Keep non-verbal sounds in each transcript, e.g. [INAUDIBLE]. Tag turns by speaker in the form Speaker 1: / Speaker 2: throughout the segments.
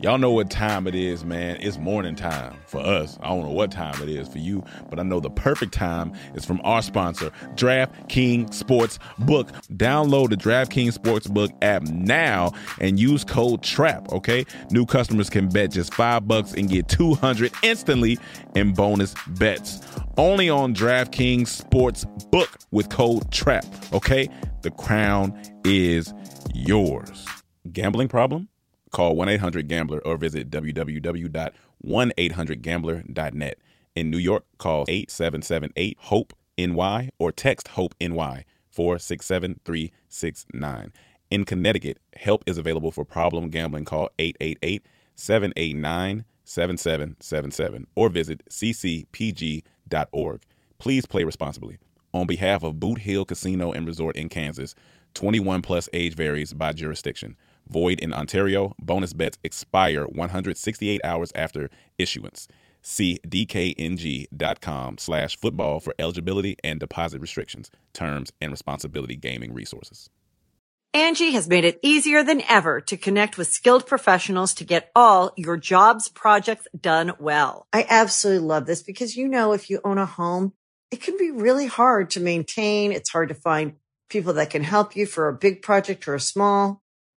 Speaker 1: Y'all know what time it is, man. It's morning time for us. I don't know what time it is for you, but I know the perfect time is from our sponsor, DraftKings Sportsbook. Download the DraftKings Sportsbook app now and use code TRAP, okay? New customers can bet just 5 bucks and get 200 instantly in bonus bets. Only on DraftKings Sportsbook with code TRAP, okay? The crown is yours. Gambling problem? Call 1 800 Gambler or visit www.1800Gambler.net. In New York, call 8778 HOPE NY E or text HOPE NY 467369. In Connecticut, help is available for problem gambling. Call 888 789 7777 or visit ccpg.org. Please play responsibly. On behalf of Boot Hill Casino and Resort in Kansas, 21 plus age varies by jurisdiction. Void in Ontario. Bonus bets expire 168 hours after issuance. See dkng.com slash football for eligibility and deposit restrictions, terms, and responsibility gaming resources.
Speaker 2: Angie has made it easier than ever to connect with skilled professionals to get all your jobs projects done well.
Speaker 3: I absolutely love this because, you know, if you own a home, it can be really hard to maintain. It's hard to find people that can help you for a big project or a small.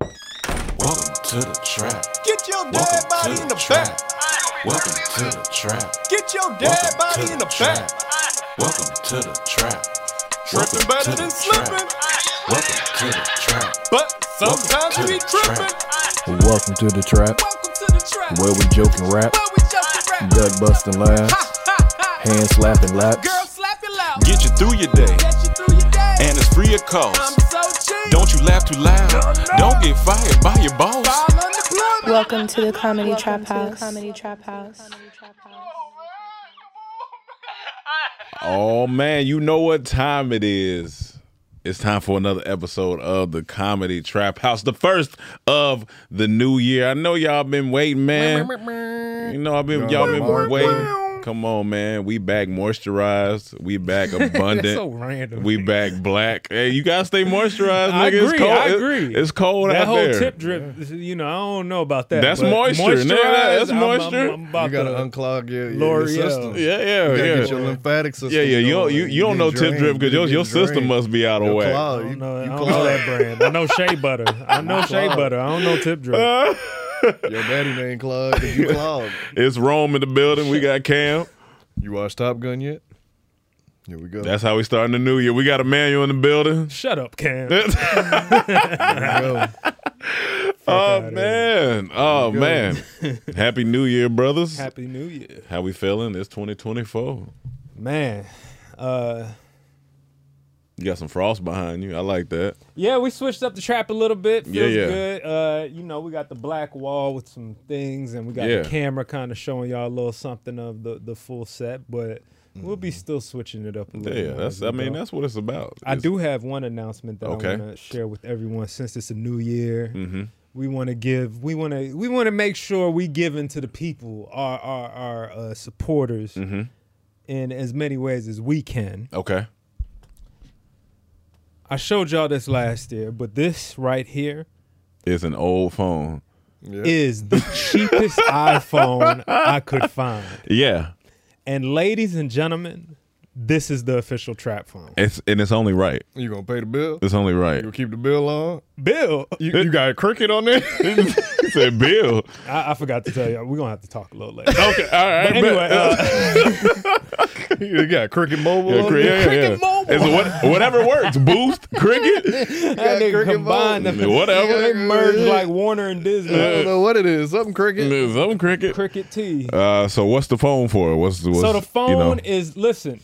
Speaker 4: Welcome to the trap.
Speaker 5: Get your
Speaker 4: Welcome
Speaker 5: dead
Speaker 4: to
Speaker 5: body
Speaker 4: the
Speaker 5: in the
Speaker 4: trap.
Speaker 5: back.
Speaker 4: Welcome to the trap.
Speaker 5: Get your
Speaker 4: Welcome
Speaker 5: dead
Speaker 4: to
Speaker 5: body in the
Speaker 4: trap.
Speaker 5: back.
Speaker 4: Welcome to the trap. Welcome
Speaker 5: Tripping
Speaker 4: to
Speaker 5: better
Speaker 4: the
Speaker 5: than
Speaker 4: trap.
Speaker 5: slipping,
Speaker 4: Welcome to the trap.
Speaker 5: but
Speaker 4: Welcome
Speaker 5: sometimes
Speaker 4: to
Speaker 5: we
Speaker 4: the
Speaker 5: tripping.
Speaker 4: trap.
Speaker 6: Welcome to the trap,
Speaker 5: Welcome to the trap.
Speaker 6: where we joke and rap,
Speaker 5: Where we just rap.
Speaker 6: gut busting laughs, hand slapping laps.
Speaker 5: Girl, slap it loud.
Speaker 4: Get you through your day,
Speaker 5: Get you through your day.
Speaker 4: and it's free of
Speaker 5: I'm
Speaker 4: cost.
Speaker 5: so cheap.
Speaker 4: Don't you laugh too loud.
Speaker 5: no.
Speaker 4: Don't get fired by your boss.
Speaker 5: fall unemployment.
Speaker 7: Welcome to the Comedy Trap
Speaker 8: to the
Speaker 7: House.
Speaker 8: Comedy Trap House.
Speaker 1: Oh man, you know what time it is. It's time for another episode of the Comedy Trap House, the first of the new year. I know y'all been waiting, man. You know I've been y'all been waiting. Come on, man. We back moisturized. We
Speaker 9: [LAUGHS]
Speaker 1: back abundant.
Speaker 9: so random.
Speaker 1: We back black. Hey, you gotta stay moisturized, nigga.
Speaker 9: I agree.
Speaker 1: It's cold.
Speaker 9: I agree.
Speaker 1: It's cold
Speaker 9: Oh, that
Speaker 1: out
Speaker 9: whole
Speaker 1: there.
Speaker 9: tip drip, you know, I don't know about that.
Speaker 1: That's
Speaker 9: but
Speaker 1: moisture, nigga.
Speaker 9: moisturize,
Speaker 1: That's
Speaker 9: I'm- I'm-
Speaker 1: moisture.
Speaker 9: I'm about
Speaker 10: You gotta
Speaker 9: to-
Speaker 10: unclog your, your, your
Speaker 9: L'Oreal.
Speaker 10: system.
Speaker 1: yeah, yeah,
Speaker 10: You gotta
Speaker 1: yeah.
Speaker 10: get your lymphatic system.
Speaker 1: yeah, yeah. You don't,
Speaker 10: going.
Speaker 1: you, you don't
Speaker 10: get
Speaker 1: know tip
Speaker 10: drained.
Speaker 1: drip because your,
Speaker 10: get
Speaker 1: your system
Speaker 10: drained.
Speaker 1: must be out of
Speaker 10: Your
Speaker 1: whack.
Speaker 10: clog.
Speaker 9: I
Speaker 10: You-
Speaker 9: don't know, I
Speaker 10: you
Speaker 9: don't
Speaker 10: clog.
Speaker 9: know that brand. I know Shea Butter. I know Shea Butter. I don't know Tip Drip.
Speaker 1: [LAUGHS]
Speaker 10: Your daddy name clog. You clog.
Speaker 1: It's Rome in the building. We got Cam.
Speaker 10: You watch Top Gun yet? Here we go.
Speaker 1: That's how we starting the new year. We got Emmanuel in the building.
Speaker 9: Shut up,
Speaker 1: [LAUGHS]
Speaker 9: Cam. [LAUGHS]
Speaker 10: Here we go.
Speaker 1: Oh
Speaker 9: outta
Speaker 1: man. Oh man.
Speaker 10: [LAUGHS]
Speaker 1: Happy New Year, brothers.
Speaker 9: Happy New Year,
Speaker 1: How we feeling? It's 2024.
Speaker 9: man. Uh,
Speaker 1: You got some frost behind you. I like that.
Speaker 9: yeah, we switched up the trap a little bit. Feels
Speaker 1: Yeah, yeah.
Speaker 9: good. Uh, you know, we got the black wall with some things, and we got
Speaker 1: Yeah.
Speaker 9: the camera kind of showing y'all a little something of the the full set, but. We'll be still switching it up a little.
Speaker 1: Mm-hmm. Yeah,
Speaker 9: more
Speaker 1: that's
Speaker 9: as we
Speaker 1: I mean,
Speaker 9: go.
Speaker 1: that's what it's about.
Speaker 9: I
Speaker 1: It's-
Speaker 9: do have one announcement that
Speaker 1: Okay. Mm-hmm.
Speaker 9: I want to share with everyone since it's a new year. we want to give we want to we want to make sure we give into the people our our our uh, supporters
Speaker 1: Mm-hmm.
Speaker 9: in as many ways as we can
Speaker 1: Okay.
Speaker 9: i showed y'all this last year but this right here
Speaker 1: It's an old phone.
Speaker 9: is the
Speaker 1: [LAUGHS]
Speaker 9: cheapest iphone i could find
Speaker 1: Yeah.
Speaker 9: and ladies and gentlemen this is the official trap phone
Speaker 1: It's and it's only right.
Speaker 10: You gonna pay the bill?
Speaker 1: It's only right.
Speaker 10: You keep the bill on?
Speaker 9: bill
Speaker 10: You, you got a cricket on there?
Speaker 1: [LAUGHS] he said Bill.
Speaker 9: I, I forgot to tell you we're gonna have to talk a little later
Speaker 1: Okay. All right.
Speaker 9: but [LAUGHS]
Speaker 10: [LAUGHS]
Speaker 9: anyway uh,
Speaker 10: you got cricket mobile?
Speaker 1: Yeah,
Speaker 10: on
Speaker 1: Cricket,
Speaker 10: there?
Speaker 1: yeah, yeah. It's what, whatever works.
Speaker 9: [LAUGHS]
Speaker 1: Boost, Cricket,
Speaker 9: that nigga
Speaker 10: cricket
Speaker 9: combined
Speaker 1: mode.
Speaker 9: them.
Speaker 1: Whatever.
Speaker 9: they merged like warner and
Speaker 1: Uh,
Speaker 9: disney
Speaker 10: I don't know what it is. Something cricket.
Speaker 1: some Cricket.
Speaker 9: cricket tea
Speaker 1: Uh, so what's the phone for? What's, what's
Speaker 9: So the phone
Speaker 1: you know,
Speaker 9: is listen.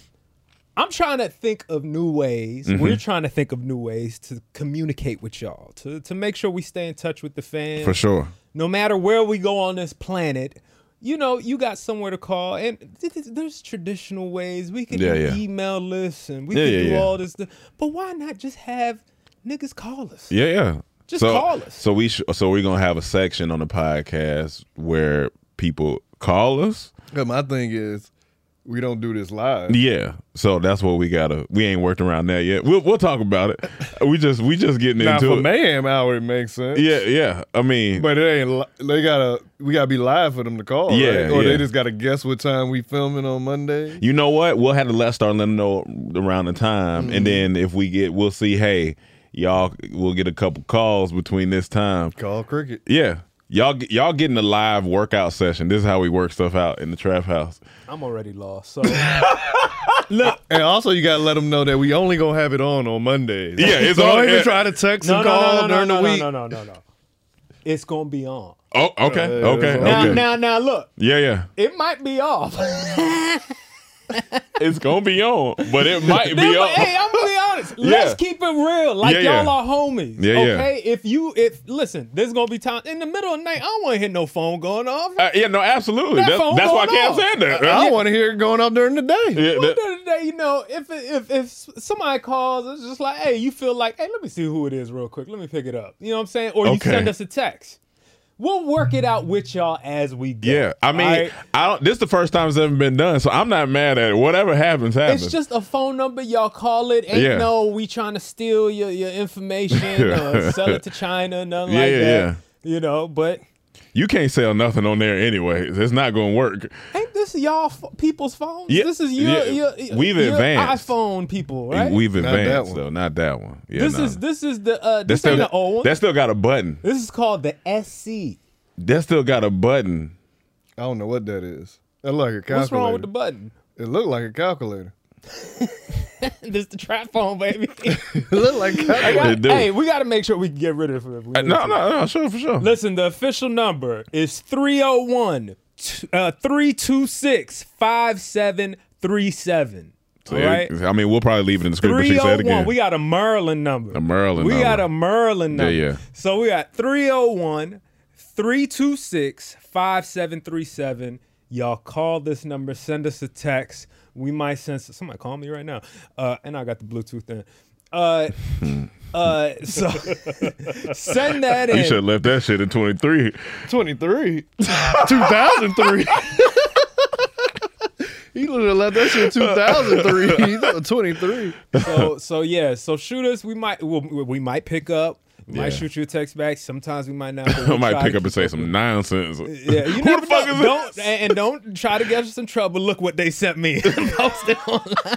Speaker 9: I'm trying to think of new ways.
Speaker 1: Mm-hmm.
Speaker 9: We're trying to think of new ways to communicate with y'all to to make sure we stay in touch with the fans.
Speaker 1: for sure.
Speaker 9: No matter where we go on this planet, you know, you got somewhere to call, and th- th- there's traditional ways we can
Speaker 1: Yeah,
Speaker 9: do
Speaker 1: yeah.
Speaker 9: email lists and we
Speaker 1: Yeah,
Speaker 9: can
Speaker 1: yeah,
Speaker 9: do
Speaker 1: yeah.
Speaker 9: all this. Th- but why not just have niggas call us?
Speaker 1: Yeah, yeah.
Speaker 9: Just
Speaker 1: so,
Speaker 9: call us.
Speaker 1: So we sh- so we're gonna have a section on the podcast where people call us.
Speaker 10: Yeah, My thing is, we don't do this
Speaker 9: Uh,
Speaker 10: live.
Speaker 1: Yeah. So that's what we gotta. We ain't worked around that yet. We'll we'll talk about it. We just we just getting
Speaker 10: Now
Speaker 1: into
Speaker 10: for
Speaker 1: it.
Speaker 10: mayhem hour, it makes sense.
Speaker 1: Yeah, yeah. I mean,
Speaker 10: But it ain't. li- They gotta. We gotta be live for them to call.
Speaker 1: Yeah,
Speaker 10: right? or
Speaker 1: yeah.
Speaker 10: they just gotta guess what time we filming on
Speaker 9: [LAUGHS]
Speaker 10: Monday.
Speaker 1: you know what? We'll have to let start letting them know around the time,
Speaker 10: Mm-hmm.
Speaker 1: and then if we get, we'll see. Hey, y'all, we'll get a couple calls between this time.
Speaker 10: Call cricket.
Speaker 1: Yeah, y'all, get- y'all getting a live workout session. This is how we work stuff out in the trap house.
Speaker 9: I'm already lost.
Speaker 1: [LAUGHS]
Speaker 9: So
Speaker 10: And also, you gotta let them know that we only gonna have it on on Mondays.
Speaker 1: Yeah, it's
Speaker 10: don't
Speaker 1: on-
Speaker 10: even
Speaker 1: yeah.
Speaker 10: try to text
Speaker 9: no, no,
Speaker 10: and call
Speaker 9: no, no, no,
Speaker 10: during
Speaker 9: no,
Speaker 10: the week.
Speaker 9: no, no, no, no, no. It's gonna be on.
Speaker 1: Oh, okay, okay, okay.
Speaker 9: Now, now, now, look.
Speaker 1: yeah, yeah. [LAUGHS]
Speaker 9: It might
Speaker 10: [LAUGHS]
Speaker 9: be off. [LAUGHS] Uh,
Speaker 1: It's gonna be on, but it might
Speaker 9: Then,
Speaker 1: be
Speaker 9: but,
Speaker 1: on.
Speaker 9: hey, I'm gonna be
Speaker 1: [LAUGHS]
Speaker 9: honest. Let's keep it real. Like
Speaker 1: Yeah, yeah.
Speaker 9: y'all are homies.
Speaker 1: Yeah, yeah.
Speaker 9: okay. If you if listen, there's gonna be time in the middle of the night. I don't wanna hear no phone going off.
Speaker 1: Uh, yeah, no, absolutely.
Speaker 9: That
Speaker 1: That's,
Speaker 9: phone
Speaker 1: that's why I
Speaker 9: going
Speaker 1: can't
Speaker 9: on.
Speaker 1: say that.
Speaker 10: I don't want to hear it going off during the day.
Speaker 1: Yeah,
Speaker 9: Well, at
Speaker 1: that-
Speaker 9: the end of the day, you know, if if if somebody calls, it's just like, hey, you feel like, hey, let me see who it is real quick. Let me pick it up. You know what I'm saying? Or you
Speaker 1: Okay.
Speaker 9: send us a text. We'll work it out with y'all as we go.
Speaker 1: yeah, I mean,
Speaker 9: Alright?
Speaker 1: I don't. This is the first time it's ever been done, so I'm not mad at it. Whatever happens, happens.
Speaker 9: It's just a phone number. Y'all call it. Ain't
Speaker 1: Yeah.
Speaker 9: no, we trying to steal your, your
Speaker 1: [LAUGHS]
Speaker 9: information or sell it to China, nothing like
Speaker 1: Yeah,
Speaker 9: that.
Speaker 1: yeah.
Speaker 9: You know, but
Speaker 1: You can't sell nothing on there anyway. It's not going to work.
Speaker 9: ain't this y'all f- people's phones?
Speaker 1: Yeah,
Speaker 9: This is your,
Speaker 1: yeah.
Speaker 9: your,
Speaker 1: We've
Speaker 9: your
Speaker 1: advanced.
Speaker 9: iPhone people, right?
Speaker 1: We've
Speaker 10: Not that
Speaker 1: advanced
Speaker 10: one.
Speaker 1: though, not that one. Yeah,
Speaker 9: this
Speaker 1: nah.
Speaker 9: is this is the uh,
Speaker 1: that
Speaker 9: this
Speaker 1: still,
Speaker 9: ain't the old one.
Speaker 1: That still got a button.
Speaker 9: this is called the SC.
Speaker 1: That still got a button.
Speaker 10: I don't know what that is. That look like a calculator.
Speaker 9: What's wrong with the button? [LAUGHS]
Speaker 10: It looked like a calculator.
Speaker 9: this is the trap phone,
Speaker 10: [LAUGHS]
Speaker 9: baby.
Speaker 10: It looked like a calculator.
Speaker 1: It do.
Speaker 9: hey, we got to make sure we can get rid of it. if we
Speaker 1: Uh,
Speaker 9: need
Speaker 1: No,
Speaker 9: to.
Speaker 1: no, no, sure for sure.
Speaker 9: Listen, the official number is 301 uh, 326 5737. All
Speaker 1: Yeah,
Speaker 9: right?
Speaker 1: I mean, we'll probably leave it in the script, but she said it
Speaker 9: 301.
Speaker 1: again.
Speaker 9: We got a Merlin number.
Speaker 1: A Merlin
Speaker 9: oh we got
Speaker 1: number.
Speaker 9: a Merlin
Speaker 1: Yeah,
Speaker 9: number.
Speaker 1: yeah.
Speaker 9: So we got 301 326 5737. Y'all call this number, send us a text. We might send somebody call me right now. Uh, and I got the Bluetooth in. Uh,
Speaker 10: Hmm.
Speaker 9: uh, so [LAUGHS] [LAUGHS] send that
Speaker 1: [LAUGHS]
Speaker 9: in.
Speaker 1: you should have left that shit in 23.
Speaker 10: 23. 2003. [LAUGHS] he literally left that shit
Speaker 1: [LAUGHS]
Speaker 10: in
Speaker 9: [LAUGHS]
Speaker 10: 2003. He's not 23.
Speaker 9: so so yeah so shoot us we might we'll, we might pick up
Speaker 1: Yeah.
Speaker 9: might shoot you a text back sometimes we might
Speaker 1: [LAUGHS]
Speaker 9: not
Speaker 1: [LAUGHS]
Speaker 9: but
Speaker 1: I
Speaker 9: we'll
Speaker 1: might
Speaker 9: try
Speaker 1: pick
Speaker 9: to
Speaker 1: up and say
Speaker 9: keep
Speaker 1: some
Speaker 9: with-
Speaker 1: nonsense.
Speaker 9: [LAUGHS] yeah, you
Speaker 1: Who
Speaker 9: never
Speaker 1: the fuck
Speaker 9: know.
Speaker 1: is
Speaker 9: don't
Speaker 1: this?
Speaker 9: and and don't try to get us in trouble. Look what they sent me. [LAUGHS] Post it online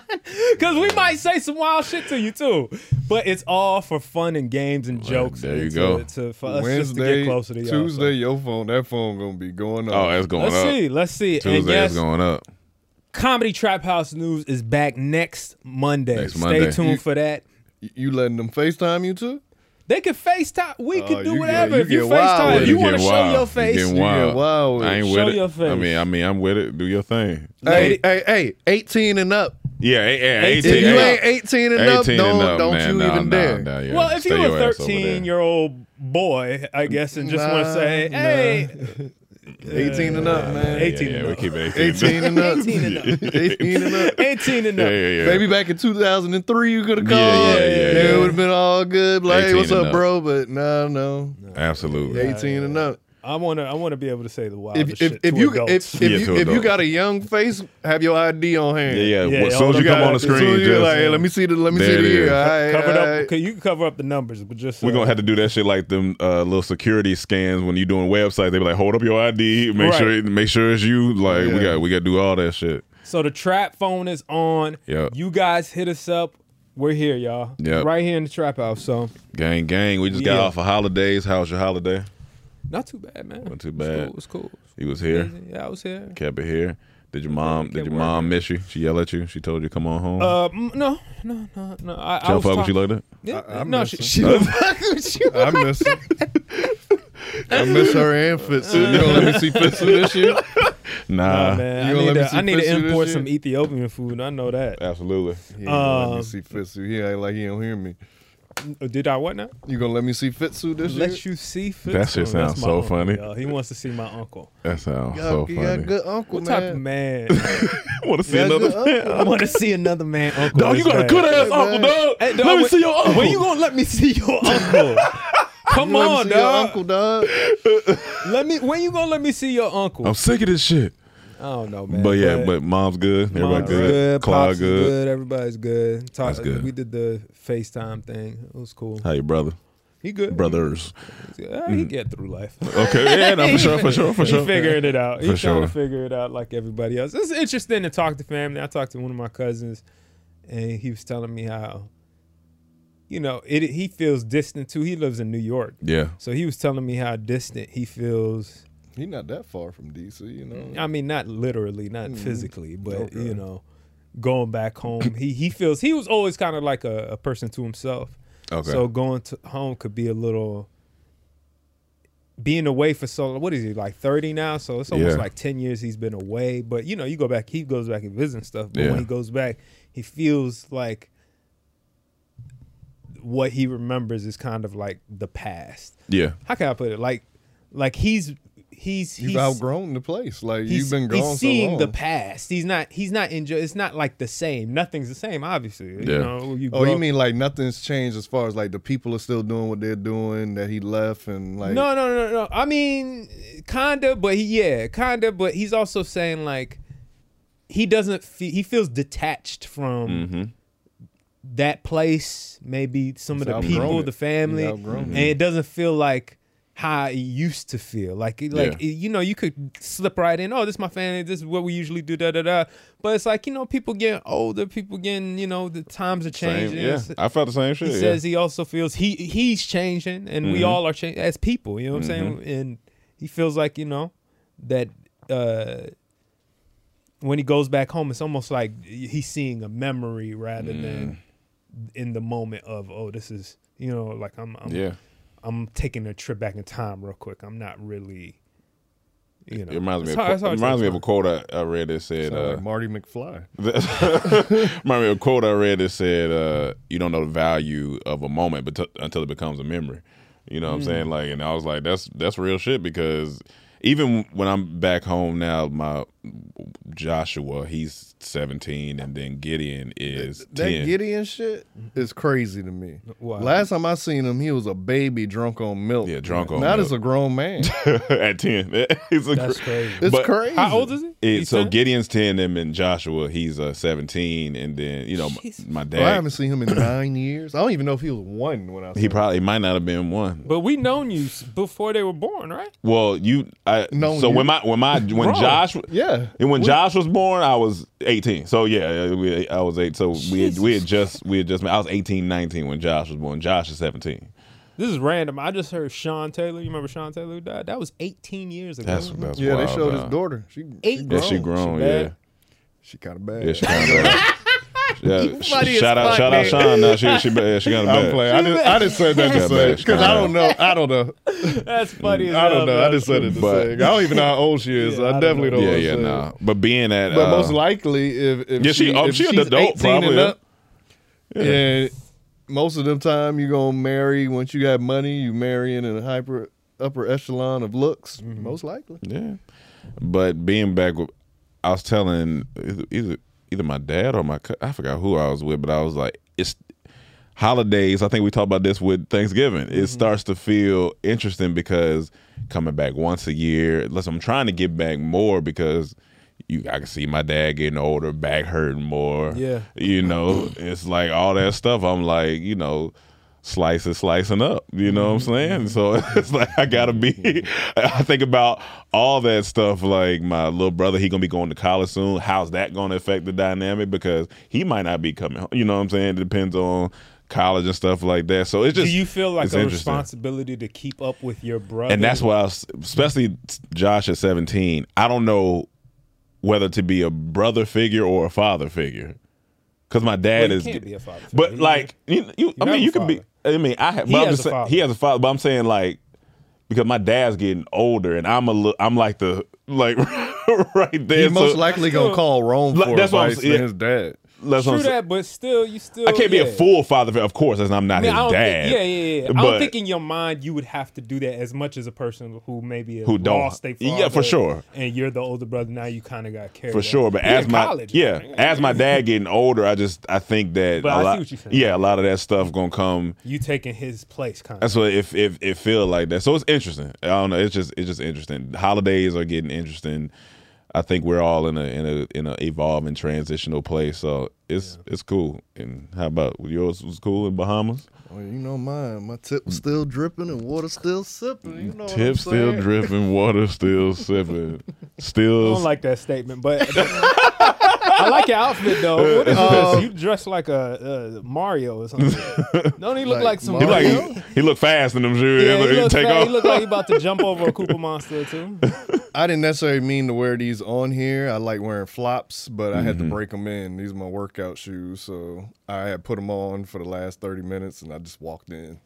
Speaker 9: because we might say some wild shit to you too. But it's all for fun and games and jokes.
Speaker 1: there
Speaker 9: and
Speaker 1: you
Speaker 9: to,
Speaker 1: go.
Speaker 9: To, for us just to
Speaker 10: Wednesday,
Speaker 9: get closer to y'all. so.
Speaker 10: Tuesday, your phone, that phone gonna be
Speaker 1: [LAUGHS]
Speaker 10: going
Speaker 1: Oh,
Speaker 10: off.
Speaker 1: that's going
Speaker 9: Let's
Speaker 1: up.
Speaker 9: see. Let's see. and
Speaker 1: Tuesday
Speaker 9: yes,
Speaker 1: is going up.
Speaker 9: Comedy Trap House News is back next Monday.
Speaker 1: Next
Speaker 9: Stay
Speaker 1: Monday.
Speaker 9: tuned
Speaker 1: You-
Speaker 9: for that.
Speaker 10: You- you letting them FaceTime you too?
Speaker 9: They could FaceTime. We
Speaker 10: Oh,
Speaker 9: could do
Speaker 10: you get-
Speaker 9: whatever.
Speaker 10: you
Speaker 9: if you
Speaker 10: get wild with
Speaker 9: FaceTime, if
Speaker 10: it.
Speaker 9: Oh, you
Speaker 10: You
Speaker 9: want to
Speaker 1: get
Speaker 9: show
Speaker 1: wild.
Speaker 9: your
Speaker 1: You
Speaker 9: face.
Speaker 1: getting wild.
Speaker 10: get wild with
Speaker 1: I
Speaker 10: it.
Speaker 1: ain't
Speaker 9: Show
Speaker 1: with it.
Speaker 9: your
Speaker 1: I
Speaker 9: face.
Speaker 1: mean, I mean, I'm with it. Do your thing.
Speaker 10: Hey, hey, hey, 18 and up.
Speaker 1: Yeah, yeah,
Speaker 9: Eighteen.
Speaker 10: If
Speaker 1: 18,
Speaker 10: you
Speaker 9: and
Speaker 10: ain't 18 and up,
Speaker 1: 18 and
Speaker 10: don't,
Speaker 1: up,
Speaker 10: don't
Speaker 1: man.
Speaker 10: you
Speaker 1: Nah,
Speaker 10: even
Speaker 1: nah,
Speaker 10: dare.
Speaker 1: nah, yeah.
Speaker 9: Well, if
Speaker 1: Stay
Speaker 9: you were
Speaker 1: your
Speaker 9: a
Speaker 1: ass over there.
Speaker 9: 13 year old boy, I guess, and just want
Speaker 1: [LAUGHS]
Speaker 9: to
Speaker 10: Nah,
Speaker 9: say,
Speaker 10: nah.
Speaker 9: hey,
Speaker 10: 18 and up, man.
Speaker 9: 18
Speaker 1: Yeah,
Speaker 9: and
Speaker 1: we
Speaker 9: up.
Speaker 1: keep it
Speaker 10: 18 and up.
Speaker 9: 18 and
Speaker 1: [LAUGHS]
Speaker 9: up.
Speaker 10: 18 and up.
Speaker 9: 18 and up.
Speaker 1: Yeah, yeah, yeah.
Speaker 10: Maybe back in 2003, you could have
Speaker 1: Yeah,
Speaker 10: called.
Speaker 1: yeah, yeah,
Speaker 10: Then
Speaker 1: yeah.
Speaker 10: It would have been all good. Like, hey,
Speaker 1: 18
Speaker 10: what's
Speaker 1: and
Speaker 10: up,
Speaker 1: up.
Speaker 10: bro? But no, no.
Speaker 1: Absolutely.
Speaker 10: 18 and up.
Speaker 9: I want to. I want to be able to say the wild
Speaker 10: If, if,
Speaker 9: shit
Speaker 10: if
Speaker 9: to
Speaker 10: you
Speaker 9: adults.
Speaker 10: if, if,
Speaker 1: Yeah,
Speaker 10: you
Speaker 1: to
Speaker 10: if you
Speaker 1: adults.
Speaker 10: got a young face, have your ID on hand.
Speaker 1: Yeah, yeah.
Speaker 9: Yeah,
Speaker 1: as soon as you
Speaker 9: all
Speaker 1: come
Speaker 9: the
Speaker 1: on the
Speaker 9: guys-
Speaker 1: screen,
Speaker 10: So you're
Speaker 1: just,
Speaker 10: like, hey, let me see the let me
Speaker 1: There
Speaker 10: see
Speaker 1: it
Speaker 10: the
Speaker 1: is.
Speaker 10: year. All right,
Speaker 9: covered
Speaker 10: all
Speaker 9: up,
Speaker 10: right.
Speaker 9: can you can cover up the numbers, but just uh,
Speaker 1: we're gonna have to do that shit like them uh, little security scans when you're doing websites. They be like, hold up your ID, make
Speaker 9: Right.
Speaker 1: sure it, make sure it's you. Like we
Speaker 10: Yeah.
Speaker 1: got we got to do all that shit.
Speaker 9: So the trap phone is on.
Speaker 1: Yep.
Speaker 9: You guys hit us up. We're here, y'all.
Speaker 1: Yep.
Speaker 9: Right here in the trap house. So
Speaker 1: Gang, gang. We just got
Speaker 9: Yeah.
Speaker 1: off of holidays. How was your holiday?
Speaker 9: not too bad, man.
Speaker 1: Not too
Speaker 9: It was
Speaker 1: bad.
Speaker 9: cool, It was cool.
Speaker 1: You was here.
Speaker 9: Yeah, I was here.
Speaker 1: Kept it here. Did your mom? Did
Speaker 9: Kept
Speaker 1: your mom
Speaker 9: working.
Speaker 1: miss you? She yell at you. She told you to come on home.
Speaker 9: Uh, mm, no, no, no, no. I, I
Speaker 1: Y'all
Speaker 9: was
Speaker 1: fuck with you
Speaker 9: talk-
Speaker 1: like that?
Speaker 9: Yeah,
Speaker 10: I- I
Speaker 9: no,
Speaker 10: miss
Speaker 9: she,
Speaker 10: her.
Speaker 9: she
Speaker 10: I miss her. I miss her and Fitz. You gonna let me see Fitz this year?
Speaker 1: [LAUGHS] Nah.
Speaker 9: Nah, man.
Speaker 10: You
Speaker 9: I
Speaker 10: gonna
Speaker 9: need,
Speaker 10: let me
Speaker 9: to,
Speaker 10: see
Speaker 9: I need to
Speaker 10: pussy this
Speaker 9: import
Speaker 10: year?
Speaker 9: some Ethiopian food. I know that.
Speaker 1: Absolutely.
Speaker 10: You gonna let
Speaker 9: Um,
Speaker 10: me see Fitzu. He act like he don't hear me.
Speaker 9: Uh, Did I what now?
Speaker 10: You gonna let me see Fitzu this year?
Speaker 9: Let you see. Fitz
Speaker 1: That shit
Speaker 9: soon. That's
Speaker 1: sounds
Speaker 9: my
Speaker 1: so
Speaker 9: uncle,
Speaker 1: funny.
Speaker 9: y'all. He wants to see my uncle.
Speaker 1: That sounds
Speaker 10: You
Speaker 1: so
Speaker 10: got, you
Speaker 1: funny.
Speaker 10: got a good uncle,
Speaker 9: What
Speaker 10: man.
Speaker 9: type of man?
Speaker 1: [LAUGHS] Want to see
Speaker 10: You got a
Speaker 1: another?
Speaker 10: good uncle.
Speaker 9: [LAUGHS] I want to see another man. Uncle.
Speaker 1: Dog, Oh, you
Speaker 9: this
Speaker 1: got a
Speaker 9: bad.
Speaker 1: good ass
Speaker 10: man.
Speaker 1: uncle, dog.
Speaker 9: Hey, dog,
Speaker 1: Let me
Speaker 9: when-
Speaker 1: see your uncle.
Speaker 9: When
Speaker 10: Oh,
Speaker 9: you gonna let me see [LAUGHS] your uncle? Come
Speaker 10: You let me
Speaker 9: on,
Speaker 10: see your
Speaker 9: dog.
Speaker 10: uncle, dog.
Speaker 9: Let me. When you gonna let me see your uncle?
Speaker 1: I'm sick of this shit.
Speaker 9: I don't know, Oh, man.
Speaker 1: but yeah, but, mom's good. Everybody
Speaker 9: Mom's
Speaker 1: good. Clyde
Speaker 9: Pops is
Speaker 1: good.
Speaker 9: good. Everybody's good. Talk,
Speaker 1: That's good.
Speaker 9: We did the FaceTime thing. It was cool.
Speaker 1: How your brother?
Speaker 9: He good.
Speaker 1: Brothers. Mm-hmm.
Speaker 9: Uh, he get through life.
Speaker 1: Okay. Yeah, no, for sure, for sure, for
Speaker 9: He
Speaker 1: sure.
Speaker 9: figuring it out. He's
Speaker 1: For
Speaker 9: trying
Speaker 1: sure.
Speaker 9: to figure it out like everybody else. It's interesting to talk to family. I talked to one of my cousins, and he was telling me how, you know, it. He feels distant too. He lives in New York,
Speaker 1: Yeah.
Speaker 9: so he was telling me how distant he feels.
Speaker 10: He not that far from DC, you know.
Speaker 9: I mean, not literally, not physically, but
Speaker 10: Okay.
Speaker 9: you know, going back home, he he feels he was always kind of like a, a person to himself.
Speaker 1: Okay.
Speaker 9: So going to home could be a little being away for so what is he like 30 now so it's almost
Speaker 1: Yeah.
Speaker 9: like 10 years he's been away but you know you go back he goes back and visits and stuff but
Speaker 1: Yeah.
Speaker 9: when he goes back he feels like what he remembers is kind of like the past
Speaker 1: yeah.
Speaker 9: how can i put it like like he's he's
Speaker 10: You've
Speaker 9: he's
Speaker 10: outgrown the place. Like you've
Speaker 9: he's-
Speaker 10: been gone
Speaker 9: he's seeing
Speaker 10: so long.
Speaker 9: the past he's not he's not enjoy it's not like the same nothing's the same obviously you
Speaker 1: Yeah.
Speaker 9: know you
Speaker 10: oh,
Speaker 9: grow-
Speaker 10: you mean like nothing's changed as far as like the people are still doing what they're doing that he left and like
Speaker 9: No, no, no, no. I mean, kinda, but he, yeah, kinda, but he's also saying like he doesn't. Fe- he feels detached
Speaker 10: Mm.
Speaker 9: from
Speaker 1: Mm-hmm.
Speaker 9: that place, maybe some
Speaker 10: He's
Speaker 9: of the
Speaker 10: outgrown
Speaker 9: people,
Speaker 10: it.
Speaker 9: the family,
Speaker 10: He's outgrown
Speaker 9: and
Speaker 10: it.
Speaker 9: it doesn't feel like how it used to feel. Like, it- like
Speaker 1: Yeah.
Speaker 9: it- you know, you could slip right in. [LAUGHS] Oh, this is my family. This is what we usually do. Da da da. But it's like you know, people getting older, people getting you know, the times are
Speaker 1: Same,
Speaker 9: changing.
Speaker 1: yeah.
Speaker 9: It's-
Speaker 1: I felt the same shit.
Speaker 9: he
Speaker 1: yeah. Mm-hmm.
Speaker 9: says he also feels he he's changing and we all are changing as people you know what i'm saying and he feels like you know that uh when he goes back home it's almost like he's seeing a memory rather
Speaker 1: Mm.
Speaker 9: than in the moment of oh this is you know like i'm i'm,
Speaker 1: yeah.
Speaker 9: I'm taking a trip back in time real quick i'm not really you know
Speaker 1: It reminds me.
Speaker 9: It's
Speaker 1: Of,
Speaker 9: hard-
Speaker 1: quote-
Speaker 9: it's hard
Speaker 1: it reminds me of a
Speaker 9: sometimes.
Speaker 1: quote I, I read that said.
Speaker 10: Sound
Speaker 1: Uh,
Speaker 10: like Marty McFly.
Speaker 1: [LAUGHS] Remind me of a quote I read that said, uh, "You don't know the value of a moment, but until it becomes a memory." You know what I'm
Speaker 10: Mm.
Speaker 1: saying? Like, and I was like, "That's that's real shit." Because even when I'm back home now, my Joshua, he's 17, and then Gideon is
Speaker 10: That
Speaker 1: 10.
Speaker 10: Gideon shit is Mm-hmm. crazy to me.
Speaker 9: Why?
Speaker 10: Last time I seen him, he was a baby drunk on milk.
Speaker 1: Yeah, drunk on
Speaker 10: Not
Speaker 1: milk.
Speaker 10: as a grown man.
Speaker 1: [LAUGHS] at 10, [LAUGHS] It's a
Speaker 9: that's
Speaker 1: cra-
Speaker 9: crazy
Speaker 10: It's
Speaker 1: But-
Speaker 10: crazy.
Speaker 9: how old is he
Speaker 1: It,
Speaker 9: He's
Speaker 1: so
Speaker 9: 10?
Speaker 1: Gideon's ten, him and Joshua, he's uh, seventeen, and then you know m- my
Speaker 10: Well, I
Speaker 1: dad.
Speaker 10: haven't seen him
Speaker 1: [COUGHS]
Speaker 10: in nine years. I don't even know if he was one
Speaker 9: [LAUGHS]
Speaker 10: when I saw
Speaker 1: he
Speaker 10: him.
Speaker 1: probably might not have been one.
Speaker 9: but we known you s- before they were born right
Speaker 1: Well, you, I
Speaker 10: No,
Speaker 1: so
Speaker 10: you-
Speaker 1: when my when my when
Speaker 9: Bro.
Speaker 1: Josh
Speaker 10: Yeah.
Speaker 1: and when Josh was born, I was eighteen. So yeah, we, I was eight. So we had, we had just we had just I was 18, 19 when Josh was born. Josh is seventeen.
Speaker 9: This is random. I just heard Sean Taylor. You remember Sean Taylor who died? That was 18 years ago.
Speaker 1: That's that's
Speaker 10: Yeah,
Speaker 1: wild,
Speaker 10: they showed his
Speaker 1: dog.
Speaker 10: daughter. She,
Speaker 9: Eight.
Speaker 1: Yeah, she grown. yeah,
Speaker 9: bad.
Speaker 10: She kind of bad.
Speaker 1: yeah, she kind of.
Speaker 10: [LAUGHS]
Speaker 1: bad. Yeah,
Speaker 10: funny as
Speaker 1: shout out,
Speaker 10: fuck,
Speaker 1: shout out,
Speaker 10: man.
Speaker 1: Sean. No, she she bad. She got a
Speaker 10: [LAUGHS] I'm
Speaker 1: bad.
Speaker 10: playing. I just, I just said that
Speaker 1: Yeah,
Speaker 10: to say
Speaker 1: bad. She
Speaker 10: because
Speaker 1: kinda
Speaker 10: I don't know. I don't know.
Speaker 9: [LAUGHS]
Speaker 10: Mm.
Speaker 9: That's funny as
Speaker 10: I don't
Speaker 9: hell,
Speaker 10: know.
Speaker 9: bro.
Speaker 10: I just said it to
Speaker 1: But-
Speaker 10: say. I don't even know how old she is.
Speaker 9: Yeah, I
Speaker 10: I
Speaker 9: don't
Speaker 10: definitely
Speaker 9: know.
Speaker 10: don't.
Speaker 1: Yeah,
Speaker 10: know
Speaker 1: yeah,
Speaker 10: what
Speaker 1: nah.
Speaker 10: I'm
Speaker 1: But being that,
Speaker 10: saying. But
Speaker 1: uh,
Speaker 10: most likely, if, if
Speaker 1: yeah, she- oh,
Speaker 10: if
Speaker 1: she an
Speaker 10: she's
Speaker 1: adult
Speaker 10: 18
Speaker 1: probably,
Speaker 10: and
Speaker 1: yeah.
Speaker 10: up, and most of the time you gonna marry once you got money. You marrying in a hyper upper echelon of looks, most likely.
Speaker 1: Yeah, but being back, with, I was telling either- either either my dad or my cou- I forgot who I was with, but I was like, it's holidays. I think we talked about this with Thanksgiving.
Speaker 10: Mm-hmm.
Speaker 1: It starts to feel interesting because coming back once a year. Listen, I'm trying to get back more because. You, I can see my dad getting older, back hurting more.
Speaker 9: Yeah.
Speaker 1: you know, it's like all that stuff. I'm like, you know, slicing, slicing up. You know what I'm saying?
Speaker 9: Mm-hmm.
Speaker 1: So [LAUGHS] it's like I gotta be. [LAUGHS] I think about all that stuff. Like my little brother, he gonna be going to college soon. How's that gonna affect the dynamic? Because he might not be coming. home. You know what I'm saying? It depends on college and stuff like that. So it's just.
Speaker 9: Do you feel like
Speaker 1: it's
Speaker 9: a
Speaker 1: interesting.
Speaker 9: responsibility to keep up with your brother?
Speaker 1: And that's why, I was, especially Josh at 17, I don't know whether to be a brother figure or a father figure. Because my dad
Speaker 9: Well, you
Speaker 1: is,
Speaker 9: can't be a father figure.
Speaker 1: but
Speaker 9: You-
Speaker 1: like you, you I
Speaker 9: have
Speaker 1: mean,
Speaker 9: a
Speaker 1: you could be. I mean, I have. But I'm
Speaker 9: has
Speaker 1: just
Speaker 9: a
Speaker 1: saying-
Speaker 9: father.
Speaker 1: he has a father, but I'm saying like because my dad's getting older, and I'm a li- I'm like the like [LAUGHS] right there.
Speaker 10: He's most
Speaker 1: so-
Speaker 10: likely gonna call Rome
Speaker 1: Like,
Speaker 10: for
Speaker 1: that's what I'm
Speaker 10: advice
Speaker 1: saying.
Speaker 10: than his dad.
Speaker 1: That's what
Speaker 9: True
Speaker 1: I'm saying.
Speaker 9: that, but still, you still.
Speaker 1: I can't be a
Speaker 9: yeah.
Speaker 1: full father figure, of course, as I'm not
Speaker 9: I mean, I
Speaker 1: his
Speaker 9: don't
Speaker 1: dad.
Speaker 9: think, yeah, yeah, yeah. I
Speaker 1: But-
Speaker 9: don't think in your mind you would have to do that as much as a person who maybe is
Speaker 1: Who don't.
Speaker 9: lost their
Speaker 1: Yeah, for
Speaker 9: father
Speaker 1: sure.
Speaker 9: And you're the older brother now. You kind of got carried
Speaker 1: for sure. But as my yeah, as my dad getting older, I just I think that
Speaker 9: But
Speaker 1: a
Speaker 9: I see
Speaker 1: lot,
Speaker 9: what you're saying.
Speaker 1: yeah, a lot of that stuff gonna come.
Speaker 9: you taking his place, kind of.
Speaker 1: That's what if if it feel like that. So it's interesting. I don't know. It's just it's just interesting. Holidays are getting interesting. I think we're all in a in a in a evolving transitional place. So it's it's cool. And how about yours was cool in Bahamas?
Speaker 10: Well, you know mine. My tip was still dripping and water still sipping. You know what I'm
Speaker 1: Tip still
Speaker 10: saying?
Speaker 1: dripping, water [LAUGHS] still sipping, still
Speaker 9: I don't like that statement, but I like your outfit though.
Speaker 1: [LAUGHS]
Speaker 9: What is this? You dress like a uh, Mario or something. Don't he look like,
Speaker 10: Like
Speaker 9: some
Speaker 1: he
Speaker 10: Mario?
Speaker 1: like
Speaker 9: Mario?
Speaker 1: he, he look fast in them shoes.
Speaker 9: Yeah,
Speaker 1: he,
Speaker 9: he
Speaker 1: look,
Speaker 9: looks
Speaker 1: take
Speaker 9: fat.
Speaker 1: off.
Speaker 9: He look like he about to jump
Speaker 1: [LAUGHS]
Speaker 9: over a Koopa monster too. Uh,
Speaker 10: I didn't necessarily mean to wear these on here. I like wearing flops, but I had
Speaker 9: Mm-hmm.
Speaker 10: to break them in. These are my workout shoes, so I had put them on for the last thirty minutes, and I just walked in.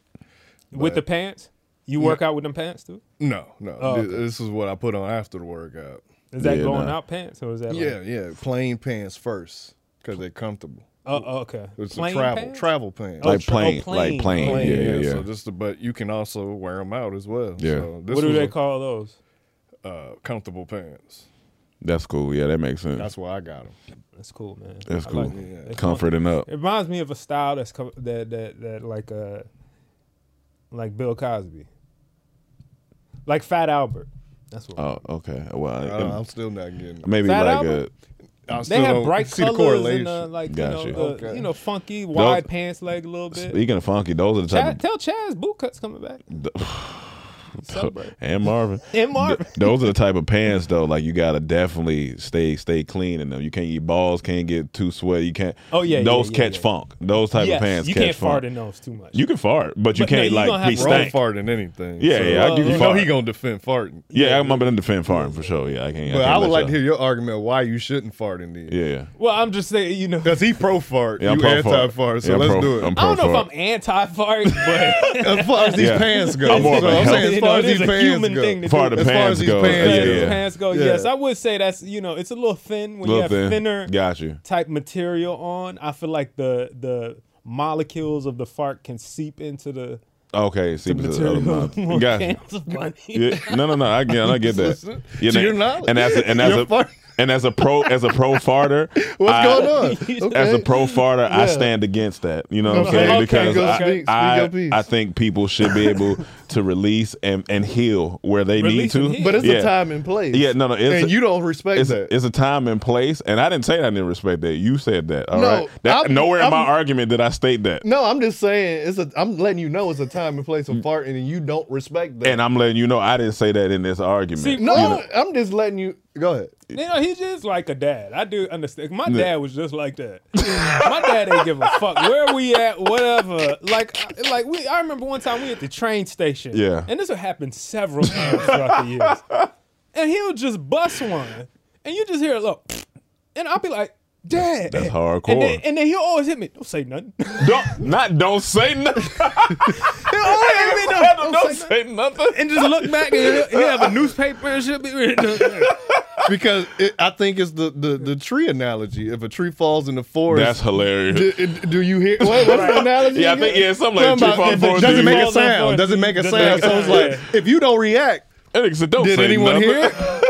Speaker 9: with the pants, you work out with them pants too. Oh,
Speaker 10: No, no, th- this is what I put on after the workout.
Speaker 9: Is that
Speaker 1: Yeah,
Speaker 9: going
Speaker 1: nah.
Speaker 9: out pants or is that?
Speaker 10: Yeah,
Speaker 9: Like,
Speaker 10: yeah, plain pants first because they're comfortable.
Speaker 9: oh, oh, okay.
Speaker 10: It's
Speaker 9: Plain
Speaker 10: a travel
Speaker 9: pants?
Speaker 10: travel pants.
Speaker 1: like
Speaker 9: Oh,
Speaker 1: plane, like
Speaker 9: plane.
Speaker 1: plane.
Speaker 9: Plane,
Speaker 1: Yeah, yeah, yeah.
Speaker 10: So just the, but you can also wear them out as well.
Speaker 1: Yeah.
Speaker 10: So this
Speaker 9: What do
Speaker 10: was
Speaker 9: they
Speaker 10: a-
Speaker 9: call those?
Speaker 10: Uh, comfortable pants.
Speaker 1: That's cool. Yeah, that makes sense.
Speaker 10: That's why I got them.
Speaker 9: That's cool, man.
Speaker 1: That's
Speaker 9: I
Speaker 1: cool.
Speaker 9: like it.
Speaker 10: Yeah.
Speaker 9: It's
Speaker 1: Comforting up.
Speaker 9: It reminds me of a style that's co- that that that like uh like Bill Cosby, like Fat Albert. That's what.
Speaker 1: Oh, okay. Well,
Speaker 10: I don't know, Uh, I'm still not getting. Them.
Speaker 1: maybe
Speaker 9: Fat
Speaker 1: like
Speaker 9: Albert?
Speaker 10: I
Speaker 9: they
Speaker 10: still
Speaker 9: have
Speaker 10: don't
Speaker 9: bright
Speaker 10: see the
Speaker 9: colors
Speaker 10: correlation.
Speaker 9: and uh, like
Speaker 1: Got
Speaker 9: you
Speaker 1: you.
Speaker 9: know the,
Speaker 10: Okay.
Speaker 9: you know funky wide pants leg a little
Speaker 1: a.
Speaker 9: bit.
Speaker 1: Speaking of funky, those are the
Speaker 9: Chaz,
Speaker 1: type.
Speaker 9: tell Chaz bootcut's coming back. Celebrate.
Speaker 1: Of, [LAUGHS] and Marvin.
Speaker 9: [LAUGHS] And Marvin.
Speaker 1: Th- those are the type of pants though. Like you gotta definitely stay stay clean in them. You can't eat balls. Can't get too sweaty. You can't.
Speaker 9: Oh, yeah, yeah,
Speaker 1: Those
Speaker 9: yeah,
Speaker 1: catch
Speaker 9: yeah.
Speaker 1: funk. Those type
Speaker 9: Yes,
Speaker 1: of pants.
Speaker 9: you
Speaker 1: catch
Speaker 9: can't
Speaker 1: funk.
Speaker 9: fart in those too much.
Speaker 1: You can fart, but you
Speaker 9: But no,
Speaker 1: can't
Speaker 9: you gonna
Speaker 1: like
Speaker 9: have
Speaker 1: be
Speaker 9: to
Speaker 10: Wrong
Speaker 1: stank.
Speaker 10: farting anything.
Speaker 1: Yeah,
Speaker 10: so- uh,
Speaker 1: yeah. I give you
Speaker 10: You know
Speaker 1: fart.
Speaker 10: he gonna defend farting.
Speaker 1: yeah, I'm gonna defend farting for sure. Yeah, I can't.
Speaker 10: But
Speaker 1: can't
Speaker 10: I
Speaker 1: let
Speaker 10: would like to
Speaker 1: y'all-
Speaker 10: hear your argument why you shouldn't fart in these.
Speaker 1: Yeah, yeah.
Speaker 9: well, I'm just saying, you know,
Speaker 10: Because he pro fart,
Speaker 1: Yeah, I'm
Speaker 10: you
Speaker 1: pro
Speaker 10: anti
Speaker 1: fart.
Speaker 10: fart. So
Speaker 1: Yeah, I'm
Speaker 10: let's
Speaker 1: pro-
Speaker 10: do it.
Speaker 1: I'm
Speaker 9: I don't know
Speaker 1: pro
Speaker 9: if
Speaker 1: [LAUGHS]
Speaker 9: I'm anti-fart, but
Speaker 10: as far as these
Speaker 1: Yeah.
Speaker 10: pants go,
Speaker 1: I'm more of
Speaker 10: so
Speaker 1: a
Speaker 10: I'm
Speaker 1: health-
Speaker 10: saying
Speaker 9: You
Speaker 10: as
Speaker 9: know,
Speaker 10: far
Speaker 9: it
Speaker 10: as
Speaker 9: is
Speaker 10: these
Speaker 9: a
Speaker 10: pants
Speaker 9: human
Speaker 10: go,
Speaker 9: thing to
Speaker 10: as
Speaker 9: do.
Speaker 1: Far the
Speaker 10: far
Speaker 1: pants
Speaker 10: as these
Speaker 1: go.
Speaker 10: pants
Speaker 1: Yeah,
Speaker 10: go,
Speaker 1: yeah.
Speaker 9: pants go.
Speaker 10: Yeah.
Speaker 9: Yes, I would say that's you know, it's a little thin when you
Speaker 1: Little
Speaker 9: have
Speaker 1: thin.
Speaker 9: thinner
Speaker 1: Got you.
Speaker 9: type material on. I feel like the the molecules of the fart can seep into the
Speaker 1: Okay, see, because of the other
Speaker 9: material.
Speaker 1: mouth.
Speaker 10: [LAUGHS]
Speaker 9: more
Speaker 1: Got you.
Speaker 9: chance of money.
Speaker 1: Yeah, no, no, no. I get, I get that. You
Speaker 10: To
Speaker 1: know,
Speaker 10: your knowledge.
Speaker 1: and as a, and as
Speaker 10: Your
Speaker 1: a
Speaker 10: fart-
Speaker 1: and as a pro as a pro farter,
Speaker 10: [LAUGHS] What's
Speaker 1: I-
Speaker 10: going on? Okay.
Speaker 1: [LAUGHS] As a pro farter, I stand against that. You know what I'm
Speaker 10: Okay.
Speaker 1: saying?
Speaker 10: Okay,
Speaker 1: Because
Speaker 10: go
Speaker 1: I,
Speaker 10: speak- speak
Speaker 1: I,
Speaker 10: your piece.
Speaker 1: I think people should be
Speaker 10: [LAUGHS]
Speaker 1: able to release and, and heal where they
Speaker 9: Release
Speaker 1: need
Speaker 9: and
Speaker 1: to.
Speaker 9: heal.
Speaker 10: but it's
Speaker 1: yeah.
Speaker 10: a time and place.
Speaker 1: Yeah, no, no, it's
Speaker 10: and
Speaker 1: a-
Speaker 10: you don't respect
Speaker 1: It's
Speaker 10: that.
Speaker 1: a, it's a time and place, and I didn't say that I didn't respect that. You said that. all
Speaker 10: No,
Speaker 1: right? That,
Speaker 10: I'm-
Speaker 1: nowhere in my
Speaker 10: I'm-
Speaker 1: argument did I state that,
Speaker 10: no, I'm just saying it's a. I'm letting you know it's a time and
Speaker 1: Mm.
Speaker 10: place of farting, and you don't respect that.
Speaker 1: and I'm letting you know I didn't say that in this argument.
Speaker 9: See,
Speaker 10: no,
Speaker 1: You know?
Speaker 10: I'm just letting you go ahead.
Speaker 9: You know, he's just like a dad. I do understand. My dad was just like that. [LAUGHS] My dad ain't give a fuck where we at, whatever. Like, I- like we. I remember one time we at the train station.
Speaker 1: Yeah.
Speaker 9: And this would happen several times throughout
Speaker 1: [LAUGHS]
Speaker 9: the years. And he'll just bust one, and you just hear a little, and I'll be like, "Dad."
Speaker 1: that's hardcore.
Speaker 9: And then, and then he'll always hit me. Don't say nothing.
Speaker 1: [LAUGHS]
Speaker 9: He'll
Speaker 1: don't not don't say nothing.
Speaker 9: always hit me. "Don't-
Speaker 1: don't say nothing.
Speaker 9: and just look back and he'll, he'll have a newspaper and shit. be-
Speaker 10: because it, I think it's the, the the tree analogy. If a tree falls in the forest,
Speaker 1: That's [LAUGHS] hilarious.
Speaker 10: do, do you hear? What, what's the analogy?
Speaker 1: Yeah, I think- yeah, something like tree fall
Speaker 10: if
Speaker 1: forward,
Speaker 10: It doesn't
Speaker 1: dude.
Speaker 10: make a
Speaker 9: Falls on forest,
Speaker 10: sound. Doesn't make a
Speaker 9: doesn't
Speaker 10: sound.
Speaker 9: make a
Speaker 10: So it's
Speaker 9: sound,
Speaker 10: like if you don't react,
Speaker 1: That nigga said, don't
Speaker 10: did
Speaker 1: say
Speaker 10: anyone
Speaker 1: nothing. [LAUGHS]
Speaker 10: hear? it?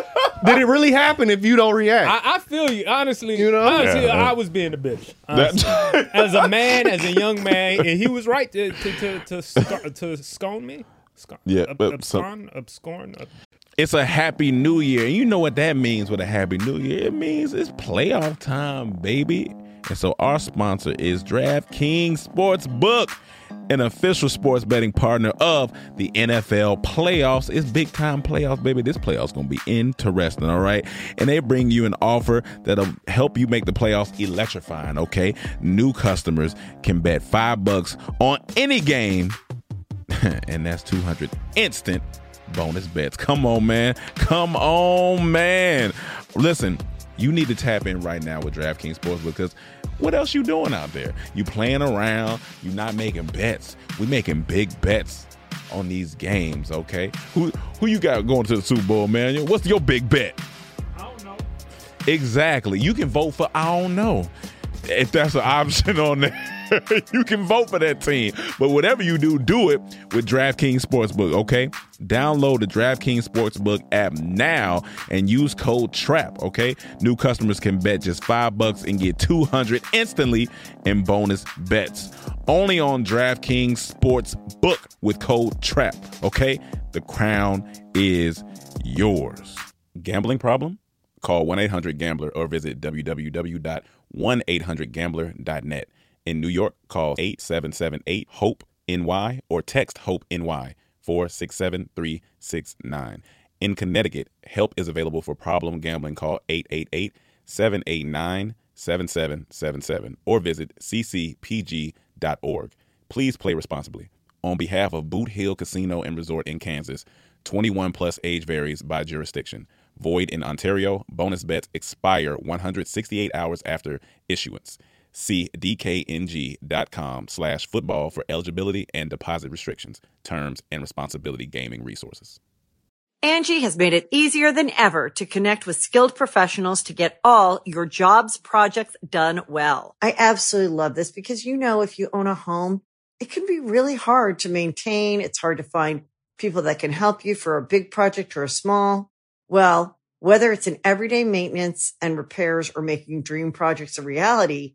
Speaker 10: Did it really happen? If you don't react,
Speaker 9: I, I feel you, honestly.
Speaker 10: You know?
Speaker 9: honestly,
Speaker 1: Yeah.
Speaker 9: I was being a bitch. honestly.
Speaker 1: That- [LAUGHS]
Speaker 9: as a man, as a young man, and he was right to to to, to, scar- to scorn me. Scorn,
Speaker 1: Yeah,
Speaker 9: ab-
Speaker 1: but some-
Speaker 9: abscorn, abscorn, ab-
Speaker 1: it's a happy new year. And you know what that means with a happy new year? It means it's playoff time, baby. And so our sponsor is DraftKings Sportsbook, an official sports betting partner of the NFL playoffs. It's big time playoffs, baby. This playoffs gonna be interesting, all right? And they bring you an offer that'll help you make the playoffs electrifying, okay? New customers can bet five bucks on any game [LAUGHS] and that's 200 instant bonus bets. Come on, man. Come on, man. Listen, you need to tap in right now with DraftKings Sportsbook because what else you doing out there? You playing around, you not making bets. We making big bets on these games, okay? Who who you got going to the Super Bowl, man? What's your big bet? Exactly. You can vote for I don't know. If that's an [LAUGHS] option on there, [LAUGHS] you can vote for that team. But whatever you do, do it with DraftKings Sportsbook, okay? Download the DraftKings Sportsbook app now and use code TRAP, okay? New customers can bet just 5 bucks and get 200 instantly in bonus bets. Only on DraftKings Sportsbook with code TRAP, okay? The crown is yours. Gambling problem? Call 1 800 Gambler or visit www.1800Gambler.net. In New York, call 8778 HOPE NY E or text HOPE NY 467369. In Connecticut, help is available for problem gambling. Call 888 789 7777 or visit ccpg.org. Please play responsibly. On behalf of Boot Hill Casino and Resort in Kansas, 21 plus age varies by jurisdiction. Void in Ontario. Bonus bets expire 168 hours after issuance. See dkng.com slash football for eligibility and deposit restrictions, terms, and responsibility gaming resources.
Speaker 2: Angie has made it easier than ever to connect with skilled professionals to get all your jobs projects done well.
Speaker 3: I absolutely love this because you know, if you own a home, it can be really hard to maintain. It's hard to find people that can help you for a big project or a small. Well, whether it's in everyday maintenance and repairs or making dream projects a reality,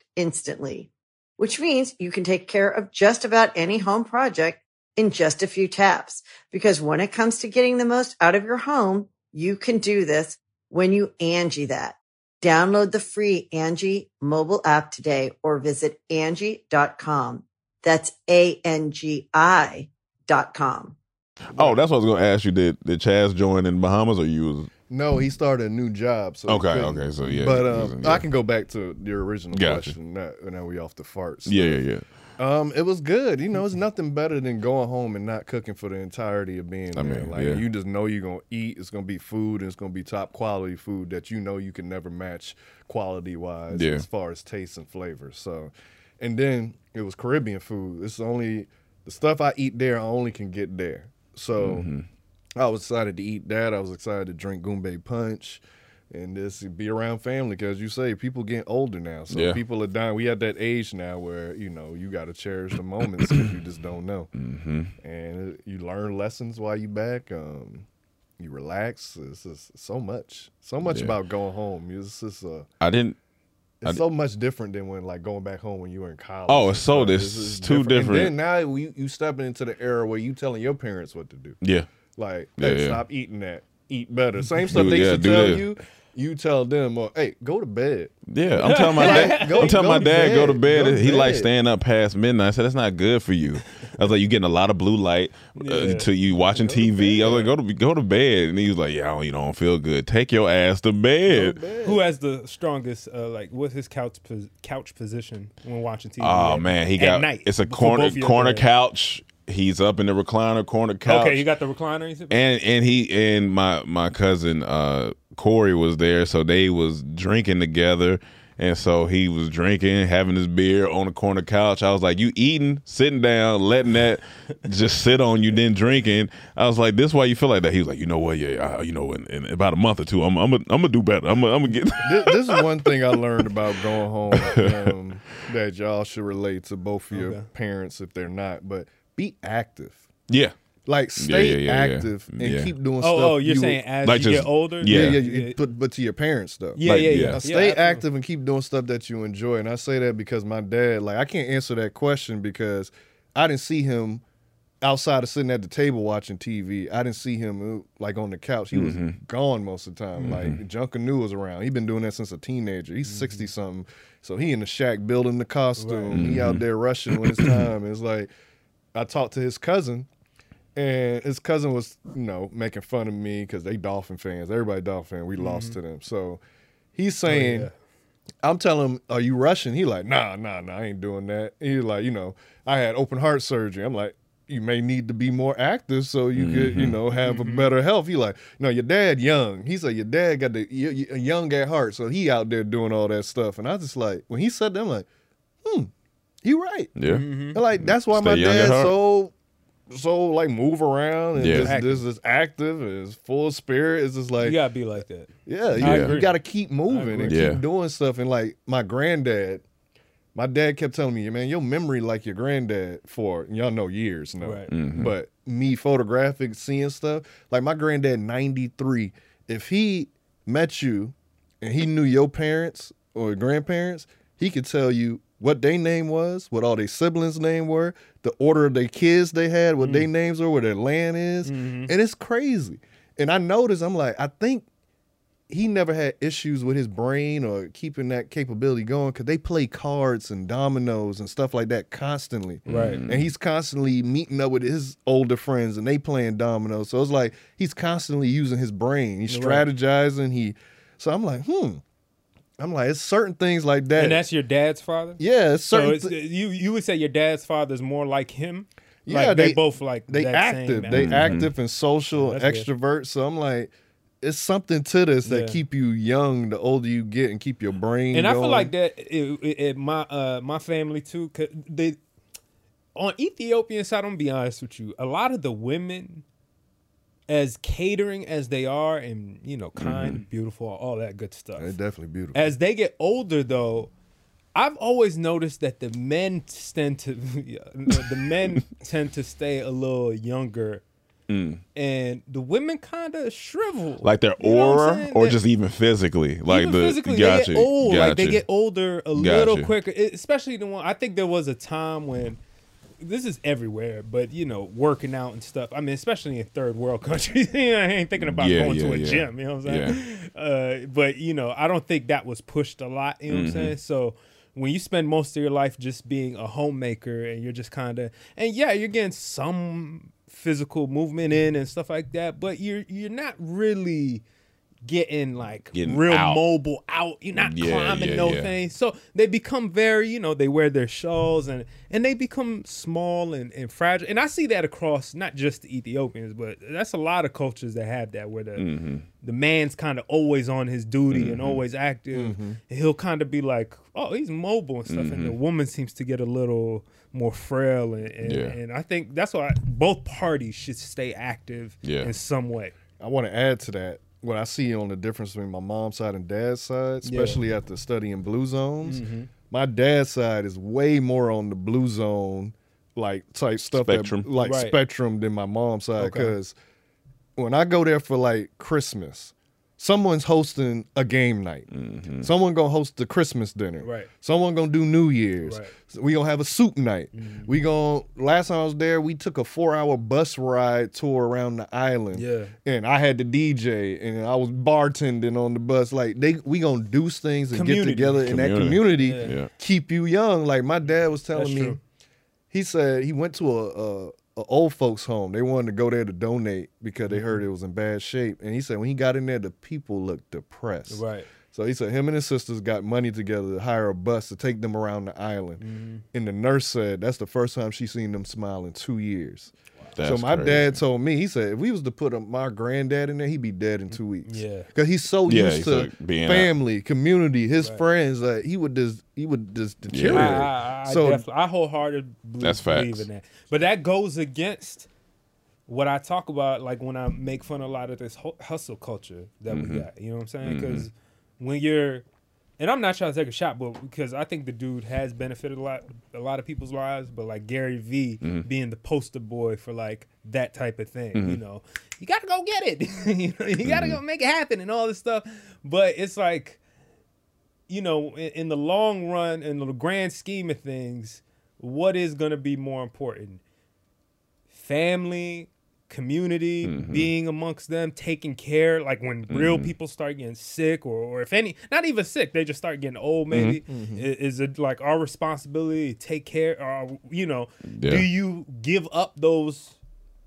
Speaker 3: instantly, which means you can take care of just about any home project in just a few taps. Because when it comes to getting the most out of your home, you can do this when you Angie that. Download the free Angie mobile app today or visit Angie.com. That's A-N-G-I dot com.
Speaker 1: Oh, that's what I was going to ask you. Did, did Chaz join in Bahamas or you was...
Speaker 10: No, he started a new job. So he
Speaker 1: Okay,
Speaker 10: couldn't.
Speaker 1: okay, so yeah,
Speaker 10: But
Speaker 1: he was
Speaker 10: um,
Speaker 1: in- yeah.
Speaker 10: I can go back to your original
Speaker 1: Gotcha.
Speaker 10: question. Now, now we off the farts.
Speaker 1: Yeah, yeah, yeah.
Speaker 10: Um, it was good. You know, it's nothing better than going home and not cooking for the entirety of being
Speaker 1: I
Speaker 10: there.
Speaker 1: mean,
Speaker 10: like
Speaker 1: yeah.
Speaker 10: you just know you're gonna eat. It's gonna be food, and it's gonna be top quality food that you know you can never match quality wise
Speaker 1: Yeah.
Speaker 10: as far as taste and flavor. So, and then it was Caribbean food. It's only the stuff I eat there. I only can get there. So.
Speaker 1: Mm-hmm.
Speaker 10: I was excited to eat that. I was excited to drink Goombay Punch and just be around family because you say people getting older now. So
Speaker 1: Yeah.
Speaker 10: people are dying. We at that age now where, you know, you got to cherish the moments because you just don't know.
Speaker 1: Mm-hmm.
Speaker 10: And it- you learn lessons while you back. Um, you relax. It's just so much. So much
Speaker 1: Yeah.
Speaker 10: about going home. It's just uh,
Speaker 1: I didn't...
Speaker 10: it's so much different than when like going back home when you were in college.
Speaker 1: Oh,
Speaker 10: and
Speaker 1: so
Speaker 10: stuff.
Speaker 1: this is too different.
Speaker 10: And then now you, you stepping into the era where you telling your parents what to do.
Speaker 1: Yeah.
Speaker 10: Like,
Speaker 1: Yeah,
Speaker 10: hey,
Speaker 1: yeah.
Speaker 10: stop eating that. eat better. Same stuff they
Speaker 1: yeah,
Speaker 10: used to
Speaker 1: do
Speaker 10: tell
Speaker 1: this.
Speaker 10: you. You tell them, or hey, go to bed.
Speaker 1: Yeah,
Speaker 10: [LAUGHS]
Speaker 1: I'm telling my dad.
Speaker 10: Go-
Speaker 1: I'm telling
Speaker 10: go
Speaker 1: my
Speaker 10: to
Speaker 1: dad go to bed.
Speaker 10: bed. Go to
Speaker 1: he likes
Speaker 10: bed.
Speaker 1: staying up past midnight. I said that's not good for you. I was like, you getting a lot of blue light uh, to you watching TV. I was like, go to go to bed. And he was like, yeah, I don't- you don't feel good. Take your ass to bed.
Speaker 9: Who has the strongest? Uh, like, what's his couch pos- couch position when watching TV?
Speaker 1: Oh
Speaker 9: at-
Speaker 1: man, he
Speaker 9: at
Speaker 1: got
Speaker 9: night
Speaker 1: it's a
Speaker 9: before
Speaker 1: corner
Speaker 9: both of your
Speaker 1: corner
Speaker 9: bed?
Speaker 1: couch. He's up in the recliner corner couch.
Speaker 9: Okay, you got the recliner. you said?
Speaker 1: and and he and my my cousin uh Corey was there, so they was drinking together. And so he was drinking, having his beer on the corner couch. I was like, "You eating, sitting down, letting that just sit on you, then drinking." I was like, "This why you feel like that?" He was like, "You know what? Yeah, I, you know, in, in about a month or two, I'm I'm gonna I'm gonna do better. I'm gonna I'm gonna get." [LAUGHS]
Speaker 10: This, this is one thing I learned about going home um, that y'all should relate to both of your parents if they're not. But be active,
Speaker 1: yeah,
Speaker 10: like stay
Speaker 1: yeah, yeah, yeah.
Speaker 10: active and
Speaker 1: Yeah.
Speaker 10: keep doing stuff.
Speaker 9: Oh, oh, you're
Speaker 10: you-
Speaker 9: saying as
Speaker 1: like
Speaker 9: you
Speaker 1: just-
Speaker 9: get older?
Speaker 1: yeah.
Speaker 10: yeah, yeah,
Speaker 9: yeah,
Speaker 10: you- But but to your parents though,
Speaker 9: yeah,
Speaker 1: Like,
Speaker 9: yeah,
Speaker 1: yeah.
Speaker 9: yeah.
Speaker 10: Stay
Speaker 9: absolutely.
Speaker 10: active and keep doing stuff that you enjoy. And I say that because my dad, like, I can't answer that question because I didn't see him outside of sitting at the table watching TV. I didn't see him uh, like on the couch. He was
Speaker 1: Mm-hmm.
Speaker 10: gone most of the time. Like Junkanoo was around. He's been doing that since a teenager.
Speaker 9: Mm-hmm.
Speaker 10: He's 60 something. So he in the shack building the costume. He
Speaker 1: Mm-hmm.
Speaker 10: out there rushing
Speaker 1: [CLEARS THROAT]
Speaker 10: when it's time. It's like I talked to his cousin and his cousin was you know making fun of me because they dolphin fans everybody dolphin fan. we lost to them so he's saying i'm telling him are you rushing he like nah nah nah i ain't doing that he like you know i had open heart surgery i'm like you may need to be more active so you could you know have a better health he like no your dad young he said your dad got the y- y- young at heart so he out there doing all that stuff and i just like when he said that i'm like hmm you right
Speaker 1: yeah.
Speaker 10: and, Like that's why
Speaker 1: Stay
Speaker 10: my
Speaker 1: young at
Speaker 10: dad's
Speaker 1: heart.
Speaker 10: so so like move around and
Speaker 1: Yeah.
Speaker 10: just this is active and is full of spirit. It's just like
Speaker 9: You gotta be like that.
Speaker 10: yeah,
Speaker 9: I
Speaker 10: you,
Speaker 9: agree.
Speaker 10: you got to keep moving and
Speaker 1: Yeah.
Speaker 10: keep doing stuff. And like my granddad, my dad kept telling me, man, your memory like your granddad for and y'all know years now.
Speaker 9: Right.
Speaker 10: But me photographic seeing stuff like my granddad ninety three. If he met you and he knew your parents or grandparents, he could tell you what their name was, what all their siblings' name were, the order of their kids they had, what
Speaker 9: Mm.
Speaker 10: their names were, where their land is,
Speaker 9: Mm-hmm.
Speaker 10: and it's crazy. And I noticed, I'm like, I think he never had issues with his brain or keeping that capability going because they play cards and dominoes and stuff like that constantly.
Speaker 9: Right.
Speaker 10: And he's constantly meeting up with his older friends and they playing dominoes. So it's like he's constantly using his brain. He's strategizing. He so I'm like, hmm. I'm like, it's certain things like that.
Speaker 9: And that's your dad's father.
Speaker 10: yeah, it's certain
Speaker 9: So it's,
Speaker 10: thi-
Speaker 9: you you would say your dad's father is more like him.
Speaker 10: Yeah,
Speaker 9: like they,
Speaker 10: they-
Speaker 9: both like
Speaker 10: they
Speaker 9: that same
Speaker 10: active. They
Speaker 1: Mm-hmm.
Speaker 9: element.
Speaker 10: active and social, and
Speaker 9: that's good.
Speaker 10: extrovert. So I'm like, it's something to this that
Speaker 9: Yeah.
Speaker 10: keep you young the older you get and keep your brain.
Speaker 9: and I feel
Speaker 10: going.
Speaker 9: like that it, it, it- my uh my family too. 'cause they on Ethiopian side. I'm gonna be honest with you. A lot of the women, as catering as they are, and you know, kind, beautiful, all that good stuff.
Speaker 10: Mm-hmm. They're definitely beautiful.
Speaker 9: As they get older, though, I've always noticed that the men tend to [LAUGHS] yeah,
Speaker 10: [LAUGHS]
Speaker 9: the men tend to stay a little younger,
Speaker 10: Mm.
Speaker 9: and the women kind of shrivel.
Speaker 1: Like their
Speaker 9: You know what I'm
Speaker 1: aura,
Speaker 9: saying?
Speaker 1: or
Speaker 9: They-
Speaker 1: just even physically, like
Speaker 9: even
Speaker 1: the
Speaker 9: physically,
Speaker 1: gotcha,
Speaker 9: they get old. Like they
Speaker 1: gotcha.
Speaker 9: get older a
Speaker 1: Gotcha.
Speaker 9: little quicker. It- especially the one. I think there was a time when this is everywhere, but you know, working out and stuff. I mean, especially in third world [LAUGHS] countries, you know, I ain't thinking about
Speaker 1: Yeah,
Speaker 9: going
Speaker 1: yeah,
Speaker 9: to a
Speaker 1: yeah.
Speaker 9: gym. You know what I'm saying? [LAUGHS] Uh, but you know, I don't think that was pushed a lot. You know
Speaker 1: Mm-hmm.
Speaker 9: what I'm saying? So. When you spend most of your life just being a homemaker and you're just kind of and yeah, you're getting some physical movement in and stuff like that, but you're you're not really getting like
Speaker 1: Getting
Speaker 9: real
Speaker 1: out.
Speaker 9: mobile out. You're not
Speaker 1: Yeah,
Speaker 9: climbing
Speaker 1: yeah,
Speaker 9: no
Speaker 1: yeah.
Speaker 9: thing. So they become very, you know, they wear their shawls and and they become small and, and fragile. And I see that across not just the Ethiopians, but that's a lot of cultures that have that where the
Speaker 1: Mm. Mm-hmm.
Speaker 9: the man's kind of always on his duty and always active.
Speaker 1: Mm-hmm.
Speaker 9: And he'll kind of be like, oh, he's mobile and stuff. And the woman seems to get a little more frail. And and,
Speaker 1: Yeah.
Speaker 9: and I think that's why both parties should stay active
Speaker 1: Yeah.
Speaker 9: in some way.
Speaker 10: I want to add to that what I see on the difference between my mom's side and dad's side, especially after studying blue zones.
Speaker 9: Mm-hmm.
Speaker 10: My dad's side is way more on the blue zone like type stuff
Speaker 1: Spectrum.
Speaker 10: that like
Speaker 9: Right.
Speaker 10: spectrum than my mom's side because when I go there for like Christmas, someone's hosting a game night. Someone gonna host the Christmas dinner.
Speaker 9: Mm-hmm. Right.
Speaker 10: Someone gonna do New Year's.
Speaker 9: Right. Mm-hmm.
Speaker 10: So We gonna have a soup night. We gonna last time I was there, we took a four hour bus ride tour around the island.
Speaker 9: Yeah.
Speaker 10: And I had the DJ and I was bartending on the bus. Like they we gonna do things and
Speaker 9: Community.
Speaker 10: get together in that community,
Speaker 1: Community. Yeah.
Speaker 10: keep you young. Like my dad was telling
Speaker 9: That's
Speaker 10: me
Speaker 9: true.
Speaker 10: he said he went to a, a, a old folks home. They wanted to go there to donate because they
Speaker 9: Mm-hmm.
Speaker 10: heard it was in bad shape. And he said when he got in there, the people looked depressed.
Speaker 9: Right.
Speaker 10: So he said him and his sisters got money together to hire a bus to take them around the island.
Speaker 9: Mm-hmm.
Speaker 10: And the nurse said that's the first time she seen them smile in two years. so
Speaker 1: That's
Speaker 10: my
Speaker 1: crazy.
Speaker 10: dad told me he said if we was to put a, my granddad in there, he'd be dead in two weeks.
Speaker 9: Yeah.
Speaker 10: because he's so
Speaker 1: Yeah,
Speaker 10: used
Speaker 1: he's
Speaker 10: to
Speaker 1: like being out.
Speaker 10: family, community, his friends that he would just he would just deteriorate.
Speaker 9: I, I, I,
Speaker 10: so
Speaker 9: definitely- I wholeheartedly believe,
Speaker 1: That's
Speaker 9: believe
Speaker 1: facts.
Speaker 9: in that. But that goes against what I talk about, like when I make fun of a lot of this hu- hustle culture that
Speaker 1: Mm-hmm.
Speaker 9: we got. You know what I'm saying? Because when you're, and I'm not trying to take a shot, but because I think the dude has benefited a lot, a lot of people's lives. But like Gary V
Speaker 1: Mm-hmm.
Speaker 9: being the poster boy for like that type of thing, you know, you gotta go get it. [LAUGHS] you know, you gotta go make it happen and all this stuff. [LAUGHS] But it's like you know, in, in the long run, in the grand scheme of things, what is going to be more important? Family, community, being amongst them, taking care. Like when real people start getting sick, or, or if any, not even sick, they just start getting old. Maybe
Speaker 10: Mm-hmm.
Speaker 9: I- is it like our responsibility to take care? Or you know,
Speaker 1: Yeah.
Speaker 9: do you give up those?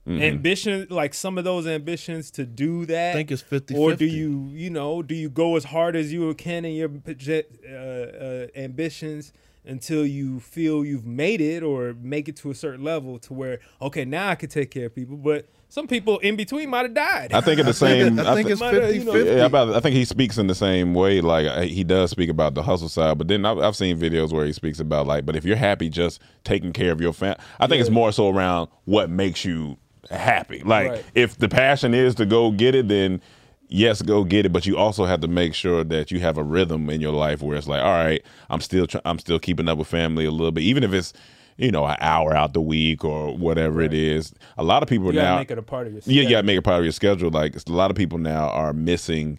Speaker 9: ambition like some of those ambitions to do that
Speaker 10: think it's 50-50.
Speaker 9: or do you you know do you go as hard as you can in your project, uh, uh, ambitions until you feel you've made it or make it to a certain level to where okay now i can take care of people but some people in between might have died
Speaker 1: I think of the same.
Speaker 10: I think
Speaker 1: thi-
Speaker 10: it's
Speaker 9: Might have,
Speaker 10: 50
Speaker 9: you know,
Speaker 1: Yeah, about, I think he speaks in the same way. Like I- he does speak about the hustle side, but then I've, I've seen videos where he speaks about like, but if you're happy, just taking care of your family. I think it's more so around what makes you happy. Like
Speaker 9: Right.
Speaker 1: if the passion is to go get it, then yes, go get it. But you also have to make sure that you have a rhythm in your life where it's like, all right, I'm still try- I'm still keeping up with family a little bit, even if it's you know an hour out the week or whatever it is. A lot of people
Speaker 9: you gotta
Speaker 1: now
Speaker 9: make it a part of your
Speaker 1: yeah, you gotta make it part of your schedule. Like it's- a lot of people now are missing.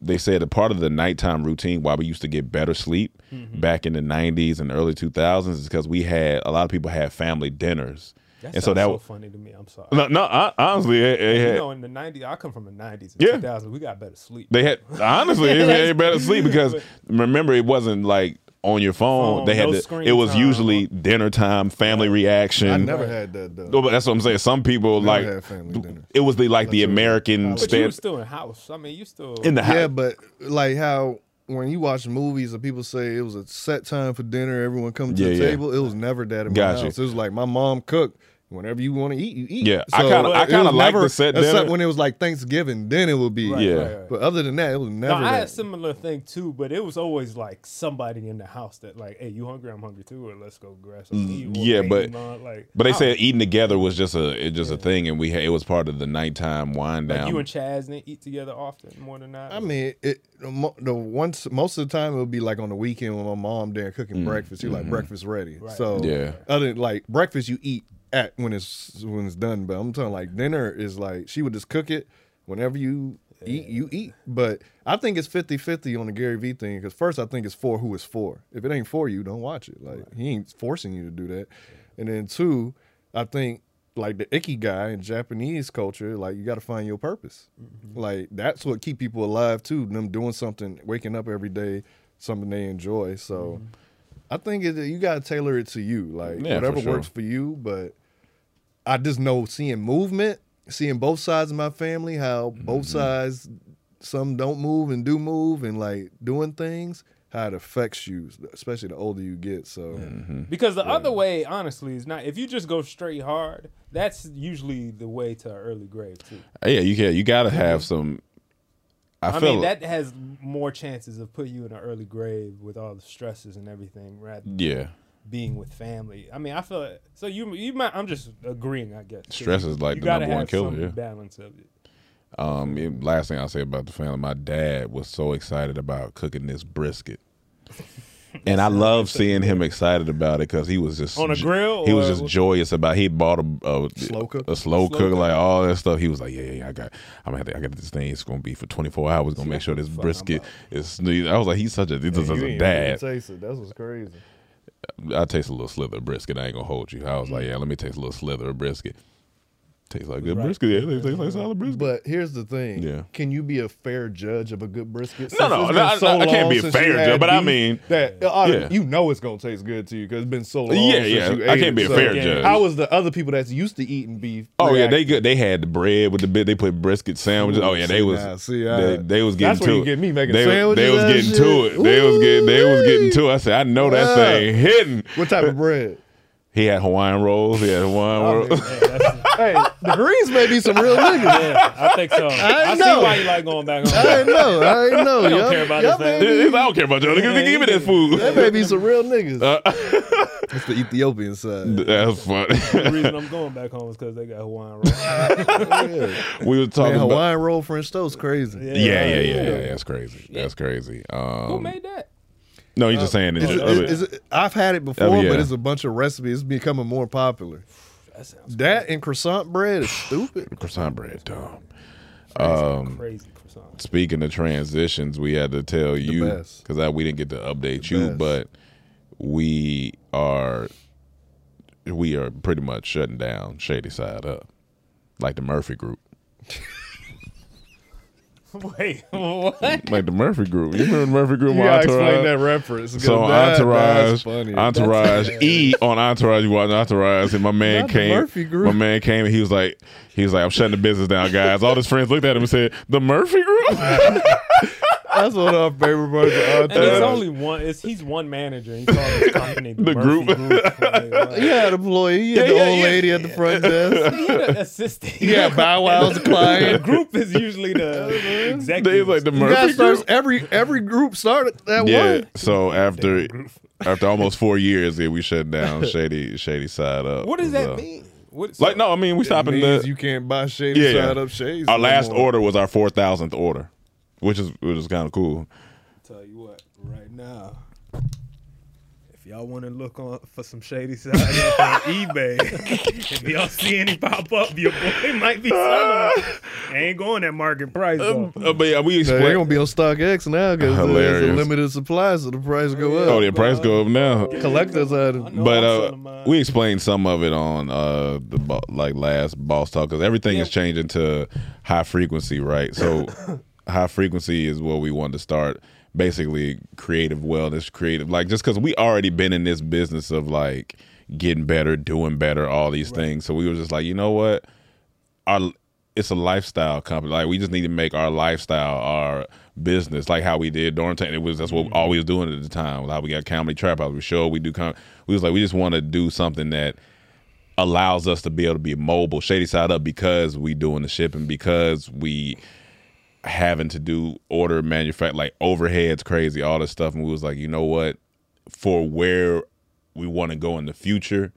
Speaker 1: They said a part of the nighttime routine why we used to get better sleep
Speaker 9: Mm-hmm.
Speaker 1: back in the '90s and early 2000s is because we had a lot of people had family dinners,
Speaker 9: that
Speaker 1: and
Speaker 9: sounds so
Speaker 1: so that w-
Speaker 9: funny to me i'm sorry
Speaker 1: no, no, hon- honestly, it, it
Speaker 9: you
Speaker 1: had-
Speaker 9: know in the 90s i come from the 90s and
Speaker 1: Yeah.
Speaker 9: 2000s we got better sleep
Speaker 1: they had honestly it had
Speaker 9: [LAUGHS]
Speaker 1: better sleep because remember it wasn't like on your phone.
Speaker 9: Phone,
Speaker 1: they had
Speaker 9: no
Speaker 1: to,
Speaker 9: screen
Speaker 1: it was
Speaker 9: time.
Speaker 1: usually dinner time, family reaction.
Speaker 10: I never had that though.
Speaker 1: No, but that's what I'm saying. Some people
Speaker 10: Never
Speaker 1: like
Speaker 10: had family dinner.
Speaker 1: it was the like the American
Speaker 9: but you were
Speaker 1: stand
Speaker 9: still in house i mean you still
Speaker 1: in the house.
Speaker 10: Yeah, but like how when you watch movies and people say it was a set time for dinner, everyone come to
Speaker 1: Yeah,
Speaker 10: the
Speaker 1: yeah.
Speaker 10: table. It was never that in
Speaker 1: Gotcha.
Speaker 10: my house. It was like my mom cooked. Whenever you want to eat, you eat.
Speaker 1: Yeah, I kinda- I
Speaker 10: it was
Speaker 1: kinda like
Speaker 10: never-
Speaker 1: the set
Speaker 10: except
Speaker 1: dinner.
Speaker 10: when it was like Thanksgiving, then it would be.
Speaker 1: Yeah.
Speaker 10: But other than that, it was
Speaker 9: No,
Speaker 10: never.
Speaker 9: I had a
Speaker 10: that.
Speaker 9: similar thing too, but it was always like somebody in the house that like, "Hey, you hungry? I'm hungry too, or let's go grab some." meat," or
Speaker 1: Mm, yeah,
Speaker 9: "Hey,
Speaker 1: but-
Speaker 9: Mom," uh, like,
Speaker 1: But they
Speaker 9: I don't-
Speaker 1: said eating together was just a it just a thing, and we had, it was part of the nighttime wind
Speaker 9: like
Speaker 1: down.
Speaker 9: you and Chaz didn't eat together often more than not.
Speaker 10: I mean, it the mo- the once most of the time it would be like on the weekend when my mom there cooking breakfast. You like breakfast ready, so
Speaker 1: Yeah.
Speaker 10: Other than, like breakfast, you eat at when it's when it's done. But I'm talking like dinner is like she would just cook it whenever you eat, you eat. But I think it's 50-50 on the Gary Vee thing because first I think it's for who it's for. If it ain't for you, don't watch it. Like he ain't forcing you to do that. And then two, I think like the icky guy in Japanese culture, like you got to find your purpose. Like that's what keep people alive too. Them doing something, waking up every day, something they enjoy. So I think it, you got to tailor it to you. Like
Speaker 1: Yeah, for
Speaker 10: whatever
Speaker 1: sure.
Speaker 10: works for you. But I just know seeing movement, seeing both sides of my family, how both
Speaker 1: Mm-hmm.
Speaker 10: sides, some don't move and do move, and like doing things, how it affects you, especially the older you get. So.
Speaker 1: Mm-hmm.
Speaker 9: because the other way, honestly, is not. If you just go straight hard, that's usually the way to an early grave too.
Speaker 1: yeah, you can you gotta have some. I,
Speaker 9: I,
Speaker 1: feel
Speaker 9: mean, that has more chances of putting you in an early grave with all the stresses and everything, rather than
Speaker 1: yeah,
Speaker 9: being with family. I mean, I feel like, so. You you might. I'm just agreeing, I guess. 'cause
Speaker 1: Stress is like
Speaker 9: you
Speaker 1: the
Speaker 9: gotta
Speaker 1: number one
Speaker 9: have
Speaker 1: killer,
Speaker 9: some
Speaker 1: yeah.
Speaker 9: Balance of it.
Speaker 1: Um, it- last
Speaker 9: [LAUGHS]
Speaker 1: thing I'll say about the family, my dad was so excited about cooking this brisket. And I love seeing him excited about it because he was just
Speaker 9: On a grill
Speaker 1: He was
Speaker 9: or-
Speaker 1: just joyous about. He bought a, a
Speaker 10: Slow cook?
Speaker 1: a slow cook, like all that stuff. He was like, "Yeah, yeah, yeah, I got, I'm gonna have to, I got this thing. It's gonna be for 24 hours. Gonna make sure this brisket is. sneezed." I was like, he's such a, he's such
Speaker 10: You
Speaker 1: a
Speaker 10: ain't
Speaker 1: dad.
Speaker 10: even taste it. That's what's crazy.
Speaker 1: I taste a little slither of brisket. I ain't gonna hold you. I was
Speaker 9: Mm.
Speaker 1: like, yeah, let me taste a little slither of brisket. Tastes like good brisket. Yeah, it tastes like solid brisket.
Speaker 10: But here's the thing.
Speaker 1: Yeah.
Speaker 10: Can you be a fair judge of a good brisket?
Speaker 1: No,
Speaker 10: Since
Speaker 1: no,
Speaker 10: it's been
Speaker 1: no, I- I can't
Speaker 10: long
Speaker 1: be a
Speaker 10: since you
Speaker 1: fair
Speaker 10: had
Speaker 1: judge, but I
Speaker 10: beef
Speaker 1: mean-
Speaker 10: that uh,
Speaker 1: Yeah.
Speaker 10: you know it's gonna taste good to you because it's been so long.
Speaker 1: Yeah,
Speaker 10: since
Speaker 1: yeah,
Speaker 10: you
Speaker 1: I
Speaker 10: ate
Speaker 1: can't
Speaker 10: it.
Speaker 1: be a
Speaker 10: So
Speaker 1: fair judge.
Speaker 10: How was the other people that's used to eating beef?
Speaker 1: Oh yeah,
Speaker 10: react-
Speaker 1: they good. They had the bread with the bit. They put brisket sandwiches. Oh yeah, they
Speaker 10: see,
Speaker 1: was
Speaker 10: now, see, I-
Speaker 1: they, they was getting
Speaker 10: that's where
Speaker 1: to
Speaker 10: you
Speaker 1: it.
Speaker 10: get me making
Speaker 1: they,
Speaker 10: sandwiches
Speaker 1: They was
Speaker 10: and
Speaker 1: getting
Speaker 10: shit.
Speaker 1: to it. They was getting they was getting to it. I said, I know that
Speaker 10: Yeah.
Speaker 1: thing hidden.
Speaker 10: What type of
Speaker 1: [LAUGHS]
Speaker 10: bread?
Speaker 1: He had Hawaiian rolls. He had Hawaiian rolls.
Speaker 10: hey, the greens may be [LAUGHS] some real niggas.
Speaker 9: Yeah, I think so. I,
Speaker 10: know.
Speaker 9: see why you like going
Speaker 10: [LAUGHS]
Speaker 9: back
Speaker 10: I
Speaker 9: home.
Speaker 10: ain't know. I ain't know.
Speaker 9: don't
Speaker 10: Y'all-
Speaker 9: care about
Speaker 10: y'all
Speaker 9: this man.
Speaker 10: may be-
Speaker 1: I don't care about y'all. niggas. Give me
Speaker 10: [LAUGHS]
Speaker 1: that food. Uh,
Speaker 10: That may be some real niggas.
Speaker 1: [LAUGHS]
Speaker 10: That's the Ethiopian side.
Speaker 1: That's [LAUGHS]
Speaker 9: the
Speaker 1: funny.
Speaker 9: reason I'm going back home is because they got Hawaiian
Speaker 1: [LAUGHS]
Speaker 9: rolls.
Speaker 1: we were talking
Speaker 10: Man,
Speaker 1: about.
Speaker 10: Hawaiian roll French toast, crazy.
Speaker 1: [LAUGHS] Yeah, yeah, yeah, yeah, That's crazy. That's crazy.
Speaker 9: Who
Speaker 1: Um,
Speaker 9: made that?
Speaker 1: no, he's just saying it.
Speaker 10: Uh, Is it-
Speaker 1: of it. Oh,
Speaker 10: is- is it- I've had it before,
Speaker 1: yeah.
Speaker 10: but it's a bunch of recipes. It's becoming more popular.
Speaker 9: That sounds
Speaker 10: That and croissant bread is stupid.
Speaker 1: [LAUGHS] croissant bread, dumb.
Speaker 9: crazy croissant.
Speaker 1: Speaking of transitions, we had to tell you
Speaker 10: best.
Speaker 1: because we didn't get to update you,
Speaker 10: best.
Speaker 1: but we are we are pretty much shutting down Shady Side Up, like the Murphy Group,
Speaker 9: [LAUGHS] Wait, what?
Speaker 1: like the Murphy Group. You remember the Murphy Group?
Speaker 10: You
Speaker 1: on
Speaker 10: gotta
Speaker 1: Entourage?
Speaker 10: explain that reference. 'cause
Speaker 1: So
Speaker 10: that- that's
Speaker 1: Entourage,
Speaker 10: funny.
Speaker 1: Entourage E on Entourage, you watch Entourage, and my man
Speaker 10: Not the
Speaker 1: came.
Speaker 10: Murphy Group.
Speaker 1: My man came, and he was like, he was like, I'm shutting the business down, guys. All his friends looked at him and said, the [LAUGHS] Murphy [LAUGHS] Group.
Speaker 10: That's one of our favorite parts of
Speaker 9: [LAUGHS] And
Speaker 10: Entourage.
Speaker 9: it's only one. It's he's one manager. He called
Speaker 1: [LAUGHS]
Speaker 9: his company the,
Speaker 1: The
Speaker 9: Murphy
Speaker 1: group.
Speaker 9: group. Like, what?
Speaker 10: Uh, He had an employee. He had
Speaker 1: Yeah,
Speaker 10: the
Speaker 1: yeah,
Speaker 10: old
Speaker 1: yeah.
Speaker 10: lady at the front desk.
Speaker 9: [LAUGHS] He had an assistant.
Speaker 10: He
Speaker 9: [LAUGHS]
Speaker 10: had Bow Wow's
Speaker 9: The
Speaker 10: client.
Speaker 9: group is
Speaker 10: [LAUGHS]
Speaker 9: usually the
Speaker 1: they
Speaker 9: executive.
Speaker 1: was like the
Speaker 10: You gotta
Speaker 1: Murphy
Speaker 10: start-
Speaker 1: Group.
Speaker 10: every every group started that
Speaker 1: Yeah.
Speaker 10: one.
Speaker 1: So
Speaker 10: [LAUGHS]
Speaker 1: after after almost four years, yeah, we shut down Shady Shady Side Up.
Speaker 9: what does
Speaker 1: So-
Speaker 9: that mean? What,
Speaker 1: Like no, I mean we stopping the
Speaker 10: Means you can't buy shady
Speaker 1: yeah, yeah.
Speaker 10: side up shades.
Speaker 1: Our
Speaker 10: no
Speaker 1: last
Speaker 10: more.
Speaker 1: order was our four thousandth order, which is which is kind of cool.
Speaker 9: Tell you what, right now, if y'all want to look on for some shady side up
Speaker 1: [LAUGHS]
Speaker 9: on eBay, if y'all see any pop up, your boy might be selling. it.
Speaker 1: [LAUGHS]
Speaker 9: Ain't going at market price. though.
Speaker 1: Uh, but yeah, we
Speaker 10: They're
Speaker 1: explained.
Speaker 10: gonna be on StockX now because there's a
Speaker 1: Hilarious.
Speaker 10: limited supply, so the price go up.
Speaker 1: Oh, the price go up now.
Speaker 10: Collectors
Speaker 9: I
Speaker 10: item.
Speaker 9: know
Speaker 1: but
Speaker 9: I'm
Speaker 1: uh,
Speaker 9: selling mine.
Speaker 1: we explained some of it on uh, the bo- like last boss talk because everything is
Speaker 9: Yeah.
Speaker 1: changing to high frequency, right?
Speaker 9: [COUGHS]
Speaker 1: So high frequency is what we want to start. Basically, creative wellness, creative like just because we already been in this business of like getting better, doing better, all these things. So we were just like, you know what, our it's a lifestyle company. Like we just need to make our lifestyle our business, like how we did during time. It was that's what all we was doing at the time. How we got comedy trap house, we show we do. Com- we was like we just want to do something that allows us to be able to be mobile, shady side up because we doing the shipping because we having to do order manufacture like overheads crazy all this stuff and we was like you know what for where we want to go in the future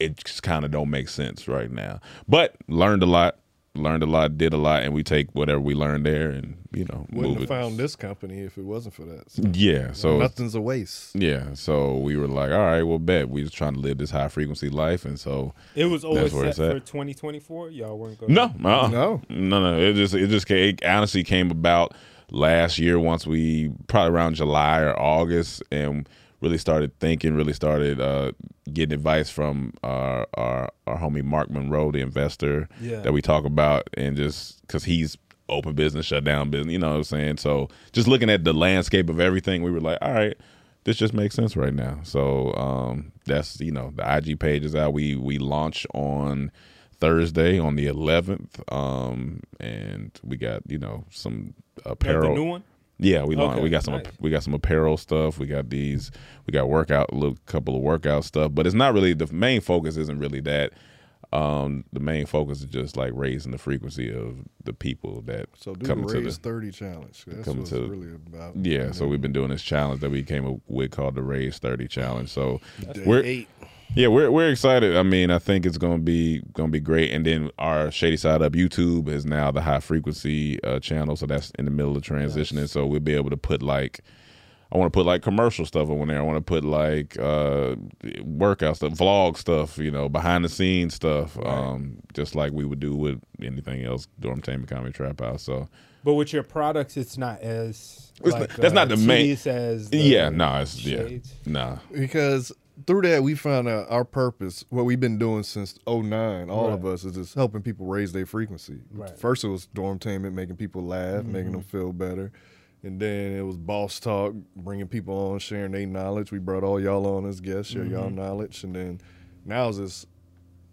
Speaker 1: it just kind of don't make sense right now. But learned a lot, learned a lot, did a lot, and we take whatever we learned there and you know
Speaker 10: Wouldn't
Speaker 1: move
Speaker 10: have
Speaker 1: it.
Speaker 10: found this company if it wasn't for that. So
Speaker 1: yeah, so
Speaker 10: Nothing's a waste.
Speaker 1: yeah, so we were like, all right, well, bet we just trying to live this high frequency life, and so
Speaker 9: it was always
Speaker 1: That's where
Speaker 9: set
Speaker 1: it's at.
Speaker 9: for 2024. Y'all weren't going.
Speaker 1: no, uh-uh.
Speaker 10: No.
Speaker 1: no, no, it just it just came, it honestly came about last year once we probably around July or August and really started thinking, really started uh, getting advice from our, our our homie Mark Monroe, the investor
Speaker 9: Yeah.
Speaker 1: that we talk about, and just because he's open business, shut down business, you know what I'm saying? So just looking at the landscape of everything, we were like, all right. This just makes sense right now. So um, that's you know the IG page is out. We we launch on Thursday on the 11th, um, and we got you know some
Speaker 9: Got
Speaker 1: apparel.
Speaker 9: the new one.
Speaker 1: Yeah, we launched.
Speaker 9: Okay,
Speaker 1: we got some
Speaker 9: nice.
Speaker 1: we got some apparel stuff. We got these. We got workout little couple of workout stuff, but it's not really the main focus. Isn't really that. Um, the main focus is just like raising the frequency of the people that
Speaker 10: So do
Speaker 1: come
Speaker 10: the
Speaker 1: to
Speaker 10: raise
Speaker 1: the
Speaker 10: thirty challenge. That's
Speaker 1: come
Speaker 10: what it's
Speaker 1: to-
Speaker 10: really about.
Speaker 1: yeah. So we've been doing this challenge that we came up with called the Raise Thirty Challenge. So we're yeah, we're we're excited. I mean, I think it's gonna be gonna be great. And then our Shady Side Up YouTube is now the high frequency uh, channel, so that's in the middle of transitioning. So we'll be able to put like I want to put like commercial stuff on there. I want to put like uh, workout stuff, vlog stuff, you know, behind the scenes stuff, um, just like we would do with anything else, Dormtainment Comedy Trap House. So
Speaker 9: But with your products, it's not as
Speaker 1: It's
Speaker 9: like,
Speaker 1: not- that's not the main-
Speaker 9: tedious As the
Speaker 1: yeah, no, it's
Speaker 9: shades.
Speaker 1: yeah, nah.
Speaker 10: because through that we found out our purpose what we've been doing since 09 all of us is just helping people raise their frequency
Speaker 9: Right.
Speaker 10: first it was dormtainment making people laugh making them feel better and then it was boss talk bringing people on sharing their knowledge we brought all y'all on as guests share y'all knowledge and then now it's just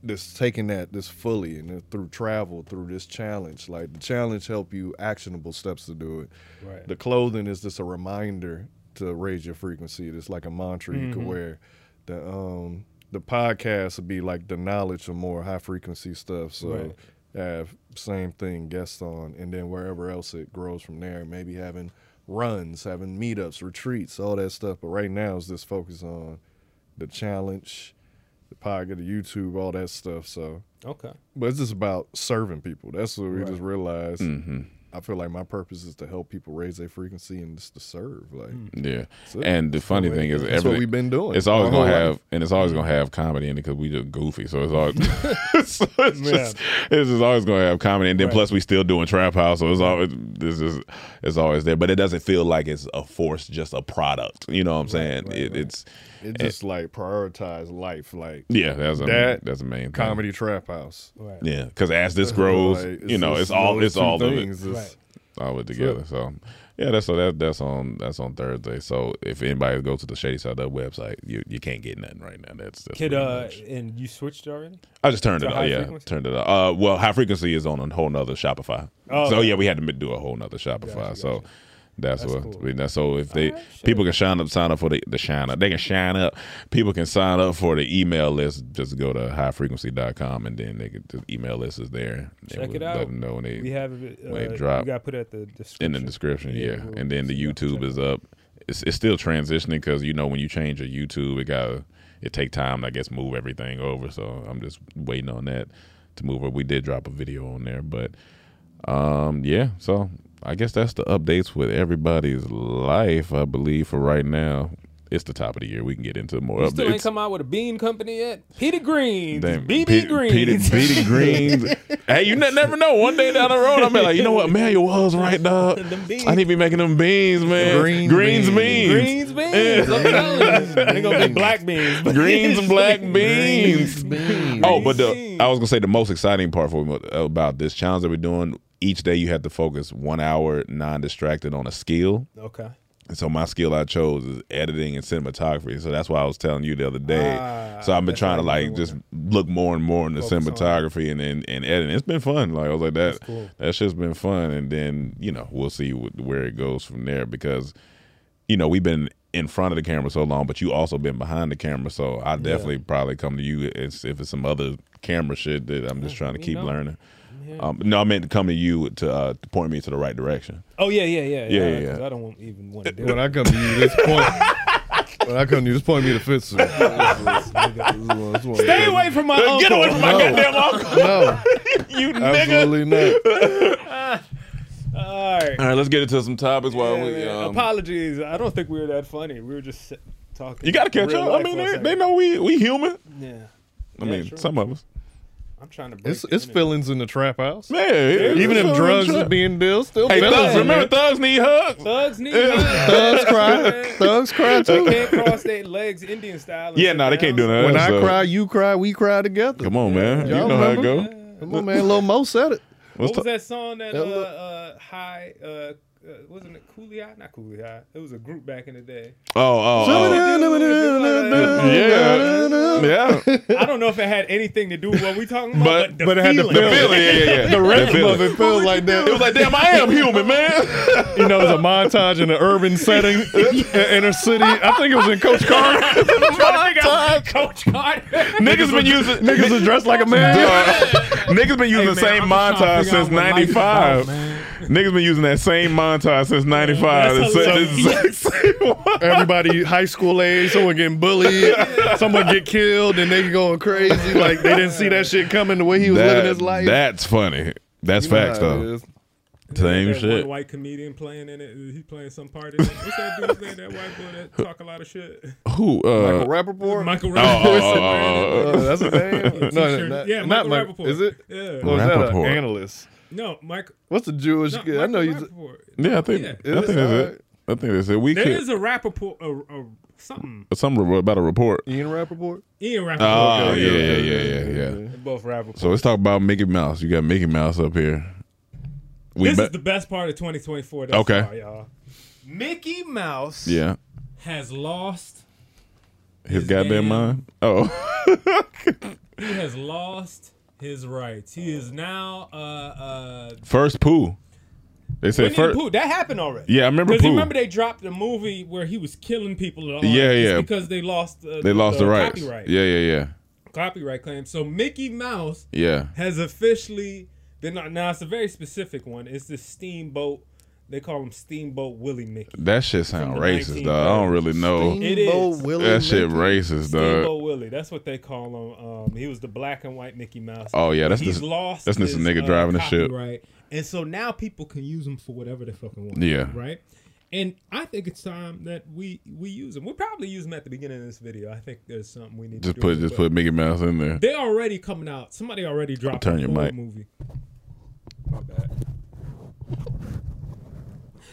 Speaker 10: this taking that this fully and then through travel through this challenge like the challenge help you actionable steps to do it
Speaker 9: Right.
Speaker 10: the clothing is just a reminder to raise your frequency it's like a mantra you
Speaker 9: Mm-hmm.
Speaker 10: can wear the um the podcast would be like the knowledge of more high frequency stuff so
Speaker 9: Right.
Speaker 10: have same thing guests on and then wherever else it grows from there maybe having runs having meetups retreats all that stuff but right now is just focus on the challenge the podcast, the YouTube, all that stuff. So,
Speaker 9: Okay.
Speaker 10: but it's just about serving people. That's what we just realized. I feel like my purpose is to help people raise their frequency and just to serve. Like,
Speaker 9: Hmm.
Speaker 1: Yeah, and the funny thing is,
Speaker 10: That's what
Speaker 1: everything
Speaker 10: we've been doing
Speaker 1: It's always
Speaker 10: our whole
Speaker 1: gonna
Speaker 10: life.
Speaker 1: have, and it's always gonna have comedy in it because we just goofy. So it's [LAUGHS]
Speaker 10: [LAUGHS]
Speaker 1: always, so [LAUGHS] it's just, it's just always gonna have comedy, and then plus we still doing trap house, so it's always this is it's always there, but it doesn't feel like it's a force, just a product. You know what I'm saying? it, It's
Speaker 10: it just like prioritize life. Like,
Speaker 1: yeah, that's a,
Speaker 10: That,
Speaker 1: that's the main thing.
Speaker 10: comedy trap house.
Speaker 9: Right.
Speaker 1: Yeah, because as this grows,
Speaker 10: [LAUGHS] Like,
Speaker 1: you know, it's
Speaker 10: just
Speaker 1: all
Speaker 10: those
Speaker 1: it's
Speaker 10: two
Speaker 1: all of it.
Speaker 10: things. It's-
Speaker 9: Right.
Speaker 1: all of it together. So yeah, that's so that that's on that's on Thursday. So if anybody goes to the Shady Side Up website, you you can't get nothing right now. That's, that's
Speaker 9: Kid,
Speaker 1: pretty
Speaker 9: uh,
Speaker 1: much-
Speaker 9: and you switched already?
Speaker 1: I just turned
Speaker 9: to
Speaker 1: it
Speaker 9: high
Speaker 1: off. Yeah,
Speaker 9: frequency?
Speaker 1: turned it off. Uh, well, high frequency is on a whole nother Shopify.
Speaker 9: Oh,
Speaker 1: so
Speaker 9: okay.
Speaker 1: yeah, we had to do a whole nother Shopify. So. That's, what.
Speaker 9: cool.
Speaker 1: I mean, that's- so if they people can sign up, sign up for the, the shine up. They can shine up. People can sign up for the email list. Just go to highfrequency.com and then they can the email list is there. And
Speaker 9: Check
Speaker 1: we'll
Speaker 9: it out.
Speaker 1: Let them know when they
Speaker 9: We have it. Uh,
Speaker 1: when it
Speaker 9: You
Speaker 1: drop
Speaker 9: got to put it at the description.
Speaker 1: in the description. Yeah,
Speaker 9: we'll
Speaker 1: and then the
Speaker 9: see that.
Speaker 1: YouTube is up. It's, it's still transitioning because you know when you change a YouTube, it got it take time. to, I guess move everything over. So I'm just waiting on that to move. over. We did drop a video on there, but um, yeah. So I guess that's the updates with everybody's life. I believe for right now, it's the top of the year. We can get into more
Speaker 9: You
Speaker 1: updates.
Speaker 9: still ain't come out with a bean company yet. Peter Greens.
Speaker 1: Damn,
Speaker 9: BB
Speaker 1: Peter- Peter,
Speaker 9: Greens. [LAUGHS]
Speaker 1: Peter Greens. [LAUGHS] hey, you ne- never know. One day down the road, I'll be like, you know what, man, you was right, dog.
Speaker 9: Them beans.
Speaker 1: I need to be making them beans, man.
Speaker 10: Green
Speaker 1: Greens
Speaker 10: beans.
Speaker 1: beans.
Speaker 9: Greens beans. I'm telling you. They're going to be black beans. but-
Speaker 1: [LAUGHS] Greens and black beans.
Speaker 10: Beans.
Speaker 1: Oh, but the,
Speaker 9: beans.
Speaker 1: I was gonna say the most exciting part for me about this challenge that we're doing. Each day you have to focus one hour non-distracted on a skill.
Speaker 9: Okay.
Speaker 1: And so my skill I chose is editing and cinematography. So that's why I was telling you the other day.
Speaker 9: Ah,
Speaker 1: so I've been trying to like just look more and more into cinematography and, and and editing. It's been fun. Like I was like that. That shit's been fun. And then you know we'll see wh- where it goes from there because you know we've been in front of the camera so long, but you also been behind the camera. So I definitely probably come to you if, if it's some other camera shit that I'm just trying to keep
Speaker 9: know.
Speaker 1: learning. Um, no, I meant to come to you to, uh, to point me to the right direction.
Speaker 9: Oh, yeah, yeah, yeah.
Speaker 1: Yeah, yeah,
Speaker 9: 'cause
Speaker 1: yeah.
Speaker 9: I don't want- even want to do it.
Speaker 10: When I come to you, this point. [LAUGHS] when I come to you, this point me to fit suit.
Speaker 9: [LAUGHS] Stay away from my
Speaker 1: [LAUGHS]
Speaker 9: uncle.
Speaker 1: Get away from my goddamn uncle,
Speaker 10: No,
Speaker 1: you [LAUGHS] nigga!
Speaker 10: absolutely not.
Speaker 9: All right.
Speaker 1: All right, let's get into some topics while
Speaker 9: Yeah,
Speaker 1: we.
Speaker 9: man.
Speaker 1: Um,
Speaker 9: Apologies. I don't think we were that funny. We were just sit- talking.
Speaker 1: you got to catch
Speaker 9: real
Speaker 1: up. I
Speaker 9: life
Speaker 1: mean,
Speaker 9: for a
Speaker 1: they,
Speaker 9: second.
Speaker 1: they know we we human.
Speaker 9: Yeah.
Speaker 1: I
Speaker 9: Yeah,
Speaker 1: mean,
Speaker 9: true.
Speaker 1: some of us.
Speaker 9: I'm trying to break
Speaker 10: It's
Speaker 9: the
Speaker 10: it's
Speaker 9: internet.
Speaker 10: feelings in the trap house.
Speaker 1: Yeah, yeah,
Speaker 10: Even
Speaker 1: it's
Speaker 10: if
Speaker 1: all
Speaker 10: drugs
Speaker 1: true.
Speaker 10: is being dealt, still
Speaker 1: Hey,
Speaker 10: feelings
Speaker 1: thugs!
Speaker 10: in
Speaker 1: Remember,
Speaker 10: there.
Speaker 1: thugs need hugs.
Speaker 9: Thugs need hugs.
Speaker 10: thugs
Speaker 9: [LAUGHS]
Speaker 10: cry, thugs cry
Speaker 9: They
Speaker 10: too.
Speaker 9: can't cross their legs Indian style. and
Speaker 1: Yeah,
Speaker 9: sit
Speaker 1: no, they
Speaker 9: down.
Speaker 1: can't do that.
Speaker 10: When I
Speaker 1: so-
Speaker 10: cry, you cry, we cry together.
Speaker 1: come on, man. You
Speaker 10: Y'all
Speaker 1: know how it go.
Speaker 10: remember? Come on, man. Lil Mo said it.
Speaker 1: What's
Speaker 9: What was
Speaker 1: the-
Speaker 9: that song that uh,
Speaker 10: That look-
Speaker 9: uh high uh, uh wasn't it Coolie High? Not Coolie High. It was a group back in the day.
Speaker 1: Oh, oh, oh. Yeah, yeah.
Speaker 9: [LAUGHS] I don't know if it had anything to do with what we talking about,
Speaker 1: But-
Speaker 9: but, the
Speaker 10: but it had the
Speaker 9: feeling.
Speaker 1: The feeling, yeah, yeah, yeah. The
Speaker 10: Rhythm
Speaker 1: feeling.
Speaker 10: of it felt like that.
Speaker 1: It was like, damn, I am human, man.
Speaker 10: [LAUGHS] you know, it's a montage in an urban setting, in inner city. I think it was in Coach
Speaker 9: [LAUGHS]
Speaker 10: Carter.
Speaker 9: Coach Carter.
Speaker 1: Niggas been using
Speaker 10: Niggas was dressed like a man. [LAUGHS]
Speaker 1: Niggas been using the same
Speaker 9: I'm just trying
Speaker 1: montage
Speaker 9: to figure out
Speaker 1: since
Speaker 9: what life is
Speaker 1: '95.
Speaker 9: about, man.
Speaker 1: Niggas been using that same montage since '95.
Speaker 9: That's
Speaker 10: [LAUGHS] Everybody high school age, someone getting bullied, someone get killed, and they going crazy. Like they didn't see that shit coming the way he was living his life.
Speaker 1: That's funny. That's facts,
Speaker 10: You know how it
Speaker 1: though.
Speaker 10: is.
Speaker 1: Same
Speaker 9: that
Speaker 1: shit.
Speaker 9: One white comedian playing in it. He playing some part in it. What's that dude's name? That white boy that talk a lot of shit.
Speaker 1: Who?
Speaker 10: Michael
Speaker 1: Uh,
Speaker 10: Rappaport?
Speaker 9: Michael
Speaker 1: oh,
Speaker 9: Rappaport.
Speaker 1: oh, oh,
Speaker 10: Uh, that's his name? no, no,
Speaker 9: T-shirt.
Speaker 10: not,
Speaker 9: yeah,
Speaker 10: not
Speaker 9: Michael
Speaker 10: Michael-
Speaker 9: Rappaport.
Speaker 10: Is it?
Speaker 9: Yeah.
Speaker 10: Or is that an
Speaker 1: Rappaport.
Speaker 10: analyst?
Speaker 9: No, Michael.
Speaker 10: What's a Jewish
Speaker 9: Not
Speaker 10: kid?
Speaker 9: Michael
Speaker 10: I know he's.
Speaker 9: Rappaport.
Speaker 1: yeah, I think.
Speaker 9: Yeah.
Speaker 1: I think that's it. I think that's it. We
Speaker 9: There
Speaker 1: could
Speaker 9: is a Rappaport. A, a, something.
Speaker 1: something about a report.
Speaker 10: Ian Rappaport?
Speaker 9: Ian Rappaport.
Speaker 1: Oh
Speaker 10: okay,
Speaker 1: yeah, yeah,
Speaker 10: okay,
Speaker 1: yeah, yeah, yeah.
Speaker 9: They're Both Rappaport.
Speaker 1: So let's talk about Mickey Mouse. You got Mickey Mouse up here. We
Speaker 9: this
Speaker 1: bet-
Speaker 9: is the best part of 2024. That's
Speaker 1: Okay.
Speaker 9: all, y'all. Mickey Mouse
Speaker 1: yeah.
Speaker 9: has lost.
Speaker 1: His,
Speaker 9: His
Speaker 1: goddamn
Speaker 9: damn-
Speaker 1: mind. Oh, [LAUGHS]
Speaker 9: He has lost his rights. He is now uh uh
Speaker 1: first poo. They said
Speaker 9: Winnie the
Speaker 1: first.
Speaker 9: Pooh. That happened already.
Speaker 1: Yeah, I remember
Speaker 9: Because
Speaker 1: Pooh.
Speaker 9: remember they dropped the movie where he was killing people. and all
Speaker 1: Yeah,
Speaker 9: that. It's
Speaker 1: yeah.
Speaker 9: Because they lost. Uh,
Speaker 1: They lost the, rights.
Speaker 9: Copyright.
Speaker 1: Yeah, yeah, yeah,
Speaker 9: Copyright claim. So Mickey Mouse
Speaker 1: yeah.
Speaker 9: has officially been. Now it's a very specific one. It's the steamboat. They call him Steamboat Willie Mickey.
Speaker 1: That shit sound
Speaker 9: the
Speaker 1: racist, dog. I don't really know.
Speaker 9: It is.
Speaker 10: Willie
Speaker 1: That shit
Speaker 10: Mickey.
Speaker 1: racist, dog.
Speaker 9: Steamboat Willie. That's what they call him. Um, he was the black and white Mickey Mouse.
Speaker 1: Oh yeah, that's
Speaker 9: he's
Speaker 1: this.
Speaker 9: lost.
Speaker 1: that's just
Speaker 9: his,
Speaker 1: a nigga
Speaker 9: uh,
Speaker 1: driving the ship.
Speaker 9: Right. And so now people can use them for whatever they fucking want.
Speaker 1: Yeah.
Speaker 9: Right. And I think it's time that we we use them. We'll probably use them at the beginning of this video. I think there's something we need
Speaker 1: Just
Speaker 9: to do.
Speaker 1: put
Speaker 9: with it,
Speaker 1: just
Speaker 9: but
Speaker 1: put Mickey Mouse in there.
Speaker 9: They already coming out. Somebody already dropped
Speaker 1: Turn
Speaker 9: a
Speaker 1: your
Speaker 9: whole
Speaker 1: mic.
Speaker 9: movie. My bad.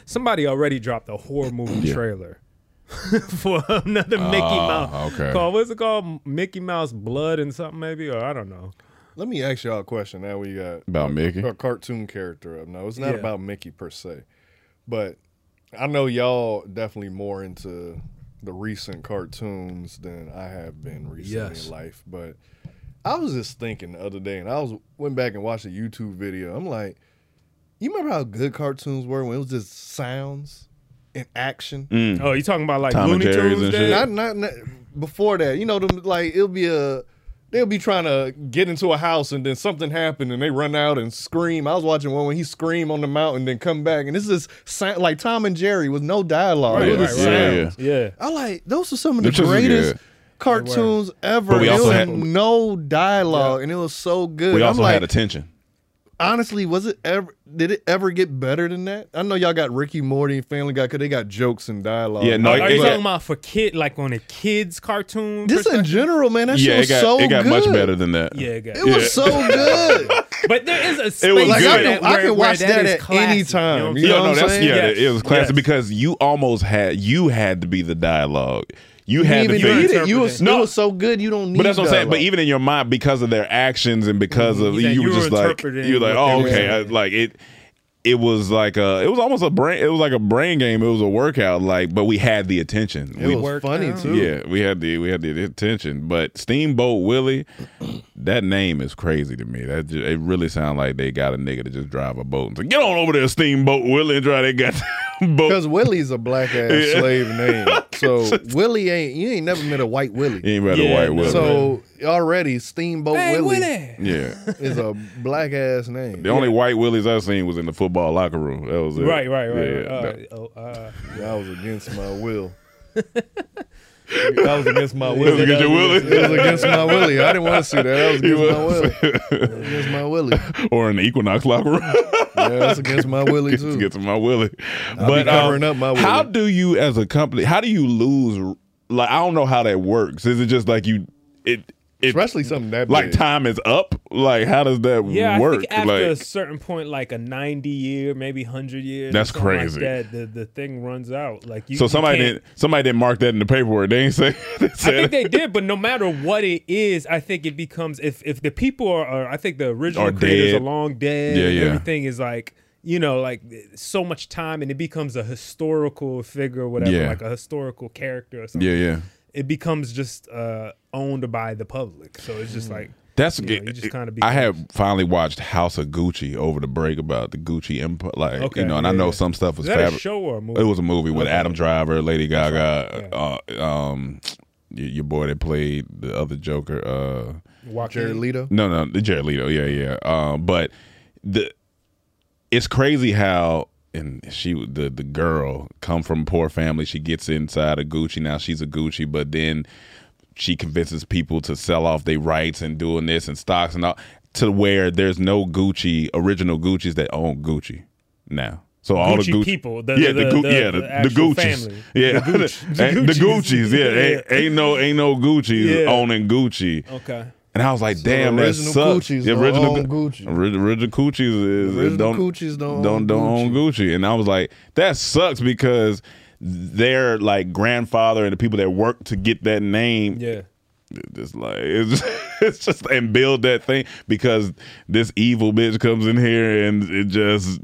Speaker 9: Somebody already dropped a horror movie
Speaker 1: Yeah. Ah,
Speaker 9: trailer [LAUGHS] for another Mickey Mouse.
Speaker 1: okay.
Speaker 9: Called, what's it called? Mickey Mouse Blood and something maybe, or I don't know.
Speaker 10: Let me ask y'all a question. Now we got
Speaker 1: About Mickey?
Speaker 10: a cartoon character up. No, it's not
Speaker 9: Yeah.
Speaker 10: about Mickey per se, but I know y'all definitely more into the recent cartoons than I have been recently
Speaker 9: Yes.
Speaker 10: in life. But I was just thinking the other day, and I was went back and watched a YouTube video. I'm like, you remember how good cartoons were when it was just sounds and action?
Speaker 9: Oh, you talking about like
Speaker 1: Tom and
Speaker 9: Looney
Speaker 1: Jerry's
Speaker 9: Tunes?
Speaker 1: Mm. and
Speaker 9: then?
Speaker 1: shit.
Speaker 10: not, not not before that. You know, them like it'll be a they'll be trying to get into a house and then something happened and they run out and scream. I was watching one when he scream on the mountain, then come back and this is sound, like Tom and Jerry with no dialogue.
Speaker 9: Right,
Speaker 10: it was
Speaker 9: right,
Speaker 10: just
Speaker 9: right.
Speaker 10: sounds.
Speaker 9: Yeah.
Speaker 10: I like those are some of the
Speaker 1: Them shits was
Speaker 10: greatest
Speaker 1: good.
Speaker 10: cartoons ever.
Speaker 1: But we
Speaker 10: There
Speaker 1: also
Speaker 10: was
Speaker 1: had-
Speaker 10: no dialogue and it was so good.
Speaker 1: We
Speaker 10: I'm
Speaker 1: also
Speaker 10: like,
Speaker 1: had attention.
Speaker 10: honestly, was it ever? Did it ever get better than that? I know y'all got Ricky Morty and Family Guy because they got jokes and dialogue.
Speaker 1: Yeah, no,
Speaker 9: Oh, Are you
Speaker 1: It
Speaker 9: talking
Speaker 1: got-
Speaker 9: about for kid like on a kids cartoon?
Speaker 10: Just in
Speaker 9: perspective?
Speaker 10: general, man, that shit
Speaker 1: Yeah, it
Speaker 10: was
Speaker 1: got [LAUGHS]
Speaker 10: so
Speaker 1: it got
Speaker 10: oh, good.
Speaker 1: much better than that.
Speaker 9: yeah, it got
Speaker 10: It
Speaker 1: [LAUGHS]
Speaker 10: was so good.
Speaker 9: But there is a space
Speaker 1: It was
Speaker 10: like
Speaker 1: good.
Speaker 10: I can,
Speaker 9: where-
Speaker 10: I
Speaker 9: where
Speaker 10: can watch that,
Speaker 9: is
Speaker 10: at
Speaker 9: classic,
Speaker 10: any
Speaker 9: you know
Speaker 10: time.
Speaker 9: what I'm
Speaker 10: You
Speaker 1: Yeah,
Speaker 10: know what
Speaker 1: no,
Speaker 10: I'm
Speaker 1: that's
Speaker 10: saying?
Speaker 1: yeah.
Speaker 9: Yes.
Speaker 1: It was classic
Speaker 9: Yes.
Speaker 1: because you almost had you had to be the dialogue. You
Speaker 10: You
Speaker 1: had
Speaker 10: even
Speaker 1: to be.
Speaker 10: need it. You was,
Speaker 1: No.
Speaker 10: it was so good. You don't need.
Speaker 1: But that's what I'm saying. But
Speaker 10: dialogue.
Speaker 1: even in your mind, because of their actions and because of
Speaker 9: Yeah,
Speaker 1: you,
Speaker 9: you
Speaker 1: were
Speaker 9: were
Speaker 1: just like
Speaker 9: interpreting
Speaker 1: you were like,
Speaker 9: what they
Speaker 1: oh
Speaker 9: were
Speaker 1: okay, I,
Speaker 9: saying.
Speaker 1: like it. It was like a, it was almost a brain. It was like a brain game. It was a workout. Like, but we had the attention.
Speaker 10: it
Speaker 1: we,
Speaker 10: was
Speaker 9: worked
Speaker 10: funny
Speaker 9: out.
Speaker 10: too.
Speaker 1: yeah, we had the we had the attention. But Steamboat Willie, that name is crazy to me. That ju it really sounds like they got a nigga to just drive a boat and say, get on over there, Steamboat Willie, and drive that [LAUGHS]
Speaker 10: [LAUGHS]
Speaker 1: goddamn boat.
Speaker 10: Because Willie's a black
Speaker 1: [LAUGHS]
Speaker 10: ass
Speaker 1: Yeah.
Speaker 10: slave name,
Speaker 1: [LAUGHS]
Speaker 10: so Willie ain't. You ain't never met a white
Speaker 1: He
Speaker 10: Willie.
Speaker 1: ain't read a
Speaker 9: Yeah,
Speaker 1: white
Speaker 9: no.
Speaker 1: Willie.
Speaker 10: So already Steamboat
Speaker 9: Hey,
Speaker 10: Willie,
Speaker 9: Willie.
Speaker 1: yeah.
Speaker 10: is a black ass name.
Speaker 1: The only white Willies I seen was in the football locker room. That was it.
Speaker 9: Right, right, right.
Speaker 1: Yeah,
Speaker 9: right.
Speaker 1: that-
Speaker 9: Uh, oh,
Speaker 10: [LAUGHS]
Speaker 9: uh,
Speaker 10: I was against my
Speaker 9: [LAUGHS]
Speaker 10: will. That was against my will.
Speaker 1: That was against your Willie.
Speaker 10: It was
Speaker 1: [LAUGHS]
Speaker 10: against my Willie. I didn't want to see that. That was against my will. That was against my Willie.
Speaker 1: [LAUGHS] or in the Equinox locker room.
Speaker 10: Yeah, that's against my Willie
Speaker 1: get,
Speaker 10: too.
Speaker 1: to get to my Willie. um,
Speaker 10: I'll be covering up my
Speaker 1: How
Speaker 10: Willie.
Speaker 1: do you, as a company, how do you lose? Like, I don't know how that works. Is it just like you, it, it
Speaker 10: Especially something that
Speaker 1: like
Speaker 10: big.
Speaker 1: time is up? Like, how does that
Speaker 9: yeah, I
Speaker 1: work?
Speaker 9: think after a
Speaker 1: like,
Speaker 9: certain point, like a ninety year, maybe hundred years.
Speaker 1: That's
Speaker 9: or something like
Speaker 1: crazy.
Speaker 9: that, the the thing runs out. Like you.
Speaker 1: so
Speaker 9: you
Speaker 1: somebody
Speaker 9: can't-
Speaker 1: didn't, somebody didn't mark that in the paperwork. They ain't say. [LAUGHS] They
Speaker 9: I
Speaker 1: said
Speaker 9: think they did, but no matter what it is, I think it becomes if if the people are, are I think the original
Speaker 1: Are
Speaker 9: creators
Speaker 1: dead.
Speaker 9: are long dead.
Speaker 1: Yeah,
Speaker 9: and
Speaker 1: yeah.
Speaker 9: Everything is like you know like so much time, and it becomes a historical figure, or whatever,
Speaker 1: Yeah.
Speaker 9: like a historical character or something.
Speaker 1: yeah, yeah.
Speaker 9: It becomes just uh, owned by the public, so it's
Speaker 1: Mm.
Speaker 9: just like
Speaker 1: That's
Speaker 9: you know, you just kinda
Speaker 1: I have finally watched House of Gucci over the break about the Gucci empire, like
Speaker 9: Okay,
Speaker 1: you know, and I
Speaker 9: yeah,
Speaker 1: know
Speaker 9: yeah.
Speaker 1: some stuff was
Speaker 9: Is that a
Speaker 1: fabri-
Speaker 9: show or a movie?
Speaker 1: It was a movie with
Speaker 9: Okay.
Speaker 1: Adam Driver, Lady Gaga, uh, um, y- your boy that played the other Joker. Uh,
Speaker 9: Joaquin.
Speaker 10: Jared Leto.
Speaker 1: no, no, the Jared Leto. Yeah, yeah. Um, but the it's crazy how and she the the girl come from poor family. She gets inside of Gucci now. She's a Gucci, but then she convinces people to sell off their rights and doing this and stocks and all to where there's no Gucci original Gucci's that own Gucci. now. So all
Speaker 9: Gucci
Speaker 1: the Gucci
Speaker 9: people, the-
Speaker 1: yeah,
Speaker 9: the-
Speaker 1: Gu-
Speaker 9: the-
Speaker 1: yeah,
Speaker 9: the
Speaker 1: the,
Speaker 9: actual
Speaker 1: Gucci's,
Speaker 9: family.
Speaker 1: [LAUGHS] yeah,
Speaker 9: The Gucci- the
Speaker 1: And the
Speaker 9: Gucci's.
Speaker 1: Gucci's, yeah, ain't,
Speaker 9: [LAUGHS] Yeah.
Speaker 1: ain't no ain't no Gucci's
Speaker 9: Yeah.
Speaker 1: owning Gucci.
Speaker 9: Okay.
Speaker 1: And I was like,
Speaker 10: the
Speaker 1: damn, that
Speaker 10: original
Speaker 1: sucks.
Speaker 10: Gucci's
Speaker 1: The
Speaker 10: don't
Speaker 1: original
Speaker 10: own
Speaker 1: Gu-
Speaker 10: Gucci.
Speaker 1: ori- Original Gucci's is
Speaker 10: Original
Speaker 1: don't
Speaker 10: Gucci's don't own
Speaker 1: don't don't own Gucci. And I was like, that sucks because their like grandfather and the people that worked to get that name
Speaker 9: Yeah.
Speaker 1: it's like it's just, [LAUGHS] it's just and build that thing because this evil bitch comes in here and it just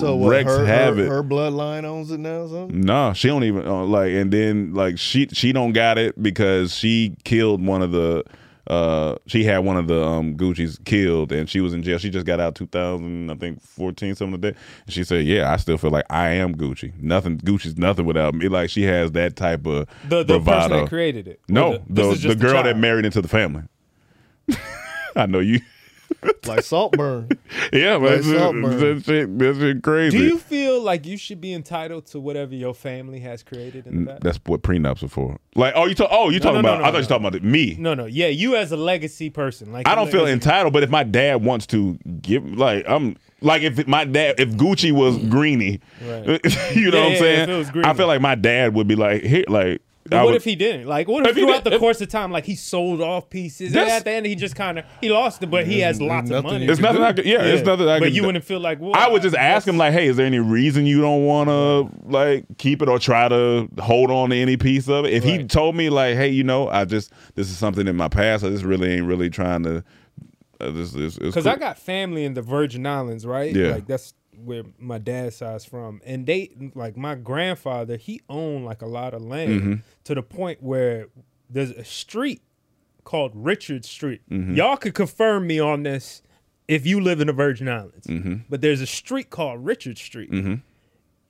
Speaker 10: So what,
Speaker 1: wrecks
Speaker 10: her,
Speaker 1: havoc.
Speaker 10: her, her bloodline owns it now. Or
Speaker 1: [LAUGHS]
Speaker 10: something.
Speaker 1: Nah, she don't even uh, like. And then like she she don't got it because she killed one of the. Uh, she had one of the um, Gucci's killed, and she was in jail. She just got out 2000, I think 14, something like that. And she said, "Yeah, I still feel like I am Gucci. Nothing, Gucci's nothing without me." Like she has that type of
Speaker 9: The the person
Speaker 1: bravado.
Speaker 9: that created it. Or
Speaker 1: No,
Speaker 9: this
Speaker 1: the,
Speaker 9: is
Speaker 1: the,
Speaker 9: just
Speaker 1: girl that
Speaker 9: child.
Speaker 1: married into the family. [LAUGHS] I know you. [LAUGHS]
Speaker 10: Like Saltburn.
Speaker 1: Yeah, but
Speaker 10: Like
Speaker 1: it's just-
Speaker 10: Saltburn.
Speaker 1: that shit, that shit crazy.
Speaker 9: Do you feel like you should be entitled to whatever your family has created in the back?
Speaker 1: That's what prenups are for. Like, oh, you talk. Oh, you talking
Speaker 9: no,
Speaker 1: about?
Speaker 9: no,
Speaker 1: I thought
Speaker 9: no.
Speaker 1: you talking about me.
Speaker 9: No, no, yeah, you as a legacy person, like
Speaker 1: I
Speaker 9: you
Speaker 1: don't
Speaker 9: know,
Speaker 1: feel
Speaker 9: as a-
Speaker 1: entitled, but if my dad wants to give, like, I'm like if my dad, if Gucci was greeny,
Speaker 9: Mm.
Speaker 1: [LAUGHS]
Speaker 9: Right.
Speaker 1: you know
Speaker 9: Yeah,
Speaker 1: what I'm
Speaker 9: yeah,
Speaker 1: saying?
Speaker 9: if it was
Speaker 1: I
Speaker 9: Greenie.
Speaker 1: feel like my dad would be like, here, like,
Speaker 9: But
Speaker 1: I
Speaker 9: what
Speaker 1: would-
Speaker 9: if he didn't? Like, what if,
Speaker 1: If he
Speaker 9: throughout
Speaker 1: did-
Speaker 9: the
Speaker 1: if-
Speaker 9: course of time, like he sold off pieces, and
Speaker 1: That's-
Speaker 9: at the end he just kind of he lost it, but he has lots of
Speaker 10: nothing
Speaker 9: money.
Speaker 10: you
Speaker 1: It's nothing. I could, yeah, it's nothing. I
Speaker 9: but
Speaker 1: could,
Speaker 9: you wouldn't feel like well,
Speaker 1: I would just ask him like, "Hey, is there any reason you don't want to like keep it or try to hold on to any piece of it?" If he
Speaker 9: Right.
Speaker 1: told me like, "Hey, you know, I just this is something in my past. I just really ain't really trying to." Uh, this is
Speaker 9: because I got family in the Virgin Islands, right?
Speaker 1: Yeah.
Speaker 9: like that's where my dad's side's from, and they like my grandfather. He owned like a lot of land
Speaker 1: Mm-hmm.
Speaker 9: to the point where there's a street called Richard Street.
Speaker 1: Mm-hmm.
Speaker 9: Y'all could confirm me on this if you live in the Virgin Islands,
Speaker 1: Mm-hmm.
Speaker 9: but there's a street called Richard Street.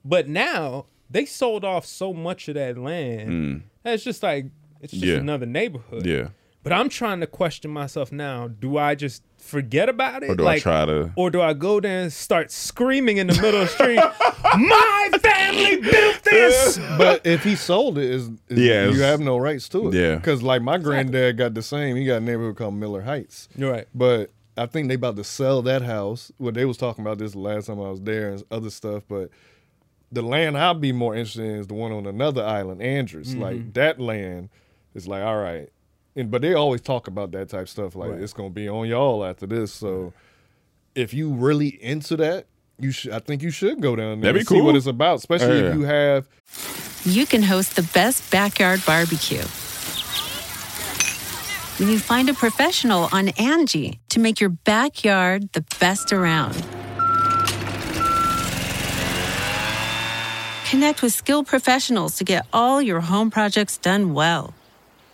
Speaker 9: But now they sold off so much of that land. that it's just like it's just
Speaker 1: Mm. Yeah.
Speaker 9: another neighborhood.
Speaker 1: yeah.
Speaker 9: But I'm trying to question myself now. Do I just forget about it?
Speaker 1: Or do I try to?
Speaker 9: Or do I go there and start screaming in the middle of the street, [LAUGHS] my family built this?
Speaker 10: [LAUGHS] but if he sold it, is, is
Speaker 1: Yeah,
Speaker 10: you
Speaker 1: it's-
Speaker 10: have no rights to it.
Speaker 1: Yeah.
Speaker 10: because like my granddad got the same. He got a neighborhood called Miller Heights.
Speaker 9: You're right.
Speaker 10: But I think they about to sell that house. Well, they was talking about this the last time I was there and other stuff. But the land I'd be more interested in is the one on another island, Andrews. Like that land is like all right, and but they always talk about that type of stuff. Like it's gonna be on y'all after this. So if you really into that. You should, I think you should go down there
Speaker 1: That'd be
Speaker 10: and see what
Speaker 1: cool.
Speaker 10: it's about, especially
Speaker 1: Yeah.
Speaker 10: if you have
Speaker 7: you can host the best backyard barbecue. When you find a professional on Angie to make your backyard the best around. Connect with skilled professionals to get all your home projects done well.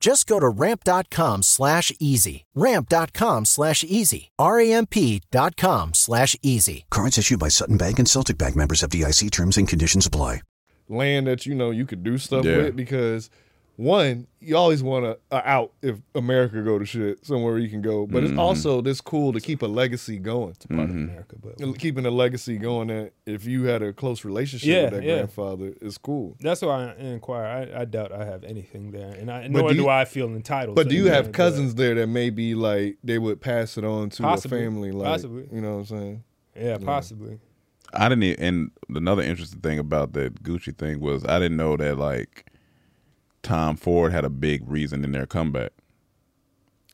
Speaker 5: Just go to ramp.com slash easy. Ramp.com slash easy. R-A-M-P dot com slash easy. Cards issued by Sutton Bank and Celtic Bank members of DIC terms and conditions apply.
Speaker 10: land that you know you could do stuff
Speaker 1: Yeah.
Speaker 10: with because one, you always want to uh, out if America go to shit somewhere you can go, but
Speaker 1: Mhm.
Speaker 10: it's also this cool to keep a legacy going. It's
Speaker 1: part of America,
Speaker 10: but keeping a legacy going. That if you had a close relationship
Speaker 9: Yeah,
Speaker 10: with that
Speaker 9: yeah.
Speaker 10: grandfather, it's cool.
Speaker 9: That's why I inquire. I, I doubt I have anything there, and I,
Speaker 10: But
Speaker 9: nor
Speaker 10: do
Speaker 9: do,
Speaker 10: you-
Speaker 9: I feel entitled.
Speaker 10: But
Speaker 9: to
Speaker 10: do you have
Speaker 9: anything, but-
Speaker 10: cousins there that maybe like they would pass it on to
Speaker 9: Possibly.
Speaker 10: a family? Like,
Speaker 9: Possibly.
Speaker 10: You know what I'm saying?
Speaker 9: Yeah, possibly.
Speaker 1: I didn't. e- And another interesting thing about that Gucci thing was I didn't know that like Tom Ford had a big reason in their comeback.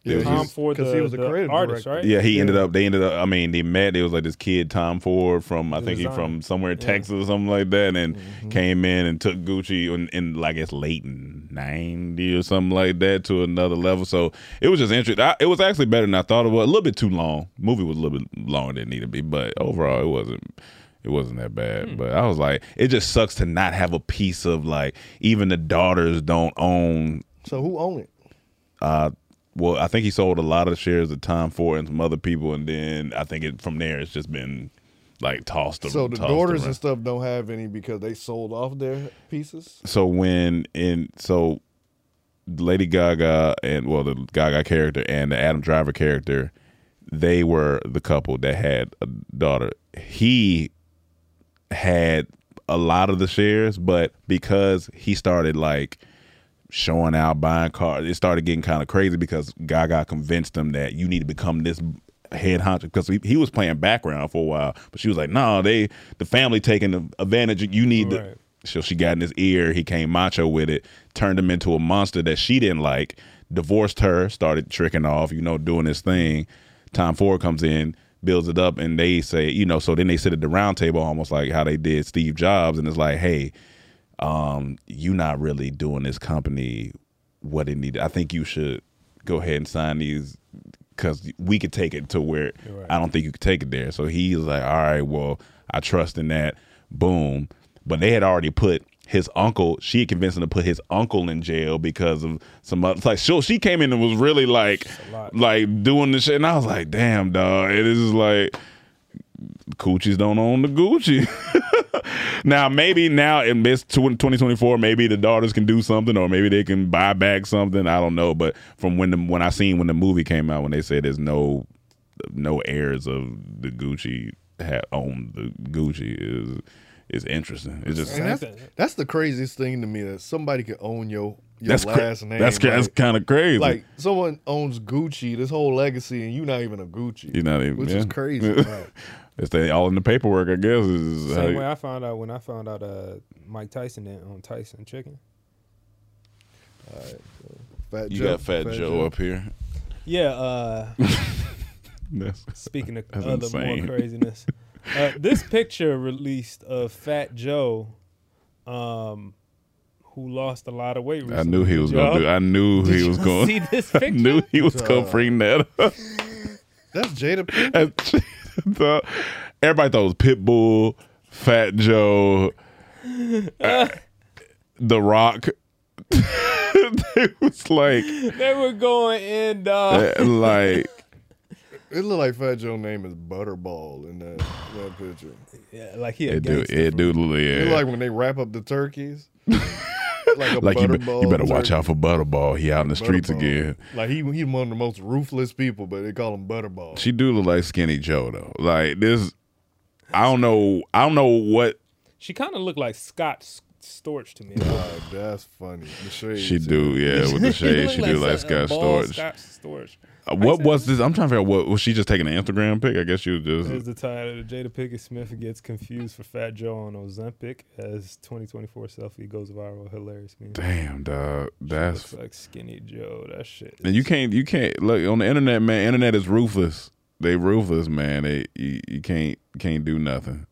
Speaker 1: It was
Speaker 9: Tom
Speaker 1: just-
Speaker 9: Ford,
Speaker 10: 'cause
Speaker 9: the,
Speaker 10: he was a
Speaker 9: the
Speaker 10: creative
Speaker 9: artist, right?
Speaker 1: Yeah, he ended up. They ended up. I mean, they met. It was like this kid Tom Ford from I
Speaker 9: The
Speaker 1: think he
Speaker 9: designer.
Speaker 1: from somewhere in
Speaker 9: Yeah. Mm-hmm.
Speaker 1: Texas or something like that, and came in and took Gucci in, in like it's late ninety or something like that to another level. So it was just interesting. I, it was actually better than I thought it was. A little bit too long. Movie was a little bit longer than it needed to be, but overall it wasn't. It wasn't that
Speaker 9: Hmm.
Speaker 1: bad, but I was like, it just sucks to not have a piece of like even the daughters don't own
Speaker 10: So who owned it?
Speaker 1: uh, well, I think he sold a lot of shares of Tom Ford and some other people, and then I think it, from there it's just been like tossed.
Speaker 10: So the
Speaker 1: tossed
Speaker 10: daughters
Speaker 1: around.
Speaker 10: and stuff don't have any because they sold off their pieces.
Speaker 1: So when in so Lady Gaga and well the Gaga character and the Adam Driver character, they were the couple that had a daughter. He had a lot of the shares, but because he started like showing out buying cars, it started getting kind of crazy because Gaga convinced him that you need to become this head honcho because he, he was playing background for a while, but she was like, "No, they the family taking advantage. You need to." So she got in his ear. He came macho with it, turned him into a monster that she didn't like. Divorced her, started tricking off, you know, doing his thing. Tom Ford comes in, builds it up, and they say, you know, so then they sit at the round table almost like how they did Steve Jobs, and it's like, hey, um, you not really doing this company what it needed. I think you should go ahead and sign these because we could take it to where I don't think you could take it there. So he's like, all right, well, I trust in that. Boom. But they had already put his uncle. She had convinced him to put his uncle in jail because of some other, like she she came in and was really like like doing this shit, and I was like, damn, dog. It is like Coochies don't own the Gucci. [LAUGHS] now, maybe now in this 2024, maybe the daughters can do something, or maybe they can buy back something. I don't know. But from when the when I seen when the movie came out, when they said there's no no heirs of the Gucci ha own the Gucci is is interesting. It's just
Speaker 10: And that's, that's the craziest thing to me that somebody could own your your
Speaker 1: That's cra-
Speaker 10: last name.
Speaker 1: that's ca- that's kinda crazy.
Speaker 10: Like someone owns Gucci, this whole legacy, and you're not even a Gucci.
Speaker 1: you know what I mean?
Speaker 10: which
Speaker 1: Yeah.
Speaker 10: is crazy.
Speaker 1: [LAUGHS] it's they all in the paperwork, I guess. Is
Speaker 9: Same way
Speaker 1: how,
Speaker 9: I found out when I found out uh, Mike Tyson didn't own Tyson Chicken.
Speaker 10: Fat
Speaker 1: you got Uh, Fat, Joe, up here.
Speaker 9: Yeah. Uh,
Speaker 1: [LAUGHS] That's-
Speaker 9: speaking of
Speaker 1: that's
Speaker 9: other
Speaker 1: insane.
Speaker 9: more craziness, uh, this picture released of Fat Joe, um, who lost a lot of weight.
Speaker 1: I
Speaker 9: Recently.
Speaker 1: knew he
Speaker 9: Did
Speaker 1: was gonna
Speaker 9: y'all-
Speaker 1: do. I knew
Speaker 9: [LAUGHS] Did
Speaker 1: he was
Speaker 9: y'all
Speaker 1: going.
Speaker 9: See
Speaker 1: [LAUGHS]
Speaker 9: this
Speaker 1: I
Speaker 9: picture?
Speaker 1: knew
Speaker 9: [LAUGHS]
Speaker 1: he was gonna
Speaker 9: Duh.
Speaker 1: bring that up.
Speaker 10: That's
Speaker 1: [LAUGHS]
Speaker 10: Jada.
Speaker 1: That's- the- Everybody thought it was Pitbull, Fat Joe, uh, The Rock. [LAUGHS] it was like,
Speaker 9: they were going in, dog.
Speaker 1: uh, like
Speaker 10: It looked like Fat Joe's name is Butterball in that, that picture.
Speaker 9: Yeah, like he a
Speaker 1: it do,
Speaker 9: gangster
Speaker 1: it do,
Speaker 10: You
Speaker 1: yeah.
Speaker 10: like when they wrap up
Speaker 1: [LAUGHS]
Speaker 10: the turkeys. like a
Speaker 1: Like you, be-
Speaker 10: Butterball
Speaker 1: you better watch
Speaker 10: turkey.
Speaker 1: out for Butterball. He out in the streets
Speaker 10: Butterball.
Speaker 1: again.
Speaker 10: Like he he one of the most ruthless people, but they call him Butterball.
Speaker 1: She do look like Skinny Joe though. Like this, I don't know. I don't know what
Speaker 9: She kind of looked like Scott S- Storch [LAUGHS] to me.
Speaker 10: God, that's funny. The shades.
Speaker 1: She do, yeah, with the shades.
Speaker 9: look
Speaker 1: She do like
Speaker 9: some- a
Speaker 1: Scott
Speaker 9: bald
Speaker 1: Storch.
Speaker 9: Scott Storch.
Speaker 1: Uh, What was this? I'm trying to figure out what was she just taking an Instagram pic? I guess she was just
Speaker 9: Is the title Jada Pinkett Smith gets confused for Fat Joe on Ozempic as 2024 selfie goes viral. Hilarious meme.
Speaker 1: damn dog. That's
Speaker 9: Looks like Skinny Joe. That shit.
Speaker 1: and you can't you can't look on the internet, man. Internet is ruthless. They ruthless, man. They you, you can't can't do nothing.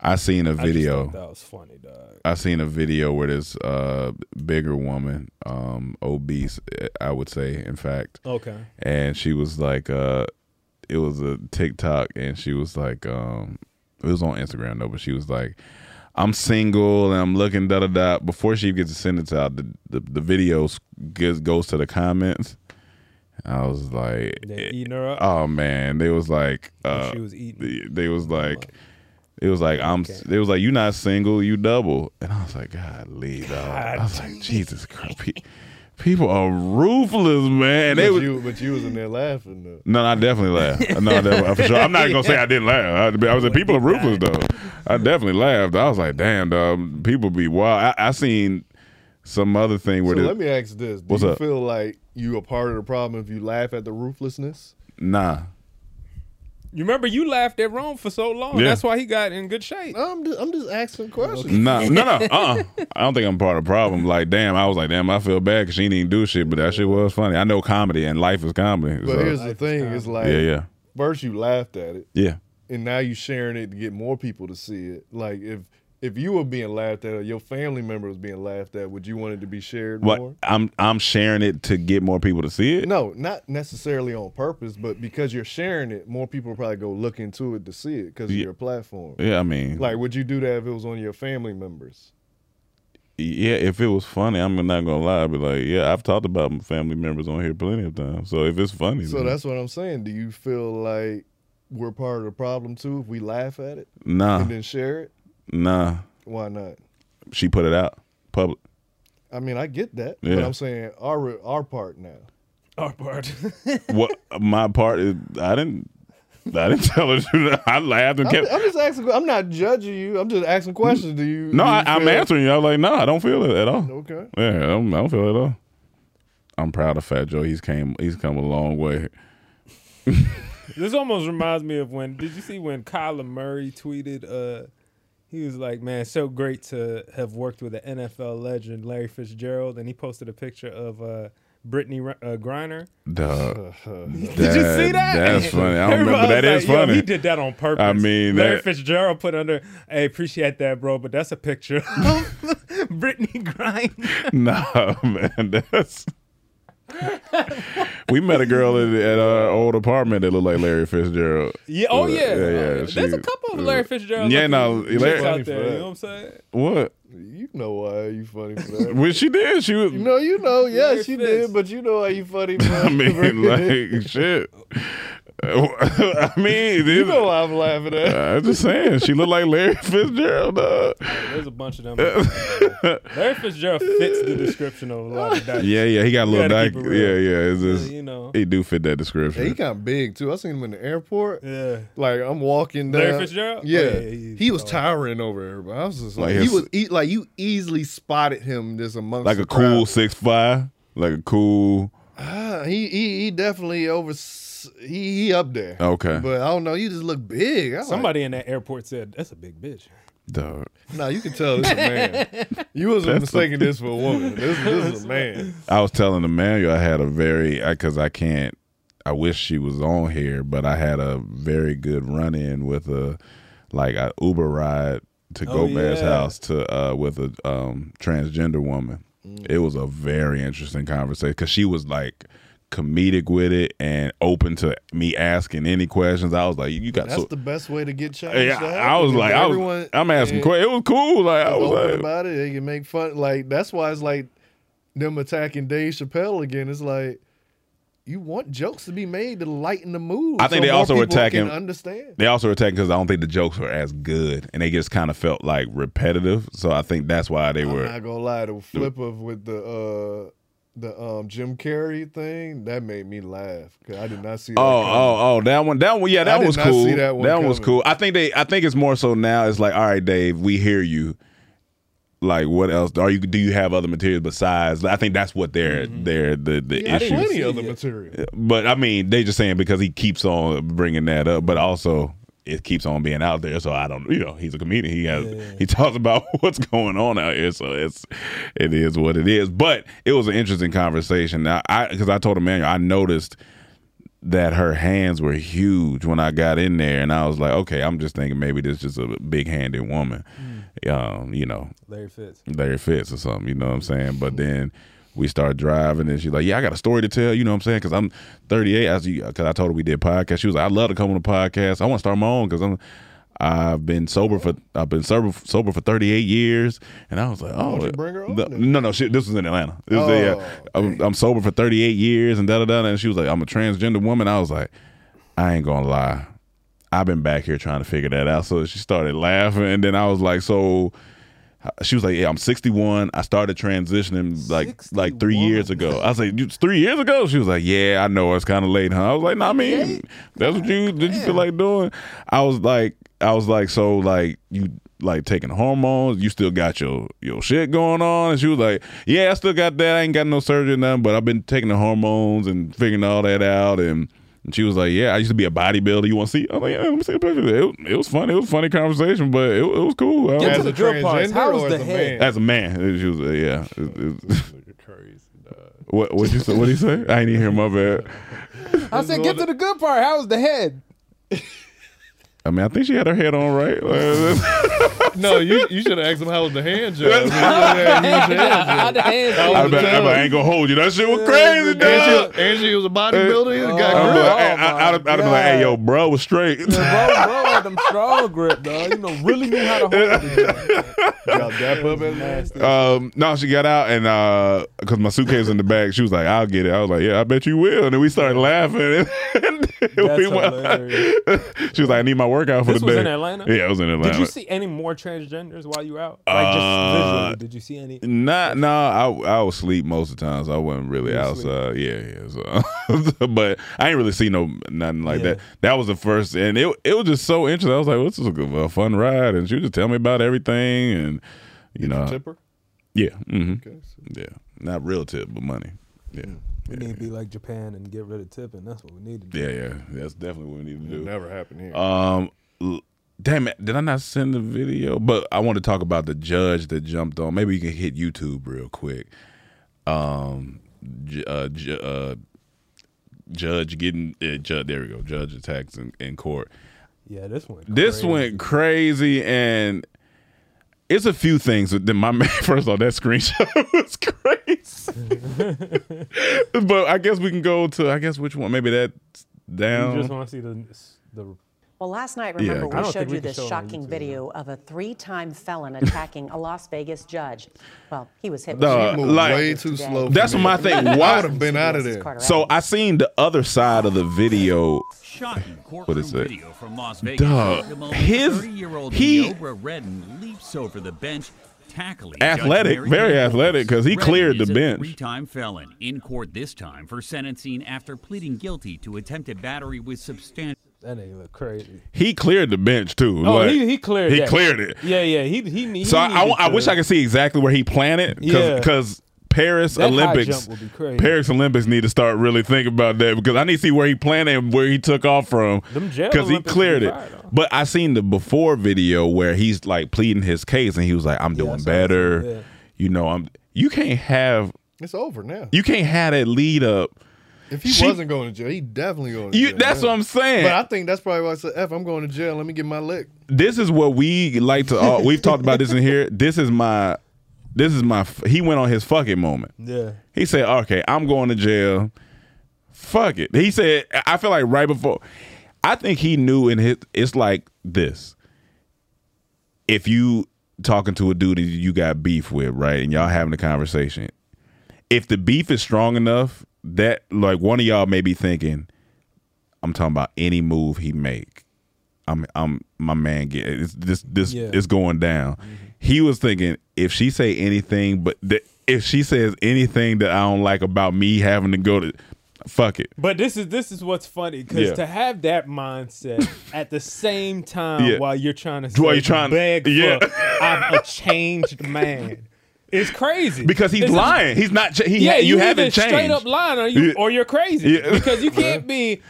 Speaker 1: I seen a
Speaker 9: I just
Speaker 1: video.
Speaker 9: thought that was funny, dog.
Speaker 1: I seen a video where this uh, bigger woman, um, obese, I would say, in fact.
Speaker 9: Okay.
Speaker 1: And she was like, uh, it was a TikTok, and she was like, um, it was on Instagram though, but she was like, I'm single and I'm looking da da da. Before she gets a sentence out, the the, the video s- gets, goes to the comments. I was like,
Speaker 9: They eating her up?
Speaker 1: oh man, they was like, uh,
Speaker 9: she was eating.
Speaker 1: They, they was like, It was like I'm. It was like you not single, you double, and I was like, God, leave. Dog. I was like, Jesus Christ, pe- people are ruthless, man.
Speaker 10: But,
Speaker 1: They was,
Speaker 10: you, but you was in there laughing though.
Speaker 1: no, no, I definitely laughed. No, I definitely, for sure. I'm not gonna say I didn't laugh. I, I was like, people are ruthless though. I definitely laughed. I was like, damn, dog, people be wild. I, I seen some other thing
Speaker 10: So
Speaker 1: where this,
Speaker 10: let me ask this: Do
Speaker 1: What's
Speaker 10: you
Speaker 1: up?
Speaker 10: feel like you a part of the problem if you laugh at the ruthlessness?
Speaker 1: nah.
Speaker 9: You remember you laughed at Rome for so long.
Speaker 1: Yeah.
Speaker 9: That's why he got in good shape.
Speaker 10: I'm just, I'm just asking questions.
Speaker 1: No, no, no.
Speaker 10: [LAUGHS]
Speaker 9: [LAUGHS]
Speaker 1: Uh, uh I don't think I'm part of the problem. Like, damn, I was like, damn, I feel bad because she didn't do shit, but that shit was funny. I know comedy and life is comedy.
Speaker 10: But
Speaker 1: so-
Speaker 10: here's the thing: it's like,
Speaker 1: uh, yeah, yeah,
Speaker 10: first you laughed at it,
Speaker 1: yeah.
Speaker 10: and now you sharing it to get more people to see it. Like if if you were being laughed at, or your family member was being laughed at, would you want it to be shared
Speaker 1: What?
Speaker 10: more?
Speaker 1: I'm I'm sharing it to get more people to see it.
Speaker 10: No, not necessarily on purpose, but because you're sharing it, more people will probably go look into it to see it because
Speaker 1: Yeah.
Speaker 10: of your platform.
Speaker 1: Yeah, I mean,
Speaker 10: Like, would you do that if it was on your family members?
Speaker 1: yeah. If it was funny, I'm not gonna lie. But like, yeah, I've talked about my family members on here plenty of times. So if it's funny,
Speaker 10: So
Speaker 1: then-
Speaker 10: that's what I'm saying. Do you feel like we're part of the problem too if we laugh at it
Speaker 1: Nah.
Speaker 10: and then share it?
Speaker 1: nah.
Speaker 10: Why not?
Speaker 1: She put it out public.
Speaker 10: I mean, I get that, but
Speaker 1: Yeah.
Speaker 10: I'm saying our our part now.
Speaker 1: [LAUGHS]
Speaker 9: Our part.
Speaker 1: Uh,
Speaker 10: [LAUGHS]
Speaker 1: what my part is, I didn't. I didn't [LAUGHS] tell her. to do that. I laughed and
Speaker 10: I'm,
Speaker 1: kept.
Speaker 10: I'm just asking. I'm not judging you. I'm just asking questions. Do you?
Speaker 1: No,
Speaker 10: do you
Speaker 1: I, I'm
Speaker 10: feel-
Speaker 1: answering you. I was like, no, I don't feel it at all.
Speaker 10: Okay.
Speaker 1: Yeah, I don't, I don't feel it at all. I'm proud of Fat Joe. He's came. He's come a long way.
Speaker 9: This almost reminds me of when did you see when Kyler Murray tweeted uh he was like, Man, so great to have worked with an NFL legend, Larry Fitzgerald, and he posted a picture of uh Brittany Re- uh, Griner.
Speaker 1: Dog.
Speaker 9: [LAUGHS] Did you see that? [LAUGHS]
Speaker 1: That's funny. I don't remember.
Speaker 9: Everybody
Speaker 1: That
Speaker 9: was
Speaker 1: is
Speaker 9: like, yo,
Speaker 1: funny.
Speaker 9: He did that on purpose.
Speaker 1: I mean,
Speaker 9: Larry
Speaker 1: that-
Speaker 9: Fitzgerald put under, "Hey, appreciate that, bro," but that's a picture of [LAUGHS] Brittany
Speaker 1: [LAUGHS]
Speaker 9: Griner.
Speaker 1: Nah, man. That's. [LAUGHS] we met a girl at, at our old apartment that looked like Larry Fitzgerald.
Speaker 9: Yeah, oh
Speaker 1: Uh, yeah,
Speaker 9: yeah.
Speaker 1: yeah,
Speaker 9: There's a
Speaker 1: she-
Speaker 9: couple of Larry Fitzgerald.
Speaker 1: Yeah, no,
Speaker 9: looking
Speaker 1: Larry-
Speaker 9: chicks
Speaker 1: Funny
Speaker 9: out
Speaker 1: for
Speaker 9: there.
Speaker 1: that.
Speaker 9: You know what I'm saying?
Speaker 1: What?
Speaker 10: You know why you funny for
Speaker 1: [LAUGHS]
Speaker 10: that?
Speaker 1: Well, she did. She was.
Speaker 10: You know, you
Speaker 9: [LAUGHS]
Speaker 10: know, yes,
Speaker 9: Larry
Speaker 10: you
Speaker 9: Fitz.
Speaker 10: did, but you know how
Speaker 1: [LAUGHS]
Speaker 10: you funny.
Speaker 9: [LAUGHS]
Speaker 1: I
Speaker 10: [LAUGHS]
Speaker 1: mean, like shit. [LAUGHS] I mean, Uh,
Speaker 10: you know why I'm laughing at.
Speaker 1: I'm just saying, she looked like Larry [LAUGHS] Fitzgerald. dog.
Speaker 9: There's a bunch of them. Larry Fitzgerald fits the description of a
Speaker 1: [LAUGHS]
Speaker 9: lot of that.
Speaker 1: yeah, yeah, he got a
Speaker 9: You
Speaker 1: little
Speaker 9: gotta
Speaker 1: dyke.
Speaker 9: keep
Speaker 1: Yeah,
Speaker 9: it real.
Speaker 1: yeah, it's just,
Speaker 9: you know.
Speaker 1: he do fit that
Speaker 10: Yeah, he
Speaker 1: description.
Speaker 10: kind of big too. I seen him in the airport.
Speaker 9: Yeah.
Speaker 10: Like I'm walking down.
Speaker 9: Larry Fitzgerald?
Speaker 10: Yeah,
Speaker 9: Oh, yeah, yeah, he's
Speaker 10: he was towering over everybody. I was just
Speaker 1: Like
Speaker 10: like,
Speaker 1: his-
Speaker 10: he was e- like you easily spotted him just amongst
Speaker 1: Like
Speaker 10: the
Speaker 1: a cool
Speaker 10: crowd.
Speaker 1: six five, like a cool.
Speaker 10: Ah, he, he he definitely over. He he up there.
Speaker 1: Okay.
Speaker 10: but I don't know. You just look big. I was like,
Speaker 9: Somebody in that airport said, "That's a big bitch."
Speaker 1: Dog.
Speaker 10: No, you can tell this
Speaker 1: [LAUGHS]
Speaker 10: is a
Speaker 9: [LAUGHS]
Speaker 10: man. You wasn't mistaking this for a woman. This, this is a man.
Speaker 1: I was telling Emmanuel I had a very because I can't. I wish she was on here, but I had a very good run in with a like a Uber ride to
Speaker 9: Oh,
Speaker 1: Gobert's
Speaker 9: yeah.
Speaker 1: house to uh, with a um, transgender woman.
Speaker 10: Mm.
Speaker 1: It was a very interesting conversation because she was like comedic with it and open to me asking any questions. I was like, "You got
Speaker 10: That's
Speaker 1: so."
Speaker 10: the best way to get changed.
Speaker 1: yeah,
Speaker 10: to
Speaker 1: I
Speaker 10: happen.
Speaker 1: was
Speaker 10: If
Speaker 1: like, I was,
Speaker 10: everyone
Speaker 1: I'm asking questions. It was cool. Like I
Speaker 10: is
Speaker 1: was
Speaker 10: open
Speaker 1: like,
Speaker 10: about it, they can make fun. Like that's why it's like them attacking Dave Chappelle again. It's like you want jokes to be made to lighten the mood.
Speaker 1: I think
Speaker 10: so
Speaker 1: they
Speaker 10: more
Speaker 1: also were
Speaker 10: people can
Speaker 1: attacking-
Speaker 10: Understand?
Speaker 1: They also were attacking because I don't think the jokes were as good, and they just kind of felt like repetitive. So I think that's why they
Speaker 10: I'm
Speaker 1: were.
Speaker 10: not gonna lie, the flip of with the uh the um Jim Carrey thing that made me laugh because I did not see. That
Speaker 1: Oh,
Speaker 10: coming.
Speaker 1: oh, oh! That one, that one, yeah, that
Speaker 10: I did
Speaker 1: was
Speaker 10: not see
Speaker 1: cool.
Speaker 10: that one
Speaker 1: was
Speaker 10: coming.
Speaker 1: cool. I think they, I think it's more so now. It's like, all right, Dave, we hear you. Like, what else? Are you? Do you have other materials besides? I think that's what they're, they're the the
Speaker 10: Mm-hmm. Yeah,
Speaker 1: issue.
Speaker 10: plenty other material.
Speaker 1: But I mean, they just saying because he keeps on bringing that up, but also it keeps on being out there. So I don't, you know, he's a comedian. He has he talks about [LAUGHS] what's going on out here. So it's it is what it is. But it was an interesting conversation. Now I because I told Emmanuel I noticed that her hands were huge when I got in there, and I was like, okay, I'm just thinking maybe this is a big handed woman, um, you know,
Speaker 9: Larry Fitz.
Speaker 1: Larry Fitz or something, you know what I'm saying? But then we start driving and she's like, Yeah, I got a story to tell, you know what I'm saying? Cause I'm 38, as you, cause I told her we did podcast. She was like, I'd love to come on a podcast. I want to start my own because I'm, I've been sober for I've been sober sober for 38 years, and I was like, oh,
Speaker 10: don't you bring her on
Speaker 1: no,
Speaker 10: then?
Speaker 1: no, no, she, this was in Atlanta. This was,
Speaker 10: Oh,
Speaker 1: yeah, I'm, I'm sober for 38 years and da da da. And she was like, I'm a transgender woman. I was like, I ain't gonna lie. I've been back here trying to figure that out. So she started laughing, and then I was like, so. She was like, "Yeah, I'm 61. I started transitioning like like three years ago." I was like, "You- three years ago?" She was like, "Yeah, I know. It's kind of late, huh?" I was like, "No, I mean, that's what you did. You feel like doing?" I was like, "I was like, so like you like taking hormones? You still got your your shit going on?" And she was like, "Yeah, I still got that. I ain't got no surgery or nothing, but I've been taking the hormones and figuring all that out and." And she was like, "Yeah, I used to be a bodybuilder. You want to see?" I was like, yeah, "Let me see a picture." of that." It, it was funny. It was a funny conversation, but it, it was cool. I don't-
Speaker 10: Get to the good parts. How was the
Speaker 1: [LAUGHS]
Speaker 10: head?
Speaker 1: as a man, it- she was uh, yeah. It, it- What what you say? What you say? I ain't even hear my bad.
Speaker 11: I said, get to the good part. How was the head?
Speaker 1: I mean, I think she had her head on right.
Speaker 9: [LAUGHS] Oh,
Speaker 10: no, you you should have asked him how was the hand
Speaker 1: [LAUGHS]
Speaker 10: job.
Speaker 11: How the hand job?
Speaker 1: I, bet, I, bet I ain't gonna hold you. That shit was crazy,
Speaker 10: And she
Speaker 1: dog.
Speaker 10: was- And she was a bodybuilder. and got
Speaker 1: I'd be
Speaker 10: grip.
Speaker 1: like, hey,
Speaker 9: Oh,
Speaker 1: I, would have been like, "Hey, yo, bro, was straight."
Speaker 11: Bro, bro had them strong grip, dog. You know, really knew how to hold it.
Speaker 1: [LAUGHS] [LAUGHS] Um, no, she got out and uh, cause my suitcase was in the bag, she was like, "I'll get it." I was like, "Yeah, I bet you will." And then we started laughing. [LAUGHS] And we went- [LAUGHS] she was like, "I need my workout for
Speaker 9: This
Speaker 1: the
Speaker 9: was
Speaker 1: day."
Speaker 9: in Atlanta.
Speaker 1: Yeah, it was in Atlanta.
Speaker 9: Did you see any more transgenders while you were out? Like just
Speaker 1: Uh,
Speaker 9: visually, did you see any?
Speaker 1: Not, no. I I was sleep most of the time, so I wasn't really
Speaker 9: You was
Speaker 1: outside. Yeah, yeah. So, [LAUGHS] but I ain't really see no nothing like that. That was the first, and it it was just so interesting. I was like, well, "This is a good, a fun ride," and she would just tell me about everything, and you know,
Speaker 10: tip her?
Speaker 1: Yeah, hmm yeah, not real tip, but money. Yeah,
Speaker 11: We need to be like Japan and get rid of tipping. That's what we need to do.
Speaker 1: yeah, yeah. That's definitely what we need to do.
Speaker 10: Never happened here.
Speaker 1: Um, l- damn it, did I not send the video? But I want to talk about the judge that jumped on. Maybe you can hit YouTube real quick. Um, ju- uh, ju- uh, judge getting uh, judge. There we go. Judge attacks in, in court.
Speaker 9: Yeah, this one.
Speaker 1: This went crazy, and it's a few things. that my [LAUGHS] man, first off, that screenshot [LAUGHS] was
Speaker 9: [LAUGHS]
Speaker 1: crazy. but I guess we can go to. I guess which one? Maybe that down.
Speaker 9: You just want to see the the.
Speaker 12: Well, last night,
Speaker 1: Yeah,
Speaker 12: remember,
Speaker 1: I
Speaker 12: we
Speaker 1: don't
Speaker 12: showed
Speaker 1: think we
Speaker 12: you
Speaker 1: can
Speaker 12: this
Speaker 1: show it on
Speaker 12: shocking
Speaker 1: YouTube,
Speaker 12: video of a three
Speaker 1: [LAUGHS]
Speaker 12: time felon attacking a Las Vegas judge. Well, he was hit with
Speaker 1: Nah,
Speaker 12: a
Speaker 1: like
Speaker 10: way too slow.
Speaker 1: That's
Speaker 10: for me.
Speaker 1: my thing.
Speaker 10: I
Speaker 1: Why
Speaker 10: would have been out of there.
Speaker 1: So I seen the other side of the video.
Speaker 13: Shocking
Speaker 1: What is it?
Speaker 13: video from Las Vegas.
Speaker 1: Duh.
Speaker 13: The moment
Speaker 1: His
Speaker 13: 30-year-old
Speaker 1: he
Speaker 13: Neobra Redden leaps over the bench, tackling Judge
Speaker 1: athletic,
Speaker 13: Mary
Speaker 1: very
Speaker 13: Kay Holmes.
Speaker 1: athletic, because he
Speaker 13: Redden
Speaker 1: cleared the
Speaker 13: is a
Speaker 1: bench.
Speaker 13: Three-time felon in court this time for sentencing after pleading guilty to attempted battery with substantial.
Speaker 9: That nigga look crazy.
Speaker 1: He cleared the bench too.
Speaker 9: Oh,
Speaker 1: Like,
Speaker 9: he, he cleared.
Speaker 1: He
Speaker 9: that.
Speaker 1: cleared it.
Speaker 9: Yeah, yeah. He he. he
Speaker 1: So I, I,
Speaker 9: needed
Speaker 1: I wish
Speaker 9: to-
Speaker 1: I could see exactly where he planted
Speaker 9: Yeah.
Speaker 1: because Paris
Speaker 9: That high
Speaker 1: Olympics
Speaker 9: jump would be crazy.
Speaker 1: Paris Olympics need to start really thinking about that because I need to see where he planted and where he took off from
Speaker 9: Them jail
Speaker 1: because he
Speaker 9: Olympics
Speaker 1: cleared
Speaker 9: be
Speaker 1: it.
Speaker 9: fire,
Speaker 1: But I seen the before video where he's like pleading his case and he was like, "I'm doing better,"
Speaker 10: yeah.
Speaker 1: you know. I'm you can't have
Speaker 10: It's over now.
Speaker 1: you can't have that lead up.
Speaker 10: If he wasn't going to jail, he definitely going to
Speaker 1: You-
Speaker 10: jail.
Speaker 1: that's
Speaker 10: now.
Speaker 1: what I'm saying.
Speaker 10: But I think that's probably why I said, "F, I'm going to jail. Let me get my lick."
Speaker 1: this is what we like to all we've talked about this in here this is my this is my f- he went on his fuck it moment
Speaker 9: Yeah.
Speaker 1: he said okay i'm going to jail fuck it he said i feel like right before i think he knew in his it's like this if you talking to a dude that you got beef with right and y'all having a conversation if the beef is strong enough that like one of y'all may be thinking i'm talking about any move he make i'm i'm my man get it's this this
Speaker 9: Yeah.
Speaker 1: it's going down he was thinking if she say anything but th- if she says anything that i don't like about me having to go to fuck it
Speaker 9: But this is this is what's funny because
Speaker 1: Yeah.
Speaker 9: to have
Speaker 1: [LAUGHS]
Speaker 9: that mindset at the same time
Speaker 1: Yeah.
Speaker 9: while you're trying to
Speaker 1: While
Speaker 9: say,
Speaker 1: you're trying to-
Speaker 9: beg
Speaker 1: Yeah.
Speaker 9: for I'm a changed man. It's crazy
Speaker 1: Because he's
Speaker 9: It's
Speaker 1: lying. He's not cha- he
Speaker 9: yeah,
Speaker 1: ha- you
Speaker 9: either
Speaker 1: haven't
Speaker 9: Straight
Speaker 1: changed.
Speaker 9: up lying, or you
Speaker 1: Yeah.
Speaker 9: or you're crazy
Speaker 1: Yeah.
Speaker 9: because
Speaker 1: [LAUGHS]
Speaker 9: you can't be.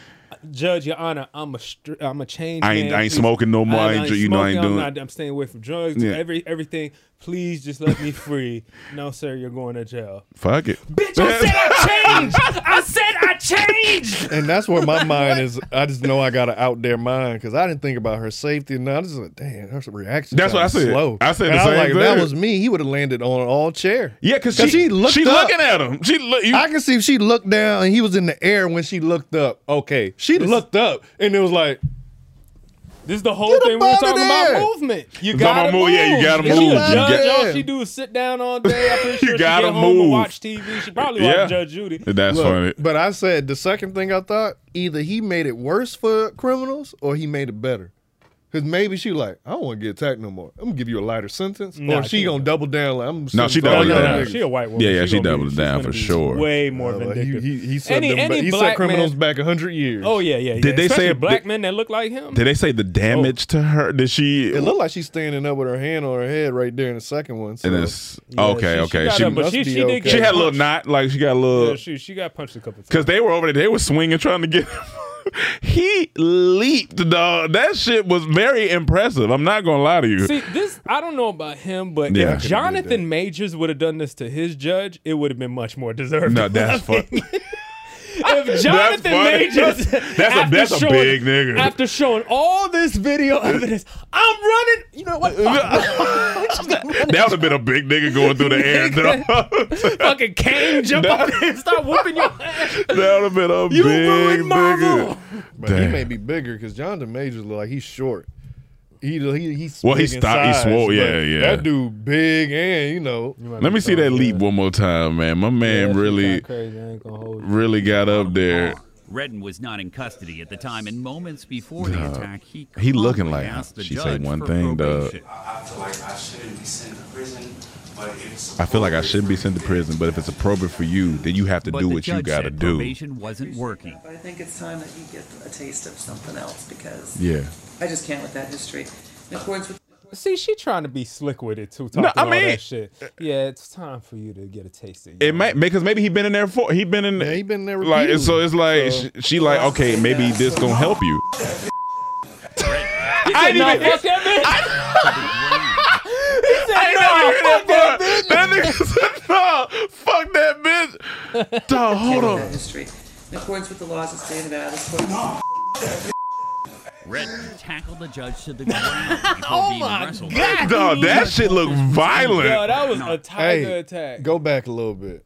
Speaker 9: Judge, Your Honor, I'm a str- I'm a change.
Speaker 1: I ain't-
Speaker 9: man.
Speaker 1: I ain't
Speaker 9: Please-
Speaker 1: smoking no more. I ain't dr- you know, I ain't
Speaker 9: smoking.
Speaker 1: doing-
Speaker 9: I'm, not, I'm staying away from drugs.
Speaker 1: Yeah.
Speaker 9: Every everything. Please just let me free. no, sir, you're going
Speaker 1: [LAUGHS]
Speaker 9: to jail.
Speaker 1: fuck it
Speaker 9: Bitch, I said I changed. I said I
Speaker 1: [LAUGHS]
Speaker 9: changed.
Speaker 10: And that's where my mind is. I just know I got to out there mind because I didn't think about her safety. And I just like, damn, her reaction.
Speaker 1: That's what I
Speaker 10: time's
Speaker 1: said.
Speaker 10: Slow.
Speaker 1: I said
Speaker 10: And
Speaker 1: the
Speaker 10: I was
Speaker 1: same
Speaker 10: like, If
Speaker 1: thing.
Speaker 10: that was me, he would have landed on an all chair.
Speaker 1: Yeah, 'cause she- she looking at him. She look.
Speaker 10: I can see if she looked down and he was in the air when she looked up. Okay, she looked up and it was like,
Speaker 9: This is the whole thing we were talking about movement. You
Speaker 1: It's
Speaker 9: gotta
Speaker 1: about move, yeah, you gotta
Speaker 9: If She
Speaker 1: move.
Speaker 9: a
Speaker 1: You
Speaker 9: judge,
Speaker 1: got-
Speaker 9: all she do is sit down all day.
Speaker 1: [LAUGHS]
Speaker 9: I'm pretty sure she
Speaker 1: gotta
Speaker 9: get home and
Speaker 1: move.
Speaker 9: watch TV. She probably watch
Speaker 1: Yeah.
Speaker 9: Judge Judy.
Speaker 1: That's funny.
Speaker 10: But I said the second thing I thought either he made it worse for criminals or he made it better. Cause maybe she like I don't want to get attacked no more. I'm gonna give you a lighter sentence,
Speaker 9: Nah,
Speaker 10: or she
Speaker 9: she-
Speaker 10: gonna double down. Like, I'm
Speaker 1: No, she
Speaker 10: sentencing all
Speaker 1: doubled
Speaker 10: y'all
Speaker 1: down.
Speaker 10: niggas.
Speaker 9: She a white woman.
Speaker 1: Yeah, yeah,
Speaker 9: She
Speaker 1: she
Speaker 9: gonna be-
Speaker 1: doubled
Speaker 9: she's
Speaker 1: down
Speaker 9: gonna
Speaker 1: for
Speaker 9: be
Speaker 1: sure.
Speaker 9: Way more
Speaker 10: Uh, like,
Speaker 9: vindictive.
Speaker 10: He, he, he set,
Speaker 9: Any-
Speaker 10: them, ba-
Speaker 9: any
Speaker 10: he set
Speaker 9: black
Speaker 10: criminals
Speaker 9: man-
Speaker 10: back hundred years.
Speaker 9: Oh yeah, yeah. yeah.
Speaker 1: Did they say
Speaker 9: Especially
Speaker 1: if-
Speaker 9: black men that look like him?
Speaker 1: Did they say the damage to her? Did she?
Speaker 10: It looked like she's standing up with her hand on her head right there in the second
Speaker 9: [LAUGHS]
Speaker 10: one. So.
Speaker 1: And it's okay, okay.
Speaker 9: got
Speaker 1: She,
Speaker 9: up, but she-
Speaker 1: she,
Speaker 9: she did get
Speaker 1: had a little
Speaker 9: punched.
Speaker 1: knot, like she got a little.
Speaker 9: Yeah, she, she got punched a couple times.
Speaker 1: Cause they were over there, they were swinging, trying to get. [LAUGHS] he leaped, dog. That shit was very impressive. I'm not gonna lie to you.
Speaker 9: See, this I don't know about him, but
Speaker 1: Yeah.
Speaker 9: if
Speaker 1: Could've did
Speaker 9: Jonathan Majors would have done this to his judge, it would have been much more deserved.
Speaker 1: no,
Speaker 9: [LAUGHS]
Speaker 1: that's fuck.
Speaker 9: if
Speaker 1: That's
Speaker 9: Jonathan
Speaker 1: funny. [LAUGHS]
Speaker 9: Majors,
Speaker 1: That's a
Speaker 9: after
Speaker 1: that's a
Speaker 9: showing-
Speaker 1: big nigga.
Speaker 9: After showing all this video evidence, I'm running. You
Speaker 1: [LAUGHS]
Speaker 9: know what?
Speaker 1: that would have been a big nigga going
Speaker 9: [LAUGHS]
Speaker 1: through the air, dog. [LAUGHS]
Speaker 9: Fucking cane jump up and start whooping your ass.
Speaker 1: That would have been a
Speaker 9: You
Speaker 1: big
Speaker 9: ruined
Speaker 1: nigga.
Speaker 9: Marvel.
Speaker 10: But he may be bigger because Jonathan Majors look like he's short. He he he's
Speaker 1: Well, he's
Speaker 10: big in
Speaker 1: stout- he's
Speaker 10: size,
Speaker 1: swole, yeah,
Speaker 10: but
Speaker 1: yeah.
Speaker 10: That dude big and you know.
Speaker 1: Let me see that leap one more time, man. My man really,
Speaker 9: crazy. I ain't gonna hold you.
Speaker 1: really got up there.
Speaker 13: Ah, Redden was not in custody at the time, and moments before the
Speaker 1: Dog.
Speaker 13: attack, he
Speaker 1: He looking
Speaker 13: calmly
Speaker 1: like
Speaker 13: asked the
Speaker 1: she
Speaker 13: judge
Speaker 1: said one
Speaker 13: for
Speaker 1: thing, dog.
Speaker 13: probation.
Speaker 14: I feel like I shouldn't be sent to prison, but it's.
Speaker 1: I feel like I shouldn't be sent to prison, but if it's appropriate for you, then you have to
Speaker 13: But
Speaker 1: do
Speaker 13: the
Speaker 1: what you
Speaker 13: judge
Speaker 1: gotta
Speaker 13: said
Speaker 1: do.
Speaker 13: Probation wasn't working.
Speaker 15: But I think it's time that you get a taste of something else because
Speaker 1: Yeah.
Speaker 15: I just can't with that history. In accordance with
Speaker 9: See, she trying to be slick with it too, talking
Speaker 1: I
Speaker 9: all
Speaker 1: mean-
Speaker 9: that shit. Yeah, it's time for you to get a taste of
Speaker 1: It might because maybe he been in there for he been in
Speaker 10: yeah, he been there
Speaker 1: like and so it's like
Speaker 10: So-
Speaker 1: sh- she like okay maybe this gonna help you. I didn't even
Speaker 9: fuck that bitch. [LAUGHS]
Speaker 1: I ain't never hear that, part. That nigga [LAUGHS] said no, fuck that bitch. Dog, hold
Speaker 15: with that
Speaker 1: on.
Speaker 15: history. In accordance with the laws of the state of Nevada, this court.
Speaker 13: Redden tackled the
Speaker 15: [LAUGHS]
Speaker 13: judge to the ground before
Speaker 15: Oh
Speaker 9: Oh
Speaker 13: being wrestled.
Speaker 1: Dog, that shit look violent.
Speaker 9: Yo, that was a tiger
Speaker 10: Hey,
Speaker 9: attack.
Speaker 10: Go back a little bit.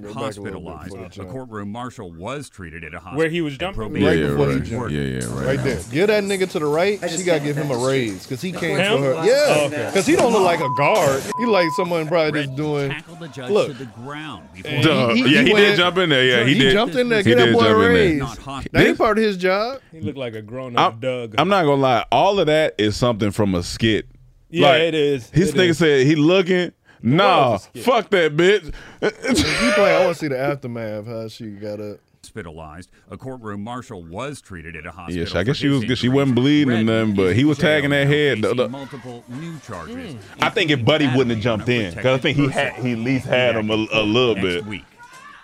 Speaker 10: Go back a little bit
Speaker 13: Hospitalized,
Speaker 10: before the
Speaker 13: a
Speaker 10: jump.
Speaker 13: courtroom marshal was treated at a hospital.
Speaker 9: Where he was jumping?
Speaker 10: Right before
Speaker 1: right.
Speaker 10: he jumped.
Speaker 1: Yeah, yeah, right.
Speaker 10: Right there. Give that nigga to the right. She gotta give him a raise because he came for her. Yeah,
Speaker 13: Okay.
Speaker 10: because he don't look like a guard. He like someone probably just doing.
Speaker 13: Tackled the judge
Speaker 10: Look.
Speaker 13: to the ground before
Speaker 10: And
Speaker 1: Duh. Yeah, he did jump in there. Yeah, he did.
Speaker 10: jumped in there.
Speaker 1: He
Speaker 10: Get
Speaker 1: did
Speaker 10: that boy a
Speaker 1: jump in there.
Speaker 10: raise.
Speaker 1: Not
Speaker 10: That
Speaker 1: This-
Speaker 10: ain't part of his job.
Speaker 9: He looked like a grown up
Speaker 1: I'm,
Speaker 9: Doug.
Speaker 1: I'm not gonna lie. All of that is something from a skit.
Speaker 9: Yeah, it is.
Speaker 1: His
Speaker 9: It
Speaker 1: nigga
Speaker 9: is.
Speaker 1: said he looking. Nah,
Speaker 9: was a skit.
Speaker 1: fuck that bitch.
Speaker 10: You play. I want to see the aftermath. How she got up.
Speaker 13: hospitalized, a courtroom marshal was treated at a hospital.
Speaker 1: Yeah, I guess
Speaker 13: for
Speaker 1: she
Speaker 13: his
Speaker 1: was good. She
Speaker 13: injuries.
Speaker 1: wasn't bleeding or
Speaker 13: Redden
Speaker 1: nothing, but
Speaker 13: is
Speaker 1: he
Speaker 13: in
Speaker 1: was
Speaker 13: jail
Speaker 1: tagging that
Speaker 13: now,
Speaker 1: head.
Speaker 13: facing
Speaker 1: The- the-
Speaker 13: multiple new charges.
Speaker 1: I think if Buddy wouldn't have jumped in, because I think he had he at least had him a, a little
Speaker 13: Next
Speaker 1: bit.
Speaker 13: week,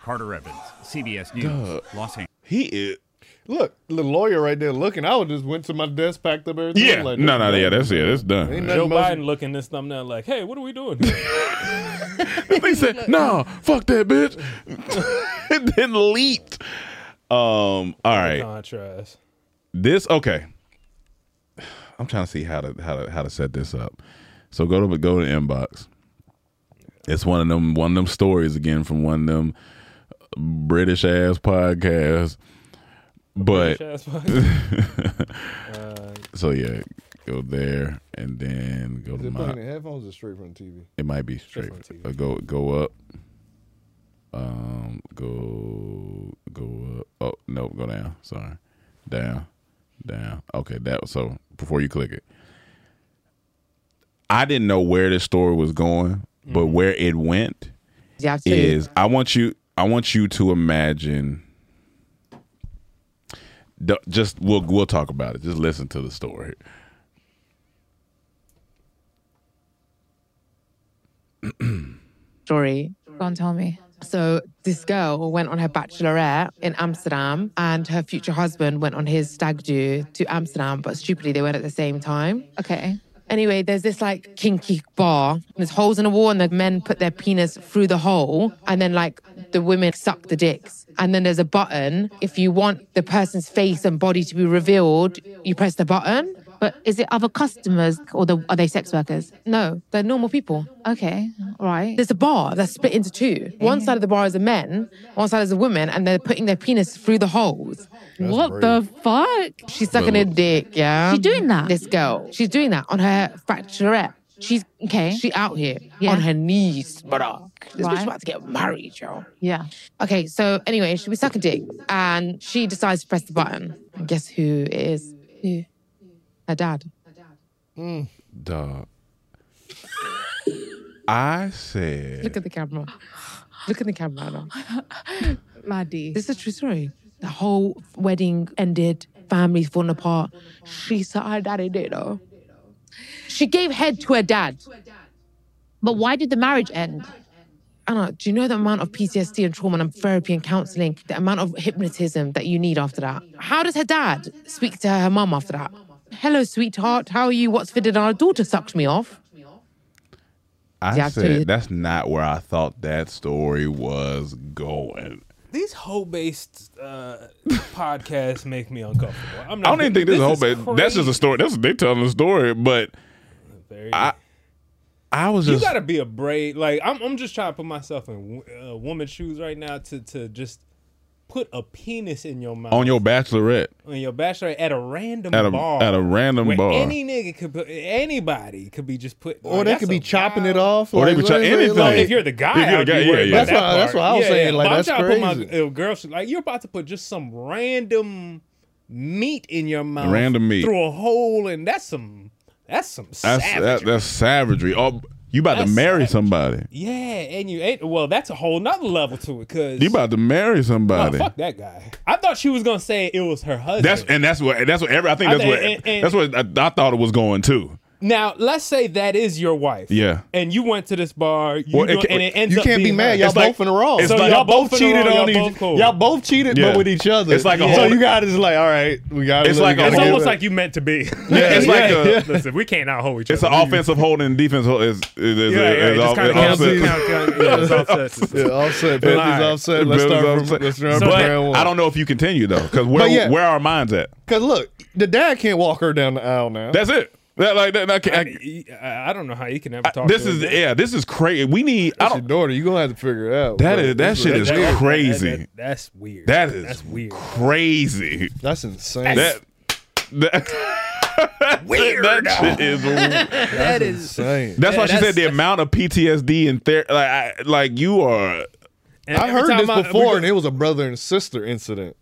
Speaker 13: Carter Evans, CBS News,
Speaker 1: Duh.
Speaker 13: Los Angeles.
Speaker 1: He is.
Speaker 10: Look, the lawyer right there looking. I would just went to my desk, packed up everything.
Speaker 1: Yeah,
Speaker 10: like,
Speaker 1: no, no, yeah, that's it, that's done.
Speaker 10: Ain't
Speaker 9: Joe
Speaker 10: nothing much-
Speaker 9: Biden looking this thumbnail like, hey, what are we doing? here?"
Speaker 1: He said, "Nah, fuck that bitch," [LAUGHS] and then leaped. Um, all right.
Speaker 9: Contrast.
Speaker 1: This okay. I'm trying to see how to how to how to set this up. So go to go to inbox. It's one of them one of them stories again from one of them British ass podcasts. But [LAUGHS]
Speaker 9: British ass podcast? Uh,
Speaker 1: so yeah, go there and then go
Speaker 10: Is
Speaker 1: to
Speaker 10: it
Speaker 1: my.
Speaker 10: playing in headphones or straight from the TV?
Speaker 1: It might be straight. uh, go go up. Um, go go up. Oh no, go down. Sorry, down, down. Okay, that was so. Before you click it, I didn't know where this story was going, but where it went
Speaker 16: Yeah, I've seen it.
Speaker 1: is I want you. I want you to imagine. D- Just we'll we'll talk about it. Just listen to the story.
Speaker 16: story. Go on, tell me. So this girl went on her bachelorette in Amsterdam, and her future husband went on his stag do to Amsterdam, but stupidly they went at the same time. Okay. Anyway, there's this like kinky bar. There's holes in the wall, and the men put their penis through the hole, and then like the women suck the dicks. And then there's a button. If you want the person's face and body to be revealed, you press the button. But is it other customers or the, are they sex workers? No, they're normal people.
Speaker 17: Okay, all right.
Speaker 16: There's a bar that's split into two. One side of the bar is the men, one side is the women, and they're putting their penis through the holes.
Speaker 17: what the fuck?
Speaker 16: She's sucking a dick, yeah.
Speaker 17: She's doing that?
Speaker 16: This girl. She's doing that on her fracturette. She's okay. She out here
Speaker 17: Yeah.
Speaker 16: on her knees, brother. This
Speaker 17: Right.
Speaker 16: bitch about to get married, yo.
Speaker 17: Yeah.
Speaker 16: Okay, so anyway, she was sucking dick, and she decides to press the button. And guess who it is? Who? Her dad.
Speaker 1: Dog. I said
Speaker 16: Look at the camera. Look at the camera. Anna.
Speaker 17: Maddie.
Speaker 16: This is a true story. The whole wedding ended, families falling apart. She saw her daddy did though. She gave head to her dad.
Speaker 17: But why did the marriage end?
Speaker 16: Anna, do you know the amount of PTSD and trauma and therapy and counseling, the amount of hypnotism that you need after that? How does her dad speak to her mum after that? Hello, sweetheart. How are you? What's for dinner? Our daughter sucked me off.
Speaker 1: I
Speaker 16: Yeah, I tell you-
Speaker 1: said that's not where I thought that story was going.
Speaker 9: These hoe based
Speaker 1: [LAUGHS]
Speaker 9: uh, podcasts make me uncomfortable. I'm
Speaker 1: I
Speaker 9: not
Speaker 1: don't even think this, is a whole bit. That's just a
Speaker 9: crazy.
Speaker 1: story. That's they telling the story, but I I was
Speaker 9: You
Speaker 1: just
Speaker 9: gotta be a brave. Like I'm, I'm just trying to put myself in wo- uh, woman's shoes right now to to just put a penis in your mouth
Speaker 1: on your bachelorette.
Speaker 9: on your bachelorette at a random
Speaker 1: At a-
Speaker 9: bar
Speaker 1: at a random
Speaker 9: where
Speaker 1: bar.
Speaker 9: Any nigga could put, anybody could be just put
Speaker 10: Or they could be chopping it off.
Speaker 1: Or they
Speaker 10: like,
Speaker 1: could chop
Speaker 10: like-
Speaker 1: anything.
Speaker 10: like-
Speaker 9: if you're the guy,
Speaker 1: If you're the
Speaker 9: I'd be
Speaker 1: guy, yeah,
Speaker 9: worried
Speaker 1: yeah.
Speaker 9: about
Speaker 1: That's
Speaker 9: that
Speaker 1: why- that's
Speaker 9: part.
Speaker 1: why I was
Speaker 9: Yeah,
Speaker 1: saying, like,
Speaker 9: but I'm
Speaker 1: that's
Speaker 9: trying to put my
Speaker 1: crazy.
Speaker 9: little girl, shit, like you're about to put just some random meat in your mouth,
Speaker 1: Random meat.
Speaker 9: through a hole, and that's some that's some
Speaker 1: That's
Speaker 9: savage.
Speaker 1: that, that's savagery. Oh, you about
Speaker 9: That's
Speaker 1: to marry somebody.
Speaker 9: yeah, and you ain't well. That's a whole nother level to it, cause oh,
Speaker 1: You about to marry somebody.
Speaker 9: fuck that guy. I thought she was gonna say it was her husband.
Speaker 1: That's and that's what that's what every I think
Speaker 9: I
Speaker 1: that's
Speaker 9: think-
Speaker 1: what
Speaker 9: and- and-
Speaker 1: that's what I, I thought it was going to.
Speaker 9: Now, let's say that is your wife.
Speaker 1: Yeah.
Speaker 9: And you went to this bar, you
Speaker 1: Well, it
Speaker 9: go-
Speaker 1: ca-
Speaker 9: and it ends
Speaker 1: you
Speaker 9: up
Speaker 1: can't be
Speaker 9: being
Speaker 1: mad.
Speaker 9: her.
Speaker 1: Y'all
Speaker 9: It's like-
Speaker 1: both in the wrong.
Speaker 9: It's
Speaker 1: So
Speaker 9: like,
Speaker 1: y'all
Speaker 9: y'all both cheated on each cool.
Speaker 10: Y'all both cheated,
Speaker 1: Yeah.
Speaker 10: [LAUGHS] but with each other.
Speaker 1: It's like a
Speaker 10: so
Speaker 1: whole-
Speaker 10: you got it's like, all right, we got.
Speaker 1: It's like a
Speaker 9: it's
Speaker 1: whole-
Speaker 9: almost like you meant to be. [LAUGHS]
Speaker 1: Yeah, it's like a-
Speaker 9: listen, we can't out each
Speaker 1: It's
Speaker 9: other.
Speaker 1: an offensive holding and defense hold is is is
Speaker 9: Yeah, yeah, it
Speaker 1: is
Speaker 9: just
Speaker 1: off-
Speaker 9: kinda
Speaker 1: is
Speaker 9: counts-
Speaker 1: offset.
Speaker 9: count-
Speaker 10: [LAUGHS]
Speaker 9: count- yeah, it's offset.
Speaker 10: Yeah, offset. Penalties
Speaker 1: Alright.
Speaker 10: offset. Let's start
Speaker 1: Penalties
Speaker 10: from-
Speaker 1: offset.
Speaker 10: let's
Speaker 1: But
Speaker 10: start from round one.
Speaker 1: I don't know if you continue though, because where
Speaker 10: But yeah.
Speaker 1: where are our minds at?
Speaker 10: Cause look, the dad can't walk her down the aisle now.
Speaker 1: That's it. That like that. that can't-
Speaker 9: I, I don't know how you can ever talk.
Speaker 1: this
Speaker 9: to
Speaker 1: is
Speaker 9: her.
Speaker 1: yeah. This is crazy. We need. I don't.
Speaker 10: daughter. You gonna have to figure it out.
Speaker 1: That
Speaker 10: bro.
Speaker 1: is that
Speaker 10: This
Speaker 1: shit is
Speaker 10: that- that-
Speaker 1: crazy.
Speaker 9: that- that's weird.
Speaker 1: That is
Speaker 9: That's weird.
Speaker 1: crazy.
Speaker 10: That's insane.
Speaker 1: That that
Speaker 9: [LAUGHS] Weird.
Speaker 1: that shit is.
Speaker 9: [LAUGHS] that is
Speaker 10: insane.
Speaker 1: That's why she said the amount of PTSD and ther- like I, like you are.
Speaker 9: And
Speaker 10: I
Speaker 9: every
Speaker 10: heard
Speaker 9: time
Speaker 10: this
Speaker 9: I- we
Speaker 10: before,
Speaker 9: go- [LAUGHS]
Speaker 10: and it was a brother and sister incident.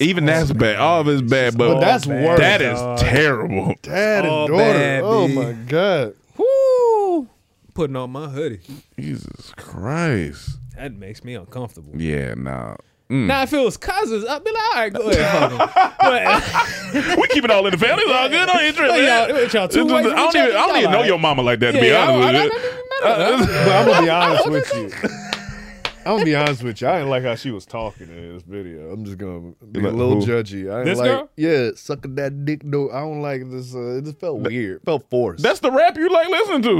Speaker 1: Even that's bad. All of it's bad, but,
Speaker 10: all that's bad, worse.
Speaker 1: That is
Speaker 10: dog.
Speaker 1: terrible.
Speaker 10: Dad
Speaker 9: all
Speaker 10: and daughter.
Speaker 9: bad,
Speaker 10: oh
Speaker 9: B.
Speaker 10: my god.
Speaker 9: Woo! Putting on my hoodie.
Speaker 1: Jesus Christ.
Speaker 9: That makes me uncomfortable.
Speaker 1: Yeah, Mm. no.
Speaker 9: Now, if it was cousins, I'd be like, all right, go ahead. fuck
Speaker 1: [LAUGHS]
Speaker 9: 'em.
Speaker 1: we keep it all in the family. It's all good. I ain't tripping.
Speaker 9: But y'all- what, y'all two
Speaker 1: It's-
Speaker 9: ways
Speaker 1: I don't
Speaker 9: with each
Speaker 1: even,
Speaker 9: other?
Speaker 1: I don't
Speaker 9: Y'all
Speaker 1: even know
Speaker 9: all
Speaker 1: your
Speaker 9: right.
Speaker 1: mama like that, to
Speaker 9: Yeah,
Speaker 1: be
Speaker 9: I-
Speaker 1: honest
Speaker 9: I-
Speaker 1: with you.
Speaker 10: But Uh,
Speaker 1: [LAUGHS]
Speaker 10: I'm gonna be honest with you. I'm gonna be honest with you. I didn't like how she was talking in this video. I'm just gonna be a
Speaker 1: Like
Speaker 10: little
Speaker 1: who?
Speaker 10: judgy. I ain't
Speaker 9: This
Speaker 10: like,
Speaker 9: girl?
Speaker 10: Yeah, sucking that dick. No, I don't like this. Uh, it just felt weird. felt forced.
Speaker 1: That's the rap you like listening to.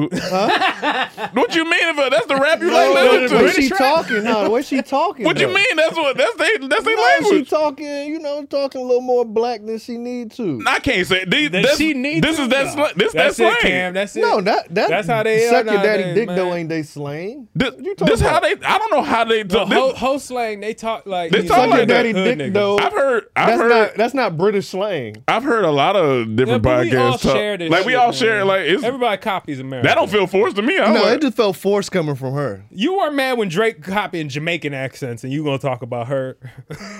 Speaker 1: what you mean about that's the rap you [LAUGHS]
Speaker 10: no,
Speaker 1: like
Speaker 10: no, the way
Speaker 1: listening
Speaker 10: she
Speaker 1: to?
Speaker 10: talking. No, the way she
Speaker 1: [LAUGHS]
Speaker 10: talking.
Speaker 1: What you
Speaker 10: though.
Speaker 1: mean? That's what that's they that's their
Speaker 10: No, she
Speaker 1: language.
Speaker 10: talking. You know, talking a little more black than she need to.
Speaker 1: I can't say these,
Speaker 9: That
Speaker 1: that's,
Speaker 9: she needs
Speaker 1: this
Speaker 9: to?
Speaker 1: is that
Speaker 9: Nah.
Speaker 1: slang. This
Speaker 9: That's
Speaker 1: that's
Speaker 9: it,
Speaker 1: slang.
Speaker 9: Cam. That's it.
Speaker 10: No, that, that
Speaker 9: That's how they are
Speaker 10: suck your daddy
Speaker 9: nowadays,
Speaker 10: dick though.
Speaker 9: man.
Speaker 10: Ain't they slang?
Speaker 1: This,
Speaker 10: [LAUGHS] you talking
Speaker 1: this how
Speaker 10: about?
Speaker 1: they. I don't know how they.
Speaker 9: The
Speaker 1: this-
Speaker 9: whole, whole slang, they talk like
Speaker 1: They
Speaker 9: you
Speaker 1: talk
Speaker 9: know,
Speaker 10: Suck
Speaker 1: like
Speaker 10: your
Speaker 9: like
Speaker 1: that.
Speaker 10: daddy
Speaker 9: hood
Speaker 10: dick
Speaker 9: niggas.
Speaker 10: though.
Speaker 1: I've heard. I've
Speaker 10: That's
Speaker 1: heard.
Speaker 10: not that's not British slang.
Speaker 1: I've heard a lot of
Speaker 9: Yeah,
Speaker 1: different
Speaker 9: but
Speaker 1: podcasts
Speaker 9: we all
Speaker 1: talk.
Speaker 9: share this.
Speaker 1: like we
Speaker 9: shit,
Speaker 1: all
Speaker 9: man.
Speaker 1: share. Like it's,
Speaker 9: everybody copies America.
Speaker 1: that don't feel forced to me. I
Speaker 10: No,
Speaker 1: don't-
Speaker 10: it just felt forced coming from her.
Speaker 9: You are mad when Drake copying Jamaican accents, and you gonna talk about her?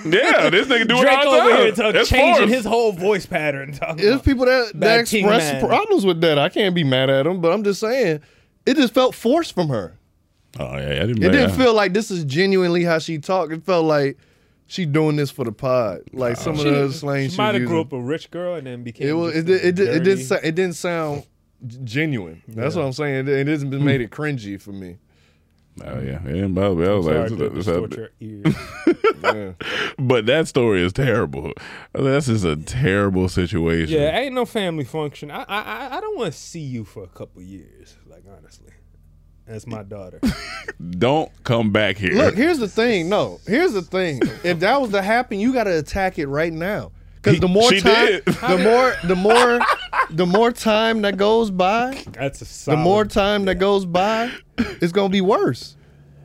Speaker 1: yeah, this nigga doing
Speaker 9: Drake
Speaker 1: all the
Speaker 9: over
Speaker 1: time.
Speaker 9: here to-
Speaker 1: It's
Speaker 9: changing
Speaker 1: forced.
Speaker 9: his whole voice pattern. Talking
Speaker 10: There's
Speaker 9: about,
Speaker 10: people that, that
Speaker 9: Bad King
Speaker 10: express
Speaker 9: Man.
Speaker 10: problems with that. I can't be mad at them, but I'm just saying, it just felt forced from her.
Speaker 1: Oh yeah, I didn't.
Speaker 10: It didn't feel like this is genuinely how she talked. It felt like she doing this for the pod. Like some of the slang she,
Speaker 9: she might have
Speaker 10: using.
Speaker 9: grew up a rich girl and then became.
Speaker 10: It was. It,
Speaker 9: just
Speaker 10: did- it, did- it,
Speaker 9: dirty-
Speaker 10: didn't. sou- It didn't sound g- genuine. That's what I'm saying. It, it hasn't been made it cringy for me.
Speaker 1: Oh yeah, it didn't bother me. I was
Speaker 9: Hmm.
Speaker 1: like,
Speaker 9: Sorry to
Speaker 1: this- this-
Speaker 9: distort your ears.
Speaker 10: Yeah.
Speaker 1: [LAUGHS] but that story is terrible. This is a terrible situation.
Speaker 9: Yeah, ain't no family function. I I I- I don't want to see you for a couple years. Like honestly, that's my daughter. [LAUGHS]
Speaker 1: Don't come back here.
Speaker 10: Look, here's the thing. No, here's the thing. If that was to happen, you got to attack it right now. Because the more
Speaker 1: She
Speaker 10: time,
Speaker 1: did.
Speaker 10: the more, the more, the more time that goes by,
Speaker 9: That's a
Speaker 10: the more time that goes by, it's gonna be worse.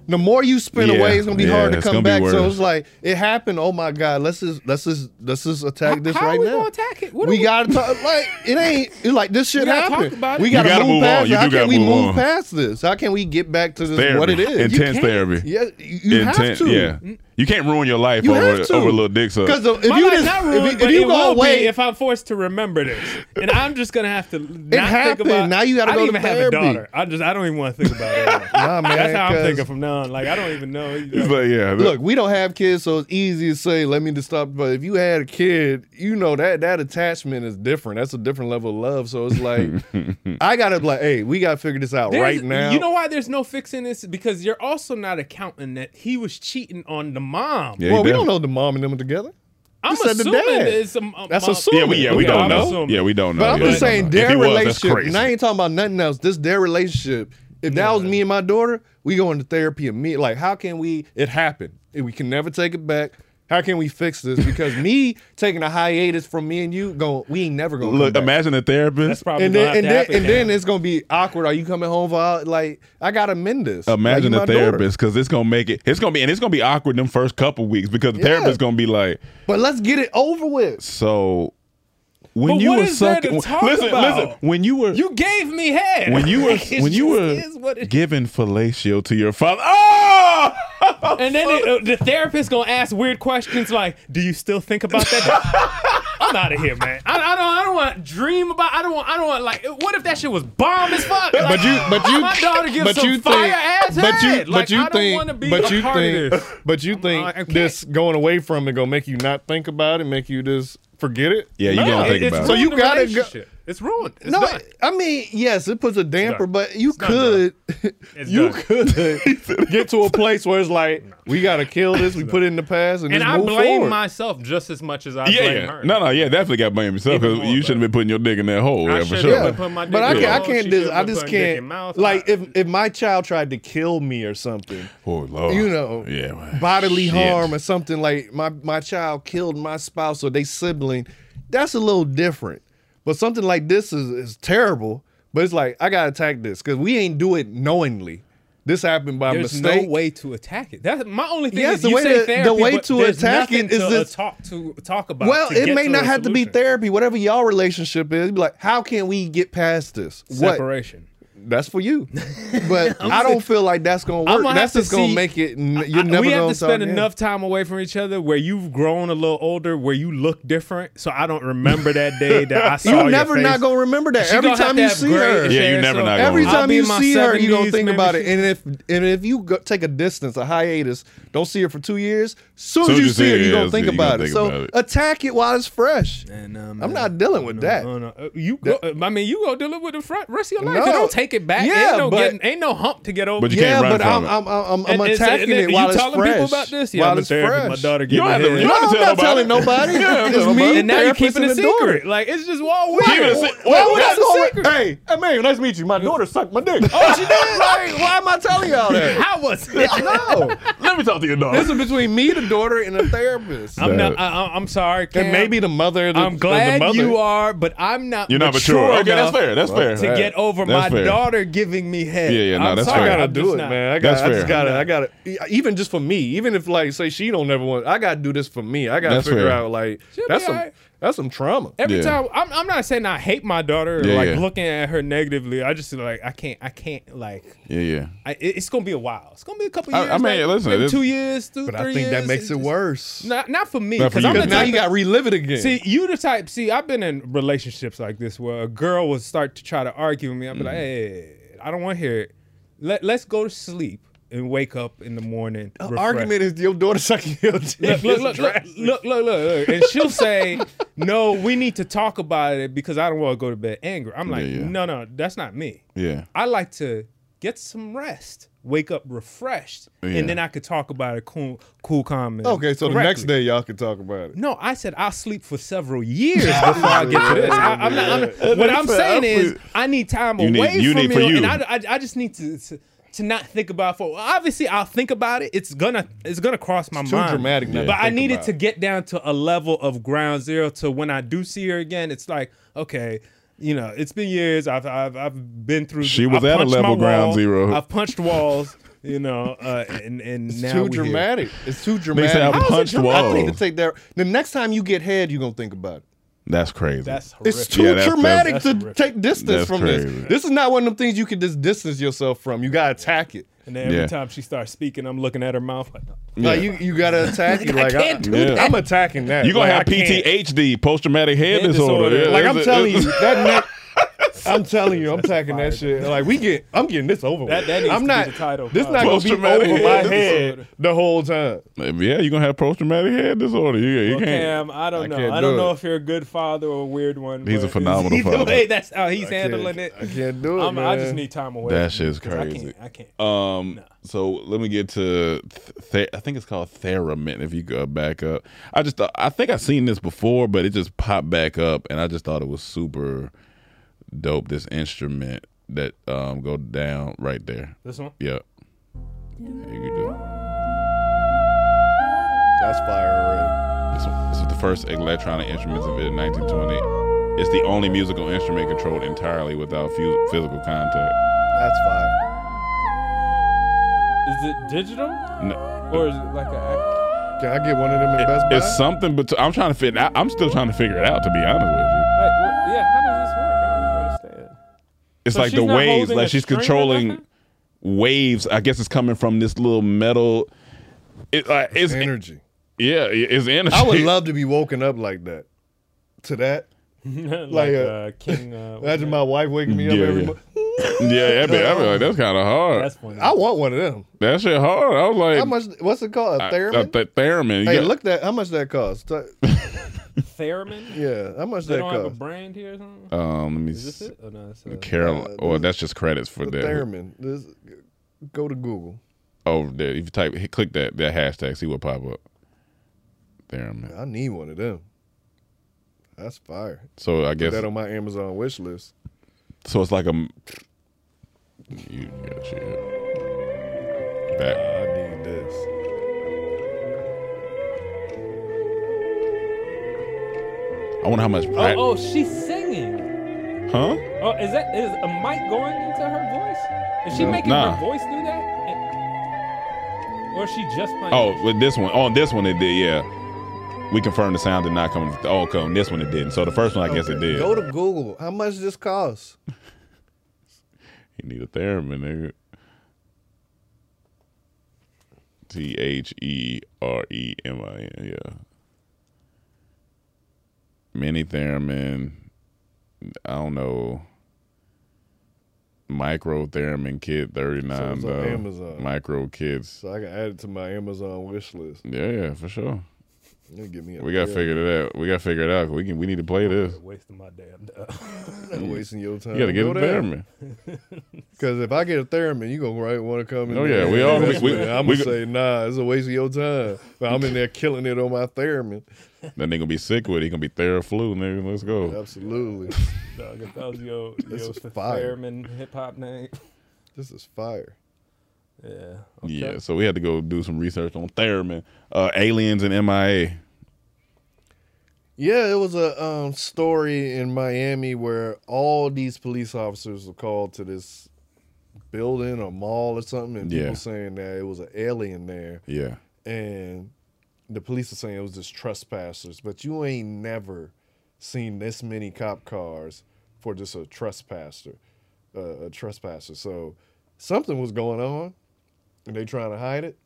Speaker 10: The more you spin
Speaker 1: Yeah,
Speaker 10: away, it's gonna be
Speaker 1: yeah,
Speaker 10: hard to
Speaker 1: it's
Speaker 10: come
Speaker 1: gonna
Speaker 10: back.
Speaker 1: be
Speaker 10: So
Speaker 1: worse.
Speaker 10: it's like it happened. Oh my god, let's just let's just let's just attack this
Speaker 9: How
Speaker 10: right
Speaker 9: are we
Speaker 10: now.
Speaker 9: gonna attack it? What
Speaker 10: we
Speaker 9: are
Speaker 10: gotta talk like it ain't it's like this shit
Speaker 9: We gotta talk
Speaker 10: happened.
Speaker 9: about it.
Speaker 10: We
Speaker 9: You
Speaker 10: gotta,
Speaker 1: gotta
Speaker 10: move,
Speaker 1: move on.
Speaker 10: past.
Speaker 1: You
Speaker 10: it. How
Speaker 1: do
Speaker 10: can
Speaker 1: gotta
Speaker 10: we
Speaker 1: move
Speaker 10: move
Speaker 1: on.
Speaker 10: past this? How can we get back to this?
Speaker 1: Therapy.
Speaker 10: What it is? You
Speaker 1: Intense
Speaker 10: can't.
Speaker 1: therapy.
Speaker 10: Yeah, you have
Speaker 1: Inten-
Speaker 10: to. Mm.
Speaker 1: Yeah. You can't ruin your life
Speaker 10: You
Speaker 1: over,
Speaker 10: have to.
Speaker 1: over little uh, dick suck.
Speaker 10: Because if
Speaker 9: My
Speaker 10: you
Speaker 9: life
Speaker 10: just
Speaker 9: not
Speaker 10: if
Speaker 9: ruined,
Speaker 10: you- if,
Speaker 9: but
Speaker 10: you
Speaker 9: it
Speaker 10: go
Speaker 9: will be
Speaker 10: away,
Speaker 9: if I'm forced to remember this, and I'm just gonna have to not
Speaker 10: happened.
Speaker 9: think about.
Speaker 10: Now you gotta
Speaker 9: I don't
Speaker 10: go to
Speaker 9: even have a
Speaker 10: therapy.
Speaker 9: daughter. I just I don't even want to think about it. at all.
Speaker 10: [LAUGHS] Nah, man,
Speaker 9: That's how I'm
Speaker 10: 'cause-
Speaker 9: thinking from now on. Like I don't even know.
Speaker 1: but yeah,
Speaker 10: Look, we don't have kids, so it's easy to say, "Let me just stop." But if you had a kid, you know that that attachment is different. That's a different level of love. So
Speaker 1: [LAUGHS]
Speaker 10: it's like, I gotta be like, "Hey, we gotta figure this out
Speaker 9: There's-
Speaker 10: right now."
Speaker 9: You know why there's no fixing this? Because you're also not accounting that he was cheating on the mom.
Speaker 10: well, we don't know the mom and them are together.
Speaker 9: I'm
Speaker 10: You said the
Speaker 9: assuming
Speaker 10: dad.
Speaker 9: it's a m- a
Speaker 10: That's
Speaker 9: mom-
Speaker 10: assuming.
Speaker 1: Yeah, we- yeah, we
Speaker 9: Okay,
Speaker 1: don't
Speaker 9: I'm
Speaker 1: know.
Speaker 9: assuming.
Speaker 1: Yeah, we don't know.
Speaker 10: But I'm
Speaker 1: Yeah,
Speaker 10: just
Speaker 1: we don't
Speaker 10: saying
Speaker 1: know. If
Speaker 10: their
Speaker 1: he was, that's
Speaker 10: relationship.
Speaker 1: crazy.
Speaker 10: And I ain't talking about nothing else. This their relationship. If that was me and my daughter, we go into therapy and me like, how can we? It happened. And We can never take it back. How can we fix this?
Speaker 1: [LAUGHS]
Speaker 10: Because me taking a hiatus from me and you, going, we ain't never gonna
Speaker 1: Look,
Speaker 10: come back.
Speaker 1: imagine a therapist.
Speaker 9: That's probably
Speaker 10: And
Speaker 9: gonna
Speaker 10: then,
Speaker 9: have
Speaker 10: and
Speaker 9: to
Speaker 10: then,
Speaker 9: happen
Speaker 10: and
Speaker 9: now.
Speaker 10: then it's gonna be awkward. Are you coming home for all- like? I gotta mend this. Like,
Speaker 1: Imagine
Speaker 10: you
Speaker 1: a
Speaker 10: my daughter.
Speaker 1: therapist because it's gonna make it. It's gonna be and it's gonna be awkward them first couple weeks because the
Speaker 10: Yeah.
Speaker 1: therapist's gonna be like,
Speaker 10: But let's get it over with.
Speaker 1: so when
Speaker 9: But
Speaker 1: you
Speaker 9: what
Speaker 1: were
Speaker 9: is there to
Speaker 1: sucking,
Speaker 9: talk
Speaker 1: listen,
Speaker 9: about?
Speaker 1: listen, when you were
Speaker 9: You gave me head.
Speaker 1: when
Speaker 10: [LAUGHS]
Speaker 1: you were
Speaker 9: Like, [LAUGHS] it
Speaker 1: when you
Speaker 9: just
Speaker 1: were
Speaker 9: is what it-
Speaker 1: giving fellatio to your father. Oh,
Speaker 10: ah! [LAUGHS]
Speaker 9: and then it, uh, the therapist gonna ask weird questions like, "Do you still think about that?" [LAUGHS] I'm out of here, man. I, I don't. I don't want to dream about. I don't want. I don't want. Like, what if that shit was bomb as fuck? Like,
Speaker 10: But
Speaker 9: [LAUGHS]
Speaker 10: you, but you,
Speaker 9: my daughter gives
Speaker 10: but
Speaker 9: some
Speaker 10: you
Speaker 9: fire
Speaker 10: think,
Speaker 9: ass
Speaker 10: but you,
Speaker 9: head.
Speaker 10: but
Speaker 9: Like,
Speaker 10: you
Speaker 9: I don't
Speaker 10: think,
Speaker 9: wanna be
Speaker 10: but
Speaker 9: a
Speaker 10: you
Speaker 9: part of
Speaker 10: think,
Speaker 9: this.
Speaker 10: but you think
Speaker 9: I can't.
Speaker 10: this going away from it gonna make you not think about it, make you just forget it.
Speaker 1: Yeah, you
Speaker 10: Nah.
Speaker 1: gonna think about it.
Speaker 10: So you gotta go.
Speaker 9: It's ruined. It's
Speaker 10: no,
Speaker 9: done.
Speaker 10: I mean, yes, it puts a damper,
Speaker 9: done.
Speaker 10: but you
Speaker 9: It's done,
Speaker 10: could, [LAUGHS]
Speaker 9: It's
Speaker 10: you
Speaker 9: done.
Speaker 10: could [LAUGHS] get to a place where it's like we gotta kill this, we put it in the past, and,
Speaker 9: And
Speaker 10: just
Speaker 9: I
Speaker 10: move
Speaker 9: blame
Speaker 10: forward.
Speaker 9: myself just as much as I
Speaker 1: yeah,
Speaker 9: blame
Speaker 1: yeah.
Speaker 9: her.
Speaker 1: no, no, yeah, definitely got blame yourself
Speaker 9: Even
Speaker 1: because
Speaker 9: more,
Speaker 1: you
Speaker 9: but-
Speaker 1: shouldn't been putting your dick in that hole.
Speaker 9: I
Speaker 1: yeah, for
Speaker 9: shouldn't
Speaker 1: sure.
Speaker 9: have been putting my dick
Speaker 10: But I
Speaker 9: in
Speaker 10: can't. I
Speaker 9: the hole.
Speaker 10: can't.
Speaker 9: She
Speaker 10: Dis-
Speaker 9: shouldn't
Speaker 10: I
Speaker 9: have
Speaker 10: just
Speaker 9: put dick in
Speaker 10: can't.
Speaker 9: mouth.
Speaker 10: Like if if my child tried to kill me or something,
Speaker 1: Oh lord,
Speaker 10: you know,
Speaker 1: yeah, man.
Speaker 10: bodily
Speaker 1: Shit.
Speaker 10: harm or something like my my child killed my spouse or they sibling, that's a little different. But something like this is is terrible. But it's like I gotta attack this because we ain't do it knowingly. This happened by
Speaker 9: There's
Speaker 10: mistake.
Speaker 9: no way to attack it. That's my only thing.
Speaker 10: Yes,
Speaker 9: is
Speaker 10: the
Speaker 9: you
Speaker 10: way
Speaker 9: say
Speaker 10: to- the
Speaker 9: therapy,
Speaker 10: way
Speaker 9: but
Speaker 10: to
Speaker 9: there's
Speaker 10: attack it
Speaker 9: nothing
Speaker 10: is
Speaker 9: to
Speaker 10: this-
Speaker 9: uh, talk to talk about.
Speaker 10: well,
Speaker 9: to
Speaker 10: it
Speaker 9: get
Speaker 10: may
Speaker 9: to
Speaker 10: not
Speaker 9: a
Speaker 10: have to be
Speaker 9: solution.
Speaker 10: therapy. Whatever y'all relationship is, be like, how can we get past this? What?
Speaker 9: separation.
Speaker 10: That's for you. But I don't feel like that's gonna work.
Speaker 9: I'm gonna
Speaker 10: that's
Speaker 9: have to
Speaker 10: just gonna
Speaker 9: see-
Speaker 10: make it. n- You're never
Speaker 9: we
Speaker 10: gonna
Speaker 9: have to
Speaker 10: talk
Speaker 9: spend
Speaker 10: again.
Speaker 9: enough time away from each other where you've grown a little older, where you look different. So I don't remember that day that I
Speaker 10: [LAUGHS]
Speaker 9: saw
Speaker 10: You never
Speaker 9: your face.
Speaker 10: not gonna remember that.
Speaker 9: She
Speaker 10: Every
Speaker 9: gonna have
Speaker 10: time
Speaker 9: to
Speaker 10: you
Speaker 9: have
Speaker 10: see
Speaker 9: gray
Speaker 10: her,
Speaker 1: Yeah, you
Speaker 9: hair,
Speaker 1: never
Speaker 9: so
Speaker 1: not gonna
Speaker 10: Every
Speaker 1: I'll
Speaker 10: time
Speaker 9: be
Speaker 10: you
Speaker 9: in my
Speaker 10: see her, you don't
Speaker 9: 70s,
Speaker 10: think
Speaker 9: maybe
Speaker 10: about it.
Speaker 9: she-
Speaker 10: And if and if you go, take a distance, a hiatus, don't see her for two years. Soon as you see her, you
Speaker 1: yeah,
Speaker 10: gonna think
Speaker 1: you gonna
Speaker 10: about it.
Speaker 1: think
Speaker 10: So
Speaker 1: about it.
Speaker 10: attack it while it's fresh.
Speaker 9: And, uh, man,
Speaker 10: I'm not dealing with that.
Speaker 9: No, no. Uh, You go. uh, I mean, you go deal it with the front rest of your life.
Speaker 10: No.
Speaker 9: You don't take it back.
Speaker 10: Yeah,
Speaker 9: ain't no
Speaker 10: but-
Speaker 9: getting, ain't no hump to get over.
Speaker 1: But you
Speaker 10: yeah,
Speaker 1: can't run
Speaker 10: but
Speaker 1: from
Speaker 10: I'm,
Speaker 1: it.
Speaker 10: I'm I'm I'm
Speaker 9: And- and-
Speaker 10: attacking
Speaker 9: and
Speaker 10: it while
Speaker 9: you
Speaker 10: it's
Speaker 9: telling
Speaker 10: fresh.
Speaker 9: people about this? Yeah,
Speaker 10: while
Speaker 9: I'm in
Speaker 10: it's
Speaker 9: therapy.
Speaker 10: freresh.
Speaker 9: My daughter
Speaker 1: You
Speaker 9: gave
Speaker 1: don't
Speaker 9: me
Speaker 1: have to-
Speaker 9: head.
Speaker 1: you
Speaker 10: No,
Speaker 1: don't have
Speaker 10: I'm
Speaker 1: to
Speaker 10: not
Speaker 1: tell
Speaker 10: telling
Speaker 1: nobody.
Speaker 10: nobody.
Speaker 1: Yeah,
Speaker 10: It's
Speaker 1: tell
Speaker 10: me,
Speaker 1: nobody.
Speaker 9: and now you're
Speaker 10: therapist,
Speaker 9: keeping
Speaker 10: and
Speaker 9: it
Speaker 10: the daughter.
Speaker 9: secret. Like it's just
Speaker 10: Oh,
Speaker 9: all weird.
Speaker 1: Keeping it
Speaker 9: Why-
Speaker 1: se-
Speaker 9: why
Speaker 10: Why
Speaker 9: would
Speaker 10: would
Speaker 9: I
Speaker 10: I go?
Speaker 9: secret?
Speaker 10: Hey, hey, man, nice to meet you. My daughter sucked my dick. Oh, she
Speaker 1: [LAUGHS]
Speaker 10: did. Like, why am I telling y'all that?
Speaker 9: [LAUGHS] How was it?
Speaker 10: [LAUGHS] No,
Speaker 1: Let me talk to your dog.
Speaker 10: this is between me, the daughter, and the therapist.
Speaker 9: I'm
Speaker 1: That-
Speaker 9: not. I, I- I'm sorry, Cam.
Speaker 10: and maybe the mother. The,
Speaker 9: I'm glad
Speaker 10: the mother.
Speaker 9: you are, but I'm not.
Speaker 1: You're not mature. Okay, that's
Speaker 9: enough
Speaker 1: fair. That's fair.
Speaker 9: To get over
Speaker 1: That's
Speaker 9: my
Speaker 1: fair.
Speaker 9: daughter giving me head.
Speaker 1: Yeah, yeah, no,
Speaker 9: I'm
Speaker 1: that's
Speaker 9: sorry,
Speaker 1: fair.
Speaker 10: I gotta
Speaker 9: I'm
Speaker 10: do
Speaker 9: just
Speaker 10: it,
Speaker 9: not-
Speaker 10: man. I gotta,
Speaker 1: That's
Speaker 10: I just
Speaker 1: fair.
Speaker 10: gotta, I gotta, e- even just for me. Even if like, say she don't never want, I gotta do this for me. I gotta
Speaker 1: That's
Speaker 10: figure
Speaker 1: fair.
Speaker 10: out like
Speaker 9: She'll be
Speaker 10: that's some,
Speaker 9: alright.
Speaker 10: that's some trauma.
Speaker 9: Every
Speaker 1: Yeah.
Speaker 9: time I'm, I'm not saying I hate my daughter or
Speaker 1: Yeah,
Speaker 9: like
Speaker 1: yeah.
Speaker 9: looking at her negatively. I just like I can't I can't like
Speaker 1: yeah, yeah.
Speaker 9: I, it- it's gonna be a while. It's gonna be a couple
Speaker 1: I- I
Speaker 9: years.
Speaker 1: mean,
Speaker 9: like,
Speaker 1: listen,
Speaker 9: maybe
Speaker 1: this-
Speaker 9: two years, two,
Speaker 10: But
Speaker 9: three
Speaker 10: I think
Speaker 9: years,
Speaker 10: that makes it
Speaker 9: just-
Speaker 10: worse.
Speaker 9: Not not for me
Speaker 1: Not for
Speaker 9: because
Speaker 1: you.
Speaker 9: I'm the
Speaker 1: Because
Speaker 10: now
Speaker 9: type
Speaker 10: you gotta relive it again.
Speaker 9: See, you the type. See, I've been in relationships like this where a girl will start to try to argue with me. I'll
Speaker 1: Mm.
Speaker 9: be like, "Hey, I don't want to hear it. Let Let's go to sleep and wake up in the morning." refreshed."
Speaker 10: argument is your daughter sucking your dick.
Speaker 9: Look, look,
Speaker 10: It's
Speaker 9: look, look,
Speaker 10: drastic.
Speaker 9: look, look, look, look. and
Speaker 10: [LAUGHS]
Speaker 9: she'll say, "No, we need to talk about it because I don't want to go to bed angry." I'm like,
Speaker 1: Yeah, yeah.
Speaker 9: "No, no, that's not me.
Speaker 1: Yeah.
Speaker 9: I like to get some rest, wake up refreshed,
Speaker 1: Yeah.
Speaker 9: and then I could talk about it cool, cool, calm." and
Speaker 10: Okay, so the next
Speaker 9: correctly."
Speaker 10: day y'all can talk about it.
Speaker 9: No, I said I'll sleep for several years before I get to this. I, I'm not, I'm, what I'm saying is I need time
Speaker 1: You need-
Speaker 9: away
Speaker 1: you
Speaker 9: from
Speaker 1: need for
Speaker 9: you,
Speaker 1: you.
Speaker 9: and I, I, I just need to, to to not think about for obviously I'll think about it. It's gonna it's gonna cross my
Speaker 10: It's too
Speaker 9: mind.
Speaker 10: dramatic not to
Speaker 9: But I
Speaker 10: think
Speaker 9: needed
Speaker 10: about.
Speaker 9: to get down to a level of ground zero to when I do see her again, it's like, okay, you know, it's been years. I've I've, I've been through
Speaker 1: She was
Speaker 9: I've
Speaker 1: at a
Speaker 9: punched my
Speaker 1: level ground
Speaker 9: wall.
Speaker 1: zero.
Speaker 9: I've punched walls, you know, uh, and and
Speaker 10: It's
Speaker 9: now
Speaker 10: too
Speaker 9: we here.
Speaker 10: dramatic. It's too
Speaker 1: They
Speaker 10: dramatic.
Speaker 1: say I
Speaker 10: How is it
Speaker 1: punched
Speaker 10: dramatic? I need
Speaker 1: walls.
Speaker 10: to take that. The next time you get head, you're gonna think about it.
Speaker 1: That's crazy.
Speaker 9: That's
Speaker 10: It's too dramatic to take distance
Speaker 1: That's
Speaker 10: from
Speaker 1: crazy.
Speaker 10: this. This is not one of them things you can just distance yourself from. You gotta attack it.
Speaker 9: And then every
Speaker 1: Yeah.
Speaker 9: time she starts speaking, I'm looking at her mouth like,
Speaker 10: Like you, you gotta attack it. Like I
Speaker 9: can't do that.
Speaker 10: am attacking that.
Speaker 1: You're gonna
Speaker 10: Like, I
Speaker 1: have
Speaker 10: can't.
Speaker 1: PTHD, post traumatic head,
Speaker 10: Head
Speaker 1: disorder.
Speaker 10: disorder.
Speaker 1: Yeah,
Speaker 10: Like, I'm
Speaker 1: that's-
Speaker 10: telling
Speaker 1: [LAUGHS]
Speaker 10: you,
Speaker 1: that's-
Speaker 10: that [LAUGHS] neck. I'm telling you, I'm attacking that shit. Like we get, I'm getting this over.
Speaker 9: That-
Speaker 10: with.
Speaker 9: that needs
Speaker 10: I'm
Speaker 9: to be
Speaker 10: not.
Speaker 9: the title,
Speaker 10: this
Speaker 9: bro.
Speaker 10: not gonna be
Speaker 9: Post-traumatic
Speaker 10: over
Speaker 9: head
Speaker 10: my head the whole time.
Speaker 1: yeah, you're gonna have post traumatic head disorder. You, [LAUGHS] you
Speaker 9: Well,
Speaker 1: can't.
Speaker 9: Cam, I don't
Speaker 1: I
Speaker 9: know.
Speaker 1: can't
Speaker 9: I don't
Speaker 1: do
Speaker 9: know
Speaker 1: it.
Speaker 9: if you're a good father or a weird one.
Speaker 1: He's a
Speaker 9: but [LAUGHS]
Speaker 1: phenomenal
Speaker 9: either
Speaker 1: father.
Speaker 9: way, that's how he's
Speaker 10: I can't-
Speaker 9: handling it.
Speaker 10: I can't do it,
Speaker 9: I'm- I just
Speaker 10: man.
Speaker 9: need time away.
Speaker 1: That shit's
Speaker 9: because I
Speaker 1: crazy.
Speaker 9: can't. I can't.
Speaker 1: Um, so let me get to th- I think it's called Theramint. If you go back up, I just thought, I think I seen this before, but it just popped back up, and I just thought it was super dope. This instrument that um go down right there.
Speaker 9: This one?
Speaker 1: Yeah. You could do.
Speaker 10: That's fire already.
Speaker 1: This, this is the first electronic instruments of in 1920. It's the only musical instrument controlled entirely without fu- physical contact.
Speaker 10: That's fire.
Speaker 11: Is it digital?
Speaker 1: No.
Speaker 11: Or is it like a?
Speaker 10: Can I get one of them in Best Buy?
Speaker 1: It's something, but I'm trying to fit. I, I'm still trying to figure it out. To be honest with you,
Speaker 11: Like, what, yeah. How does this work? I don't understand.
Speaker 1: it's
Speaker 11: So
Speaker 1: like
Speaker 11: she's
Speaker 1: the
Speaker 11: not
Speaker 1: waves.
Speaker 11: holding a
Speaker 1: Like she's
Speaker 11: string or
Speaker 1: controlling waves. I guess it's coming from this little metal. It, uh, it's
Speaker 10: energy.
Speaker 1: Yeah, i- it's energy. [LAUGHS]
Speaker 10: I would love to be woken up like that. To that,
Speaker 9: [LAUGHS] like,
Speaker 10: Like, uh,
Speaker 9: uh,
Speaker 10: [LAUGHS]
Speaker 9: King. Uh,
Speaker 10: imagine my wife waking me up
Speaker 1: Yeah,
Speaker 10: every
Speaker 1: yeah.
Speaker 10: morning.
Speaker 1: [LAUGHS] yeah, that'd be, that'd be like that's kind of hard.
Speaker 9: that's funny.
Speaker 10: I want one of them.
Speaker 1: that shit hard. I was like,
Speaker 10: How much? What's it called? A
Speaker 1: I-
Speaker 10: theremin.
Speaker 1: a th- theremin. You
Speaker 10: hey,
Speaker 1: got-
Speaker 10: look that. How much that cost? Ta-
Speaker 9: [LAUGHS] Theremin.
Speaker 10: Yeah, how much
Speaker 9: They
Speaker 10: that
Speaker 9: don't have a
Speaker 10: cost?
Speaker 9: brand here or something.
Speaker 1: Um, let me.
Speaker 9: Is this
Speaker 1: s-
Speaker 9: it? Oh, no, it's, uh,
Speaker 1: Carol.
Speaker 10: Uh,
Speaker 1: oh,
Speaker 10: this-
Speaker 1: that's just credits for
Speaker 10: The
Speaker 1: that.
Speaker 10: theremin. This, go to Google.
Speaker 1: Oh, there. If you type, hit, click that that hashtag, see what pop up. Theremin.
Speaker 10: I need one of them. That's fire.
Speaker 1: So I
Speaker 10: Put
Speaker 1: guess
Speaker 10: that on my Amazon wish list.
Speaker 1: so. It's like a. m- You yeah, shit. Back.
Speaker 10: I need this.
Speaker 1: I wonder how much.
Speaker 11: Oh,
Speaker 1: prac-
Speaker 11: oh, she's singing.
Speaker 1: Huh?
Speaker 11: Oh, is that is a mic going into her voice? Is she
Speaker 1: No.
Speaker 11: making
Speaker 1: Nah.
Speaker 11: her voice do that? And- Or is she just playing?
Speaker 1: Oh, with this one. On this one, it did. Yeah. We confirmed the sound did not come. Oh, come. This one it didn't. So the first one, I guess it did.
Speaker 10: Go to Google. How much this cost?
Speaker 1: You need a theremin, nigga. T H E R E M I N, yeah. Mini theremin. I don't know. Micro theremin kid thirty
Speaker 10: So
Speaker 1: nine.
Speaker 10: it's on Amazon.
Speaker 1: Micro kids.
Speaker 10: So I can add it to my Amazon wish list.
Speaker 1: Yeah, yeah, for sure.
Speaker 10: You give me. A
Speaker 1: We gotta
Speaker 10: bill.
Speaker 1: figure it out. We gotta figure it out. We can. We need to play this.
Speaker 9: [LAUGHS] wasting my damn.
Speaker 10: I'm not wasting your time.
Speaker 1: You gotta get
Speaker 10: Go
Speaker 1: a
Speaker 10: there.
Speaker 1: theremin.
Speaker 10: Because if I get a theremin, you gonna right want to come in.
Speaker 1: Oh,
Speaker 10: there
Speaker 1: yeah, we
Speaker 10: and
Speaker 1: all- we-
Speaker 10: invest
Speaker 1: we-
Speaker 10: with it. I'm
Speaker 1: we
Speaker 10: gonna
Speaker 1: go-
Speaker 10: say nah, it's a waste of your time. But I'm in there killing it on my theremin.
Speaker 1: That nigga gonna be sick with. it. He gonna be theraflu, nigga. Let's go. [LAUGHS]
Speaker 10: Absolutely,
Speaker 9: Dog, if [LAUGHS] that was your,
Speaker 10: [LAUGHS] This
Speaker 9: your
Speaker 10: is fire.
Speaker 9: Theremin hip hop name.
Speaker 10: this is fire.
Speaker 9: Yeah.
Speaker 1: Yeah. So we had to go do some research on theremin, uh, aliens, and MIA.
Speaker 10: Yeah, it was a um, story in Miami where all these police officers were called to this building or mall or something, and
Speaker 1: Yeah.
Speaker 10: people saying that it was an alien there,
Speaker 1: Yeah.
Speaker 10: and the police were saying it was just trespassers. But you ain't never seen this many cop cars for just a trespasser, uh, a trespasser. So something was going on, and they trying to hide it.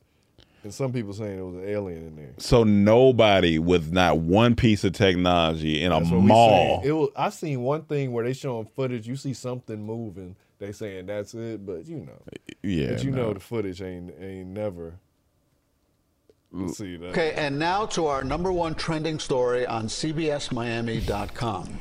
Speaker 10: And some people saying it was an alien in there.
Speaker 1: So nobody with not one piece of technology in a
Speaker 10: That's what we
Speaker 1: mall.
Speaker 10: saying. It was, I seen one thing where they showing footage. You see something moving. They saying that's it, but you know,
Speaker 1: yeah.
Speaker 10: but you
Speaker 1: no.
Speaker 10: know the footage ain't ain't never. See that?
Speaker 18: Okay, and now to our number one trending story on CBSMiami.com.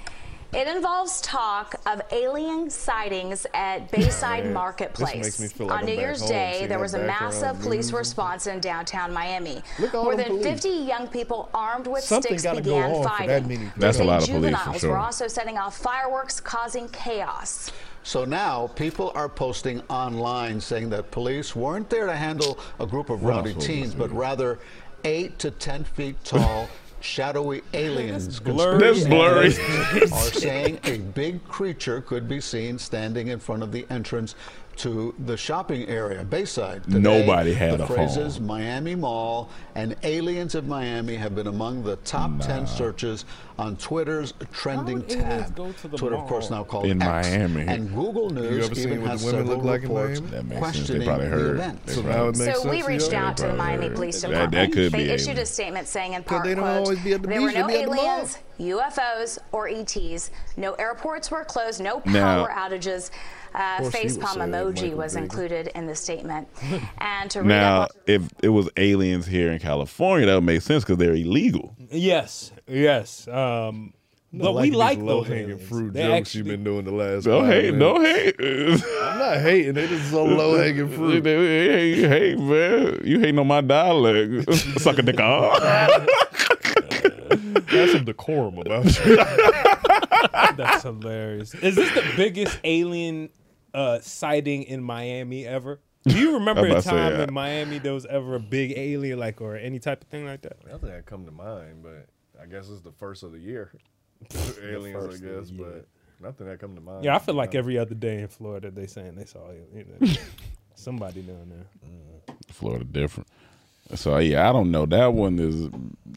Speaker 19: It involves talk of alien sightings at Bayside
Speaker 18: Man,
Speaker 19: Marketplace.
Speaker 18: this makes me feel like
Speaker 19: On
Speaker 18: I'm
Speaker 19: New
Speaker 18: back
Speaker 19: Year's
Speaker 18: home,
Speaker 19: Day,
Speaker 18: seeing
Speaker 19: there
Speaker 18: that
Speaker 19: was a
Speaker 18: background
Speaker 19: massive police
Speaker 18: music.
Speaker 19: response in downtown Miami.
Speaker 18: Look at all
Speaker 19: More
Speaker 18: them
Speaker 19: than
Speaker 18: police.
Speaker 19: 50 young people armed with
Speaker 18: Something
Speaker 19: sticks
Speaker 18: gotta go
Speaker 19: began
Speaker 18: on Oh, for that
Speaker 19: fighting.
Speaker 18: many
Speaker 19: They
Speaker 1: That's a
Speaker 19: say
Speaker 1: lot of police, for
Speaker 19: juveniles
Speaker 1: sure.
Speaker 19: were also setting off fireworks, causing chaos.
Speaker 18: So now people are posting online saying that police weren't there to handle a group of
Speaker 1: Well,
Speaker 18: rowdy
Speaker 1: so-
Speaker 18: teens, but rather eight to ten feet tall. [LAUGHS] Shadowy aliens,
Speaker 1: blurry.
Speaker 18: conspiracy
Speaker 1: That's blurry.
Speaker 18: theorists
Speaker 9: [LAUGHS]
Speaker 18: are saying a big creature could be seen standing in front of the entrance to the shopping area, Bayside. Today,
Speaker 1: Nobody had
Speaker 18: the
Speaker 1: a
Speaker 18: phrases Miami Mall and aliens of Miami have been among the top ten searches on Twitter's trending
Speaker 9: aliens
Speaker 18: tab.
Speaker 9: go to the
Speaker 18: Twitter, of course,
Speaker 9: mall?
Speaker 18: now called
Speaker 1: In
Speaker 18: X,
Speaker 1: Miami.
Speaker 18: and Google
Speaker 1: You
Speaker 18: News
Speaker 1: ever seen
Speaker 18: even
Speaker 1: what
Speaker 18: has
Speaker 1: the women
Speaker 18: several
Speaker 1: look like in
Speaker 18: reports
Speaker 1: Miami? That makes sense. They
Speaker 18: questioning
Speaker 1: probably
Speaker 18: the
Speaker 1: heard.
Speaker 18: event.
Speaker 1: They So now it probably- makes
Speaker 19: So we
Speaker 1: sense to
Speaker 19: reached
Speaker 1: you?
Speaker 19: out to the
Speaker 1: Probably
Speaker 19: Miami
Speaker 1: heard. That-
Speaker 19: Police
Speaker 1: that
Speaker 19: Department.
Speaker 1: could
Speaker 19: they
Speaker 1: be
Speaker 19: issued a
Speaker 1: aliens.
Speaker 19: statement saying in
Speaker 1: 'Cause
Speaker 19: part,
Speaker 1: they don't
Speaker 19: quote,
Speaker 1: always be at the
Speaker 19: there
Speaker 1: beach,
Speaker 19: were no
Speaker 1: they be at the mall."
Speaker 19: aliens, UFOs, or ETs. No airports were closed. No power
Speaker 1: Now-
Speaker 19: outages.
Speaker 1: Of
Speaker 19: Uh,
Speaker 1: course she would
Speaker 19: facepalm
Speaker 1: say that,
Speaker 19: emoji
Speaker 1: Michael
Speaker 19: was
Speaker 1: Jackson.
Speaker 19: included in the
Speaker 1: [LAUGHS]
Speaker 19: statement. and to read
Speaker 1: Now,
Speaker 19: up
Speaker 1: if it was aliens here in California, that would make sense because they're illegal.
Speaker 9: Yes, yes. Um, but we like
Speaker 10: low
Speaker 9: those
Speaker 10: hanging
Speaker 9: aliens.
Speaker 10: fruit
Speaker 9: They
Speaker 10: jokes
Speaker 9: actually-
Speaker 10: you've been doing the last.
Speaker 1: No
Speaker 10: five
Speaker 1: hate, no
Speaker 10: minutes.
Speaker 1: hate. I'm
Speaker 10: not hating. It is
Speaker 1: [LAUGHS]
Speaker 10: so low hanging fruit.
Speaker 1: Hey, hey, hey, man, you hating on my dialect? [LAUGHS] Suck a dick off.
Speaker 10: [LAUGHS] Have some
Speaker 1: [LAUGHS]
Speaker 10: decorum about you.
Speaker 9: [LAUGHS] That's hilarious. Is this the biggest alien uh, sighting in Miami ever? Do you remember
Speaker 1: I'm
Speaker 9: a
Speaker 1: about to say,
Speaker 9: time
Speaker 1: uh,
Speaker 9: in Miami there was ever a big alien like or any type of thing like that?
Speaker 10: Nothing that come to mind, but I guess it's the first of
Speaker 1: [LAUGHS]
Speaker 10: the year. Aliens,
Speaker 9: first of
Speaker 10: I
Speaker 9: the
Speaker 10: guess, but nothing that come to mind.
Speaker 1: Uh,
Speaker 9: Yeah, I feel like every other day in Florida they saying they saw alien. [LAUGHS] somebody down there.
Speaker 1: Florida different. So yeah, I don't know. That one is.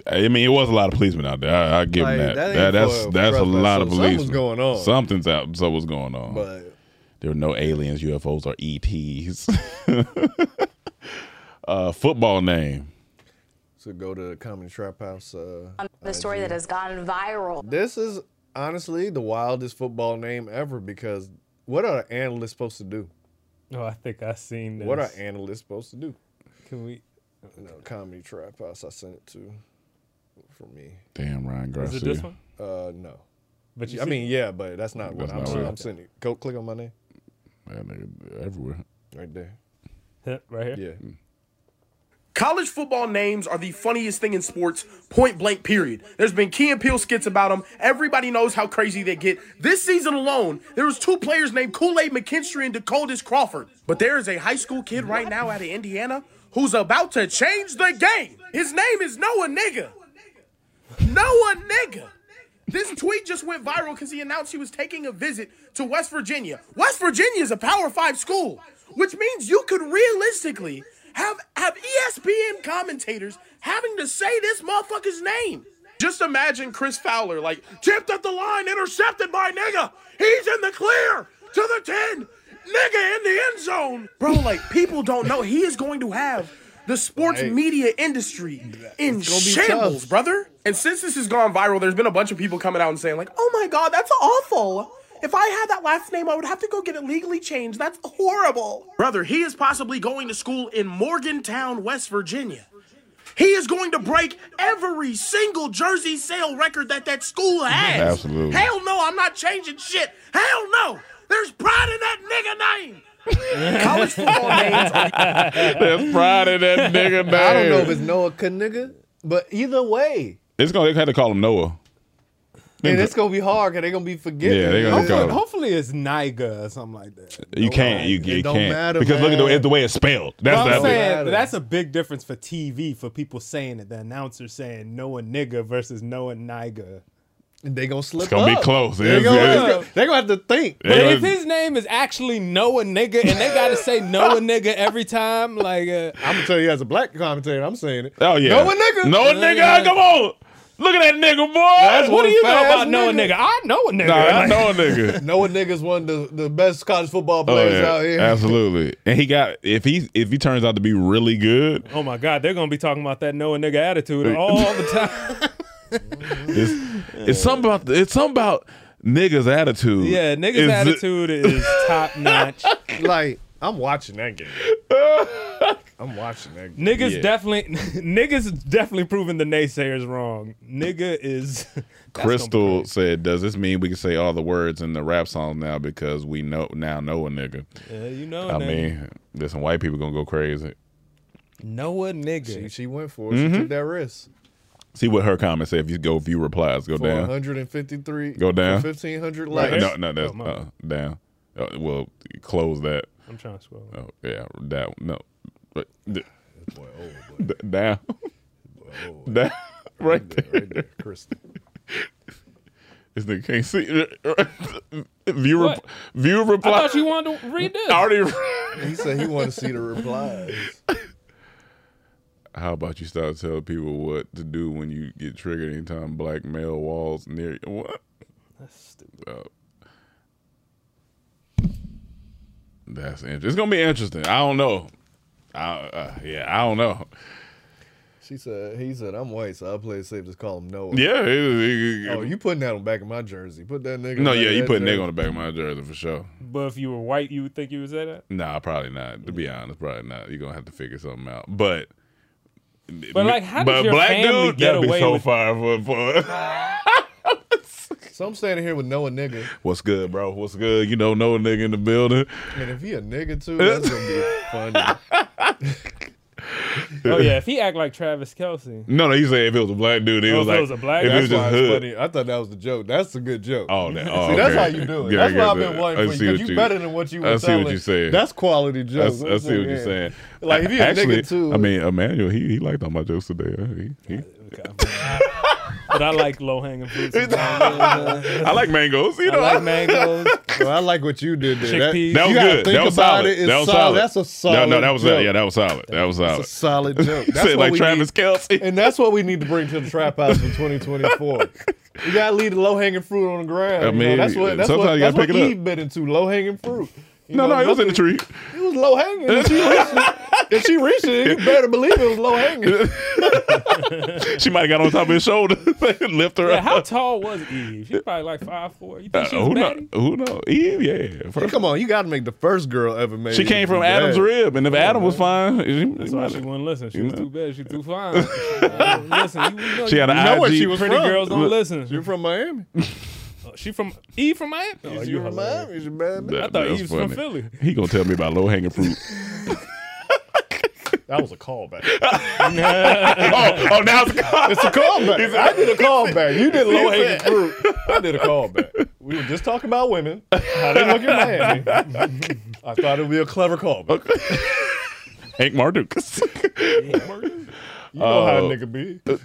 Speaker 1: I mean, it was a lot of policemen out there. I, I give
Speaker 10: Like,
Speaker 1: them that.
Speaker 10: that ain't
Speaker 1: that that's
Speaker 10: for-
Speaker 1: that's a
Speaker 10: for-
Speaker 1: lot of
Speaker 10: so something's
Speaker 1: policemen.
Speaker 10: going on.
Speaker 1: Something's out. So what's going on?
Speaker 10: But-
Speaker 1: there were no aliens, UFOs, or ETs. [LAUGHS] uh, football name.
Speaker 10: So go to Comedy Trap House. Uh,
Speaker 19: on the story
Speaker 10: IG.
Speaker 19: that has gone viral.
Speaker 10: This is honestly the wildest football name ever because what are analysts supposed to do?
Speaker 9: Oh, I think I seen this.
Speaker 10: What are analysts supposed to do?
Speaker 9: Can we?
Speaker 10: No, Comedy Trap House. I sent it to for me.
Speaker 1: Damn, Ryan
Speaker 9: Is
Speaker 1: Garcia.
Speaker 9: it this one?
Speaker 10: Uh, no.
Speaker 9: But you
Speaker 10: I
Speaker 9: see-
Speaker 10: mean, yeah, but that's not what
Speaker 1: That's
Speaker 10: I'm,
Speaker 1: not
Speaker 10: sending.
Speaker 1: what-
Speaker 10: I'm sending. Go click on my name
Speaker 1: That nigga everywhere.
Speaker 10: right there.
Speaker 9: right
Speaker 10: here. Yeah.
Speaker 20: College football names are the funniest thing in sports, point blank, period. There's been Key and Peele skits about them. Everybody knows how crazy they get. This season alone, there was two players named Kool-Aid McKinstry and Dakotas Crawford. But there is a high school kid right now out of Indiana who's about to change the game. His name is Noah Nigga. Noah Nigga. This tweet just went viral because he announced he was taking a visit to West Virginia. West Virginia is a Power Five school, which means you could realistically have, have E ESPN commentators having to say this motherfucker's name. Just imagine Chris Fowler, like, tipped at the line, intercepted by nigga. He's in the clear to the 10. Nigga in the end zone. Bro, like, people don't know. He is going to have the sports media industry in It's gonna be shambles, tough. brother. And since this has gone viral, there's been a bunch of people coming out and saying, like, oh my God, that's awful. If I had that last name, I would have to go get it legally changed. That's horrible. Brother, he is possibly going to school in Morgantown, West Virginia. He is going to break every single jersey sale record that
Speaker 10: [LAUGHS]
Speaker 20: that school has.
Speaker 1: Absolutely.
Speaker 20: Hell no, I'm not changing shit. Hell no. There's pride in that nigga name. College football names
Speaker 1: There's [LAUGHS] pride in that nigga name.
Speaker 10: I don't know if it's Noah Knigga, but either way,
Speaker 1: It's gonna they had to call him Noah.
Speaker 10: and it's gonna be hard because they're gonna be forgetting.
Speaker 1: Yeah, they gonna
Speaker 10: Hopefully-
Speaker 1: go.
Speaker 9: Hopefully it's Niger or something like that.
Speaker 1: You can't. You, you
Speaker 10: don't
Speaker 1: can't.
Speaker 10: matter,
Speaker 1: because look at
Speaker 10: man.
Speaker 1: the, the way it's spelled. That's
Speaker 9: But
Speaker 1: that
Speaker 9: I'm saying
Speaker 1: thing.
Speaker 9: that's a big difference for TV for people saying it. The announcer saying Noah nigga versus Noah nigga.
Speaker 10: They gonna slip.
Speaker 1: It's gonna be close.
Speaker 9: They
Speaker 1: It's-
Speaker 9: gonna,
Speaker 1: it's-
Speaker 10: they gonna have to think.
Speaker 9: But
Speaker 1: They
Speaker 9: if
Speaker 1: gonna-
Speaker 9: his name is actually Noah nigga and they gotta
Speaker 1: [LAUGHS]
Speaker 9: say Noah nigga every time, like uh,
Speaker 10: I'm gonna tell you as a black commentator, I'm saying it.
Speaker 1: Oh yeah.
Speaker 10: Noah Nigga.
Speaker 1: Noah nigga. Come on. Look at that nigga, boy.
Speaker 10: That's
Speaker 9: what do
Speaker 10: one
Speaker 9: you know
Speaker 10: fast
Speaker 9: about Noah nigga? I know a nigga.
Speaker 1: Nah, I
Speaker 9: Like,
Speaker 1: know a [LAUGHS]
Speaker 10: [LAUGHS]
Speaker 1: nigga. Oh.
Speaker 10: Noah Nigga's one of the, the best college football players out here.
Speaker 9: [LAUGHS]
Speaker 1: Absolutely. And he got if he if he turns out to be really good,
Speaker 9: Oh my God, they're gonna be talking about that Noah nigga attitude
Speaker 1: [LAUGHS]
Speaker 9: all the time.
Speaker 1: it's, it's something about it's something about niggas attitude.
Speaker 9: yeah, niggas
Speaker 1: Is it-
Speaker 9: attitude is top notch.
Speaker 10: Like I'm watching that [LAUGHS] game. I'm watching that game.
Speaker 9: Niggas
Speaker 10: Yeah.
Speaker 9: definitely, [LAUGHS] niggas definitely proving the naysayers wrong. Nigga is [LAUGHS] that's gonna
Speaker 1: Crystal said, "Does this mean we can say all the words in the rap song now because we know now know a nigga?"
Speaker 9: Yeah, you know a
Speaker 1: I
Speaker 9: nigga.
Speaker 1: mean, listen, white people gonna go crazy.
Speaker 9: be Noah nigga.
Speaker 10: She, she went for it.
Speaker 1: Mhm.
Speaker 10: She took that risk.
Speaker 1: See what her comments say. If you go view replies, go
Speaker 10: for
Speaker 1: down,
Speaker 10: 153.
Speaker 1: go down,
Speaker 10: for 1500 likes.
Speaker 1: No,
Speaker 9: Oh,
Speaker 1: no, that's uh, down. Uh, well, close that.
Speaker 9: I'm trying to scroll.
Speaker 1: Oh yeah, down. No, but th-
Speaker 10: oh,
Speaker 1: [LAUGHS] d- down, down, right, there,
Speaker 10: right there, Kristen.
Speaker 1: [LAUGHS] This nigga can't see. [LAUGHS] viewer, viewer reply.
Speaker 9: I thought you wanted to read
Speaker 1: [LAUGHS]
Speaker 9: this.
Speaker 1: I already.
Speaker 10: he said he wanted to see the replies.
Speaker 1: How about you start telling people what to do when you get triggered anytime black male walls near you? What?
Speaker 9: That's stupid.
Speaker 1: Uh, that's interesting. It's gonna be interesting. I don't know. I, uh, yeah, I don't know.
Speaker 10: She said, he said, I'm white, so I'll play it safe. Just call him Noah.
Speaker 1: Yeah, it- it-
Speaker 10: oh, you putting that on the back of my jersey. Put
Speaker 9: Oh,
Speaker 10: that nigga.
Speaker 1: No,
Speaker 10: on
Speaker 1: yeah,
Speaker 10: that
Speaker 1: you put
Speaker 10: jersey.
Speaker 1: nigga on the back of my jersey for sure.
Speaker 9: But if you were white, you would think you would say that.
Speaker 1: Nah, probably not. To be honest, probably not. You're gonna have to figure something out. But
Speaker 9: But, like, how does your family get
Speaker 1: that'd
Speaker 9: away
Speaker 1: be so
Speaker 9: with-
Speaker 1: far for, for [LAUGHS]
Speaker 10: [LAUGHS] So I'm standing here with Noah nigga.
Speaker 1: What's good, bro? What's good? You know, no nigga in the building.
Speaker 10: And if he a
Speaker 1: [LAUGHS]
Speaker 10: nigga too, that's gonna be funny.
Speaker 9: [LAUGHS] Oh yeah, if he act like Travis Kelsey,
Speaker 1: [LAUGHS] No, no, you say if it was a black dude, he
Speaker 9: Oh,
Speaker 1: was
Speaker 9: if it
Speaker 1: like
Speaker 9: was a black
Speaker 1: if
Speaker 9: guy?
Speaker 1: it was
Speaker 9: That's
Speaker 1: just
Speaker 9: why it's
Speaker 1: hood.
Speaker 10: Funny. I thought that was the joke. That's a good joke.
Speaker 1: Oh, that, oh
Speaker 10: [LAUGHS] see, that's
Speaker 1: okay.
Speaker 10: how you do it.
Speaker 1: Yeah, I
Speaker 10: that's why I've
Speaker 1: get
Speaker 10: been
Speaker 1: that.
Speaker 10: waiting
Speaker 1: I
Speaker 10: for you.
Speaker 1: see
Speaker 10: Because
Speaker 1: what
Speaker 10: you better than what you were
Speaker 1: I see what
Speaker 10: telling.
Speaker 1: you saying.
Speaker 10: That's quality
Speaker 1: I,
Speaker 10: jokes.
Speaker 1: s- I
Speaker 10: That's
Speaker 1: see what
Speaker 10: it,
Speaker 1: you're
Speaker 10: yeah. [LAUGHS]
Speaker 1: saying.
Speaker 10: Like, if he a
Speaker 1: Actually,
Speaker 10: nigga, too-
Speaker 1: I mean, Emmanuel, he he liked all my jokes today. He, he-
Speaker 9: but I like low hanging fruits.
Speaker 1: [LAUGHS] I like mangoes. You know,
Speaker 10: I like mangoes. [LAUGHS] well, I like what you did
Speaker 1: That,
Speaker 10: there.
Speaker 1: that was
Speaker 10: you gotta
Speaker 1: good.
Speaker 10: think
Speaker 1: That was
Speaker 10: about
Speaker 1: solid.
Speaker 10: it. It's
Speaker 1: that was
Speaker 10: solid.
Speaker 1: solid.
Speaker 10: That's a solid.
Speaker 1: No, no, that was
Speaker 10: joke.
Speaker 1: yeah, that was solid. That was solid.
Speaker 10: That's a
Speaker 1: [LAUGHS]
Speaker 10: solid joke. That's
Speaker 1: Oh. Said
Speaker 10: what
Speaker 1: like
Speaker 10: we
Speaker 1: Travis Kelsey.
Speaker 10: And that's what we need to bring to the trap house for 2024.
Speaker 1: [LAUGHS]
Speaker 10: you gotta leave the low hanging fruit on the ground.
Speaker 1: I
Speaker 10: you know?
Speaker 1: mean,
Speaker 10: that's what that's
Speaker 1: sometimes
Speaker 10: what,
Speaker 1: you
Speaker 10: that's
Speaker 1: gotta
Speaker 10: what
Speaker 1: pick it up.
Speaker 10: Eve been into low hanging fruit. You
Speaker 1: No,
Speaker 10: know,
Speaker 1: no, it was in the tree.
Speaker 10: It was
Speaker 1: [LAUGHS]
Speaker 10: low hanging. If she reached it, if she reached it, you [LAUGHS] better believe it was low hanging.
Speaker 1: [LAUGHS] she might have got on top of his shoulder, [LAUGHS] lift her
Speaker 9: Yeah,
Speaker 1: up.
Speaker 9: how tall was Eve? She's probably like five four. You
Speaker 1: Uh,
Speaker 9: think she's
Speaker 1: who
Speaker 9: bad?
Speaker 1: knows? Who knows? Eve, yeah. First-
Speaker 10: Come on, you gotta make the first girl ever made.
Speaker 1: She
Speaker 10: it
Speaker 1: came
Speaker 10: be
Speaker 1: from
Speaker 10: bad.
Speaker 1: Adam's rib, and if Adam was fine, she,
Speaker 9: That's
Speaker 1: she
Speaker 9: why
Speaker 1: might-
Speaker 9: she wouldn't listen. She
Speaker 1: you
Speaker 9: was
Speaker 1: know.
Speaker 9: too bad. She was
Speaker 1: [LAUGHS]
Speaker 9: too fine. Uh, listen, you know,
Speaker 1: She had
Speaker 9: you
Speaker 1: an
Speaker 9: know where
Speaker 1: IG.
Speaker 9: she was Pretty
Speaker 1: from.
Speaker 9: girls don't
Speaker 1: Look.
Speaker 9: listen. She
Speaker 10: You're from Miami.
Speaker 9: Oh, from Eve from Miami. Oh,
Speaker 10: you from Miami? Is your bad?
Speaker 1: That-
Speaker 9: I thought he
Speaker 1: that's
Speaker 9: was from Philly.
Speaker 1: He gonna tell me about low hanging
Speaker 10: [LAUGHS]
Speaker 1: fruit.
Speaker 10: That was a [LAUGHS] callback.
Speaker 1: oh, oh, now it's a call.
Speaker 10: It's a
Speaker 1: He
Speaker 10: callback.
Speaker 1: said-
Speaker 10: I did a callback. You did
Speaker 1: He
Speaker 10: low
Speaker 1: said-
Speaker 10: hanging fruit. I did a callback. We were just talking about women. How they look in [LAUGHS] Miami. I thought it would be a clever callback.
Speaker 1: Hank
Speaker 10: [LAUGHS]
Speaker 1: Mardukas. Uh,
Speaker 10: You know how a nigga be.
Speaker 1: Duh,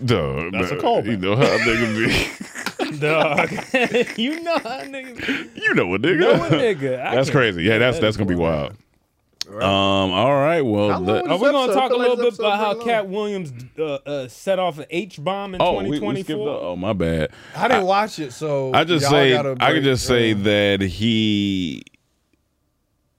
Speaker 10: That's a
Speaker 1: man.
Speaker 10: callback.
Speaker 1: You know how a
Speaker 10: [LAUGHS]
Speaker 1: nigga
Speaker 9: Dog, [LAUGHS] you know how niggas.
Speaker 1: be. You know a nigga.
Speaker 9: Know a nigga. I
Speaker 1: that's
Speaker 9: can't-
Speaker 1: crazy. Yeah, that's that's gonna be wild. Um. All right. Well. let-
Speaker 9: Are we gonna
Speaker 10: episode?
Speaker 9: talk
Speaker 10: I
Speaker 9: a
Speaker 10: feel like
Speaker 9: little
Speaker 10: this episode
Speaker 9: bit about how
Speaker 10: been long.
Speaker 9: Cat Williams uh, uh, set off an H bomb in
Speaker 1: oh, we, we skipped.
Speaker 9: 2024?
Speaker 1: the- Oh, my bad.
Speaker 10: I didn't watch it, so
Speaker 1: I just
Speaker 10: y'all
Speaker 1: say
Speaker 10: gotta
Speaker 1: I
Speaker 10: break-
Speaker 1: can just say
Speaker 10: uh,
Speaker 1: that he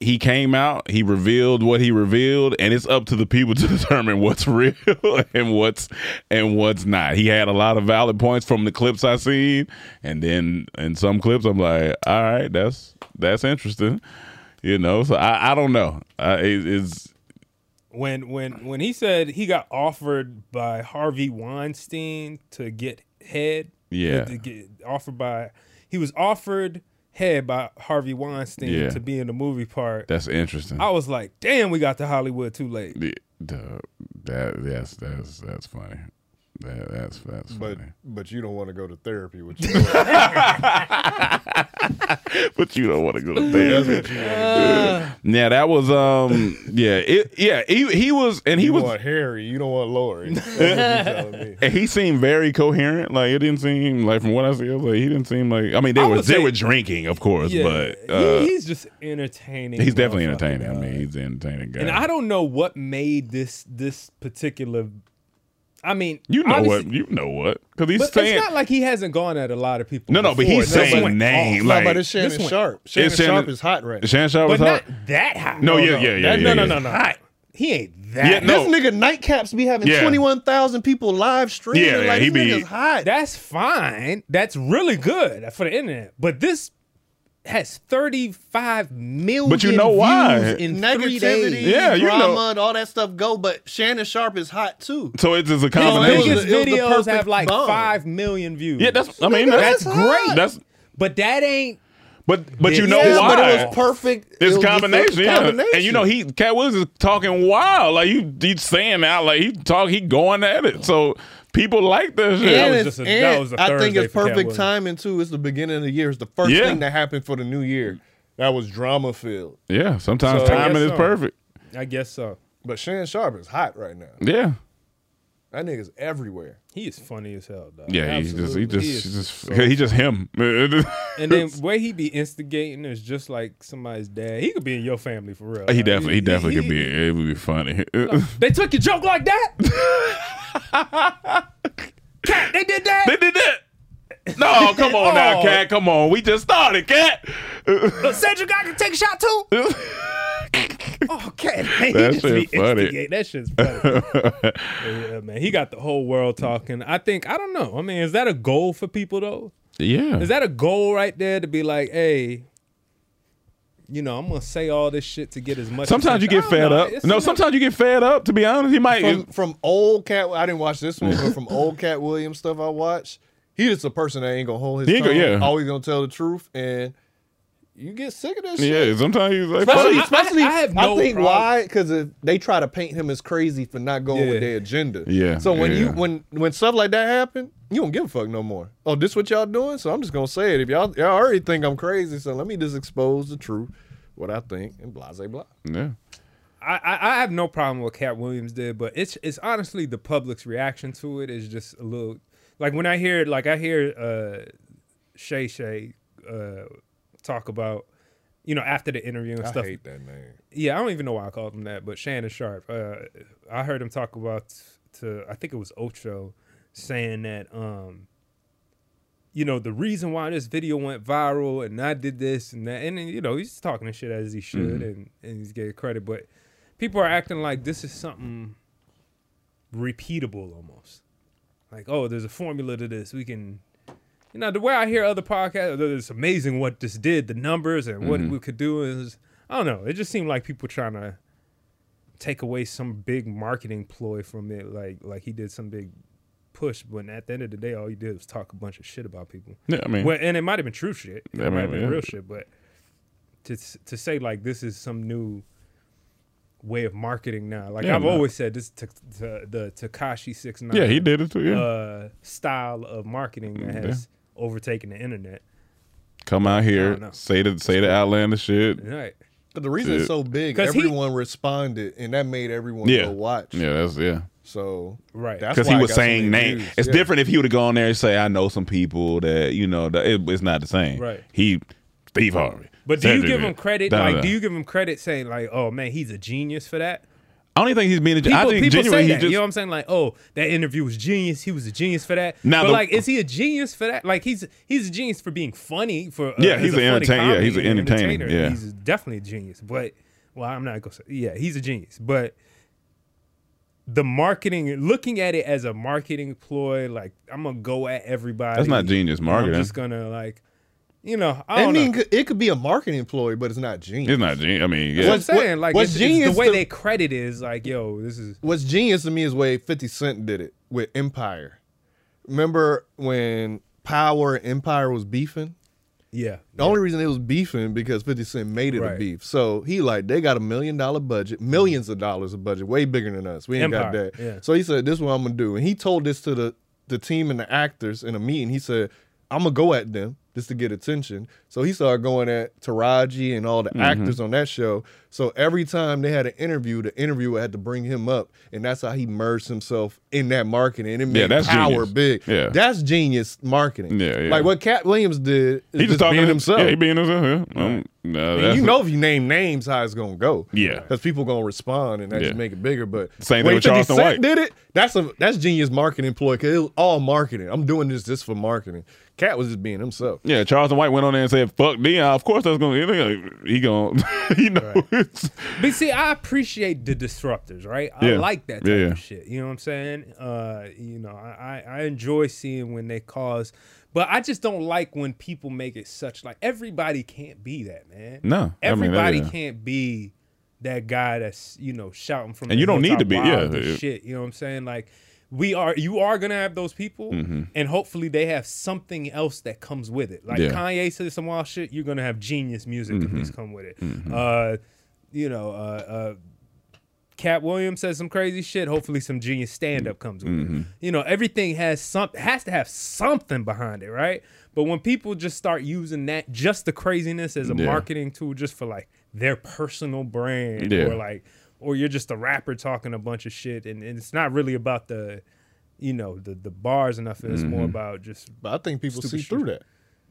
Speaker 1: he came out, he revealed what he revealed, and it's up to the people to [LAUGHS] determine what's real [LAUGHS] and what's and what's not. He had a lot of valid points from the clips I seen, and then in some clips I'm like, all right, that's that's interesting, you know. So I I don't know. I, it, it's
Speaker 9: when when when he said he got offered by Harvey Weinstein to get head.
Speaker 1: Yeah.
Speaker 9: to get offered by he was offered head by Harvey Weinstein
Speaker 1: Yeah.
Speaker 9: to be in the movie part.
Speaker 1: that's interesting.
Speaker 9: I was like, damn, we got to Hollywood too late.
Speaker 1: Yeah, duh, that that's that's that's funny. That, that's that's funny.
Speaker 10: But but you don't want to go to therapy [LAUGHS] with your boy.
Speaker 1: [LAUGHS] but you don't want to go to therapy. yeah, that was um yeah, it yeah, he he was and he
Speaker 10: You
Speaker 1: was
Speaker 10: want Harry. You don't want [LAUGHS] Lori. That's what you telling me.
Speaker 1: and he seemed very coherent. Like it didn't seem like from what I see, I was like he didn't seem like I mean they
Speaker 9: I
Speaker 1: were
Speaker 9: would
Speaker 1: they
Speaker 9: say-
Speaker 1: were drinking, of course,
Speaker 9: Yeah,
Speaker 1: but uh,
Speaker 9: he, he's just entertaining.
Speaker 1: he's definitely
Speaker 9: motherfucker,
Speaker 1: entertaining. I
Speaker 9: dog.
Speaker 1: mean, he's an entertaining guy.
Speaker 9: And I don't know what made this this particular. I mean,
Speaker 1: you know
Speaker 9: obviously-
Speaker 1: what? You know what? Because he's
Speaker 9: but
Speaker 1: saying
Speaker 9: it's not like he hasn't gone at a lot of people.
Speaker 1: no, no, but
Speaker 9: before.
Speaker 1: he's
Speaker 9: This
Speaker 1: saying
Speaker 9: went
Speaker 1: name
Speaker 9: off.
Speaker 1: like
Speaker 10: but it's Shannon
Speaker 9: this one-
Speaker 10: Sharp.
Speaker 1: it's
Speaker 10: Shannon, Sharp
Speaker 1: Shannon-
Speaker 10: is hot right now.
Speaker 1: Shannon Sharp
Speaker 9: but
Speaker 1: was
Speaker 9: not
Speaker 1: hot.
Speaker 9: that high.
Speaker 1: No, yeah, yeah, yeah,
Speaker 9: That-
Speaker 1: yeah,
Speaker 9: No, no,
Speaker 1: yeah.
Speaker 9: no, no, hot. He ain't that.
Speaker 1: Yeah, no.
Speaker 10: This nigga nightcaps be having
Speaker 1: Yeah.
Speaker 10: twenty one thousand people live streaming.
Speaker 1: Yeah, yeah,
Speaker 10: like,
Speaker 1: he
Speaker 10: this
Speaker 1: be-
Speaker 10: nigga's hot.
Speaker 9: That's fine. That's really good for the internet. But this has 35 million
Speaker 1: But you know why?
Speaker 9: views in three
Speaker 10: negativity,
Speaker 9: days.
Speaker 1: Yeah, you
Speaker 10: drama,
Speaker 1: know.
Speaker 10: and all that stuff go. But Shannon Sharp is hot too.
Speaker 1: So it's just a
Speaker 9: His
Speaker 10: Oh, it was
Speaker 1: combination.
Speaker 9: biggest
Speaker 10: the- it was the
Speaker 9: videos
Speaker 10: perfect
Speaker 9: have like
Speaker 10: bomb.
Speaker 9: 5 million views.
Speaker 1: yeah, that's I mean
Speaker 9: that's,
Speaker 1: that's,
Speaker 9: great.
Speaker 1: That's
Speaker 9: but that ain't
Speaker 1: but but you
Speaker 9: Yeah,
Speaker 1: know
Speaker 10: yeah,
Speaker 1: why?
Speaker 10: but it was perfect.
Speaker 1: It's
Speaker 10: it was
Speaker 1: a
Speaker 10: just
Speaker 1: combination, yeah.
Speaker 10: combination.
Speaker 1: And you know, he Cat Williams is talking wild. Like you he's saying out like he talk he going at it. So people like this shit.
Speaker 9: That
Speaker 10: And
Speaker 9: was
Speaker 10: it's-
Speaker 9: just a- that
Speaker 10: and
Speaker 9: was a
Speaker 10: I think
Speaker 9: Thursday
Speaker 10: it's
Speaker 9: for Cat
Speaker 10: perfect
Speaker 9: Williams.
Speaker 10: timing too. It's the beginning of the year. It's the first
Speaker 1: Yeah.
Speaker 10: thing that happened for the new year. That was drama filled.
Speaker 1: Yeah, sometimes timing is perfect.
Speaker 10: I guess so. But Shannon Sharp is hot right now.
Speaker 1: Yeah.
Speaker 10: That nigga's everywhere.
Speaker 9: He is funny as hell, dog.
Speaker 1: Yeah, he just he just
Speaker 9: He
Speaker 1: he,
Speaker 9: is
Speaker 1: just
Speaker 9: so
Speaker 1: he just him.
Speaker 9: and
Speaker 1: [LAUGHS]
Speaker 9: then way he be instigating is just like somebody's dad. He could be in your family for real.
Speaker 1: Uh, he
Speaker 9: Like,
Speaker 1: definitely he definitely could be it would be
Speaker 9: [LAUGHS]
Speaker 1: funny.
Speaker 9: They took your joke
Speaker 1: [LAUGHS]
Speaker 9: like that. Cat, they did that. They
Speaker 1: did that. no, come on
Speaker 11: Oh.
Speaker 1: now, cat. Come on, we just started, cat.
Speaker 11: Look, Cedric, I can take a shot
Speaker 1: [LAUGHS]
Speaker 11: too. oh, cat.
Speaker 9: He
Speaker 1: That
Speaker 9: just
Speaker 1: shit
Speaker 9: be
Speaker 1: funny.
Speaker 9: instigate- That shit's funny.
Speaker 1: [LAUGHS]
Speaker 9: Oh, yeah, man. He got the whole world talking. I think I don't know. I mean, is that a goal for people though?
Speaker 1: Yeah.
Speaker 9: Is that a goal right there to be like, hey, you know, I'm gonna say all this shit to get as much.
Speaker 1: Sometimes you
Speaker 9: attention?
Speaker 1: get
Speaker 9: I don't
Speaker 1: fed
Speaker 9: know.
Speaker 1: up.
Speaker 9: It's
Speaker 1: No, sometimes you get fed up. To be honest, he might.
Speaker 10: From, from old cat, I didn't watch this one, but from old Cat Williams stuff I watched, he just a person that ain't gonna hold his
Speaker 1: He ain't
Speaker 10: tongue.
Speaker 1: gonna- yeah.
Speaker 10: Always gonna tell the truth, and you get sick of that shit.
Speaker 1: yeah, sometimes he's like,
Speaker 10: especially,
Speaker 1: fuck it.
Speaker 10: especially, I,
Speaker 1: have no
Speaker 10: think
Speaker 1: problem.
Speaker 10: why because they try to paint him as crazy for not going with their agenda.
Speaker 1: Yeah,
Speaker 10: So when you
Speaker 1: yeah.
Speaker 10: when when stuff like that happen, you don't give a fuck no more. Oh, this what y'all doing? So I'm just gonna say it. If y'all y'all already think I'm crazy, so let me just expose the truth, what I think, and [LAUGHS] blah blah blah.
Speaker 1: Yeah.
Speaker 9: I, I I have no problem with Cat Williams did, but it's it's honestly the public's reaction to it is just a little like when I hear like I hear uh Shay Shay uh talk about you know after the interview and
Speaker 10: I
Speaker 9: stuff.
Speaker 10: hate that name.
Speaker 9: Yeah, I don't even know why I called him that, but Shannon Sharp. Uh I heard him talk about to I think it was Ocho saying that um you know the reason why this video went viral and I did this and that and then, you know he's talking the shit as he should
Speaker 1: Mhm.
Speaker 9: and and he's getting credit but people are acting like this is something repeatable almost like oh there's a formula to this we can you know the way I hear other podcasts "Oh, it's amazing what this did the numbers and what
Speaker 1: Mhm.
Speaker 9: we could do is I don't know it just seemed like people trying to take away some big marketing ploy from it like like he did some big push but at the end of the day all he did was talk a bunch of shit about people
Speaker 1: Yeah, I mean-
Speaker 9: well, and it might have been true shit it
Speaker 1: Yeah, I
Speaker 9: might
Speaker 1: mean,
Speaker 9: have been
Speaker 1: yeah.
Speaker 9: real shit but to s- to say like this is some new way of marketing now like
Speaker 1: Yeah,
Speaker 9: I've
Speaker 1: no.
Speaker 9: always said this t- t- the Takashi 69
Speaker 1: Yeah, he did it too, yeah.
Speaker 9: uh, style of marketing that
Speaker 1: Mm,
Speaker 9: has overtaken the internet
Speaker 1: Come out
Speaker 9: I don't know.
Speaker 1: here, say the say the outlandish shit.
Speaker 9: right
Speaker 10: But the reason
Speaker 1: Yeah.
Speaker 10: it's so big,
Speaker 9: 'Cause he-
Speaker 10: everyone responded, and that made everyone
Speaker 1: Yeah,
Speaker 10: go watch.
Speaker 1: yeah, that's yeah.
Speaker 10: So
Speaker 9: right,
Speaker 1: Because he was saying names. It's different if he would have gone there and say, "I know some people that you know." That it, it's not the same.
Speaker 9: Right.
Speaker 1: He, Steve Harvey.
Speaker 9: but do you
Speaker 1: Cedric
Speaker 9: give him
Speaker 1: Benson,
Speaker 9: credit
Speaker 1: da,
Speaker 9: like
Speaker 1: da.
Speaker 9: do you give him credit saying like oh man he's a genius for that
Speaker 1: I don't even think he's being. A,
Speaker 9: People,
Speaker 1: I think
Speaker 9: people
Speaker 1: genuinely
Speaker 9: say
Speaker 1: he
Speaker 9: that.
Speaker 1: just.
Speaker 9: you know what I'm saying? Like, oh, that interview was genius. He was a genius for that.
Speaker 1: Now
Speaker 9: but
Speaker 1: the-
Speaker 9: like, is he a genius for that? Like, he's he's a genius for being funny. For uh,
Speaker 1: Yeah,
Speaker 9: as
Speaker 1: he's
Speaker 9: a
Speaker 1: an
Speaker 9: funny
Speaker 1: entertain- yeah,
Speaker 9: comedy
Speaker 1: he's an
Speaker 9: and
Speaker 1: entertainer, yeah.
Speaker 9: he's definitely a genius. But well, I'm not gonna say. Yeah, he's a genius. But the marketing, looking at it as a marketing ploy, like I'm gonna go at everybody.
Speaker 1: That's not genius
Speaker 9: and
Speaker 1: marketing.
Speaker 9: I'm just gonna like, you know, I
Speaker 10: I,
Speaker 9: don't
Speaker 10: mean,
Speaker 9: know.
Speaker 10: c- it could be a marketing ploy, but it's not genius.
Speaker 1: He's not genius. I mean, yeah.
Speaker 9: That's what I'm saying. like,
Speaker 10: what's
Speaker 9: it's, it's
Speaker 10: genius
Speaker 9: the way
Speaker 10: to-
Speaker 9: they credit is like, yo, this is
Speaker 10: What's genius to me is the way 50 Cent did it with Empire. Remember when Power and Empire was beefing?
Speaker 9: yeah.
Speaker 10: The only reason it was beefing because 50 Cent made it
Speaker 9: Right.
Speaker 10: a beef. So he like, they got a million dollar budget, millions of dollars of budget, way bigger than us. We ain't
Speaker 9: Empire,
Speaker 10: got that.
Speaker 9: yeah.
Speaker 10: So he said, this is what I'm gonna do. And he told this to the, the team and the actors in a meeting. He said, I'm gonna go at them just to get attention. So he started going at Taraji and all the
Speaker 1: Mhm.
Speaker 10: actors on that show. So every time they had an interview, the interviewer had to bring him up. And that's how he merged himself in that marketing. And it made
Speaker 1: Yeah, that's
Speaker 10: power
Speaker 1: genius.
Speaker 10: big.
Speaker 1: Yeah.
Speaker 10: That's genius marketing.
Speaker 1: Yeah, yeah.
Speaker 10: Like what Cat Williams did
Speaker 1: He just talking
Speaker 10: being
Speaker 1: to
Speaker 10: himself.
Speaker 1: Yeah, he being himself. Yeah. Um, no,
Speaker 10: And
Speaker 1: that's-
Speaker 10: you know if you name names how it's gonna go.
Speaker 1: Yeah.
Speaker 10: because people gonna respond and that
Speaker 1: Yeah.
Speaker 10: just make it bigger. But
Speaker 1: Same thing
Speaker 10: way
Speaker 1: with Charleston
Speaker 10: 50
Speaker 1: White.
Speaker 10: Cent Did it? That's a that's genius marketing ploy. Cause it was all marketing. I'm doing this just for marketing. Cat was just being himself.
Speaker 1: Yeah, Charleston White went on there and said, "Fuck Dion." Of course, that's gonna he gonna [LAUGHS] you know.
Speaker 9: But see, I appreciate the disruptors, right? I
Speaker 1: Yeah.
Speaker 9: like that type
Speaker 1: Yeah, yeah.
Speaker 9: of shit. You know what I'm saying? Uh, you know, I, I I enjoy seeing when they cause, but I just don't like when people make it such like everybody can't be that man.
Speaker 1: No, I mean,
Speaker 9: everybody
Speaker 1: yeah.
Speaker 9: can't be that guy that's you know shouting from.
Speaker 1: And
Speaker 9: the
Speaker 1: you don't need to
Speaker 9: hilltop
Speaker 1: be,
Speaker 9: wild
Speaker 1: yeah.
Speaker 9: as shit. You know what I'm saying? Like we are, you are gonna have those people,
Speaker 1: Mhm.
Speaker 9: and hopefully they have something else that comes with it. Like
Speaker 1: Yeah.
Speaker 9: Kanye said some wild shit. You're
Speaker 1: Mm-hmm.
Speaker 9: Uh, gonna have genius music that just come with it.
Speaker 1: Mhm.
Speaker 9: Uh, you know, uh, uh, Cat Williams says some crazy shit. Hopefully, some genius stand
Speaker 1: Mm.
Speaker 9: up comes with
Speaker 1: Mm-hmm.
Speaker 9: it. You know, everything has some has to have something behind it, right? But when people just start using that, just the craziness as a
Speaker 1: Yeah.
Speaker 9: marketing tool, just for like their personal brand,
Speaker 1: Yeah.
Speaker 9: or like, or you're just a rapper talking a bunch of shit, and, and it's not really about the, you know, the the bars and nothing. It's
Speaker 1: Mm-hmm.
Speaker 9: more
Speaker 10: Mhm.
Speaker 9: about just.
Speaker 10: But I think people
Speaker 9: stupid
Speaker 10: see
Speaker 9: shit.
Speaker 10: through that.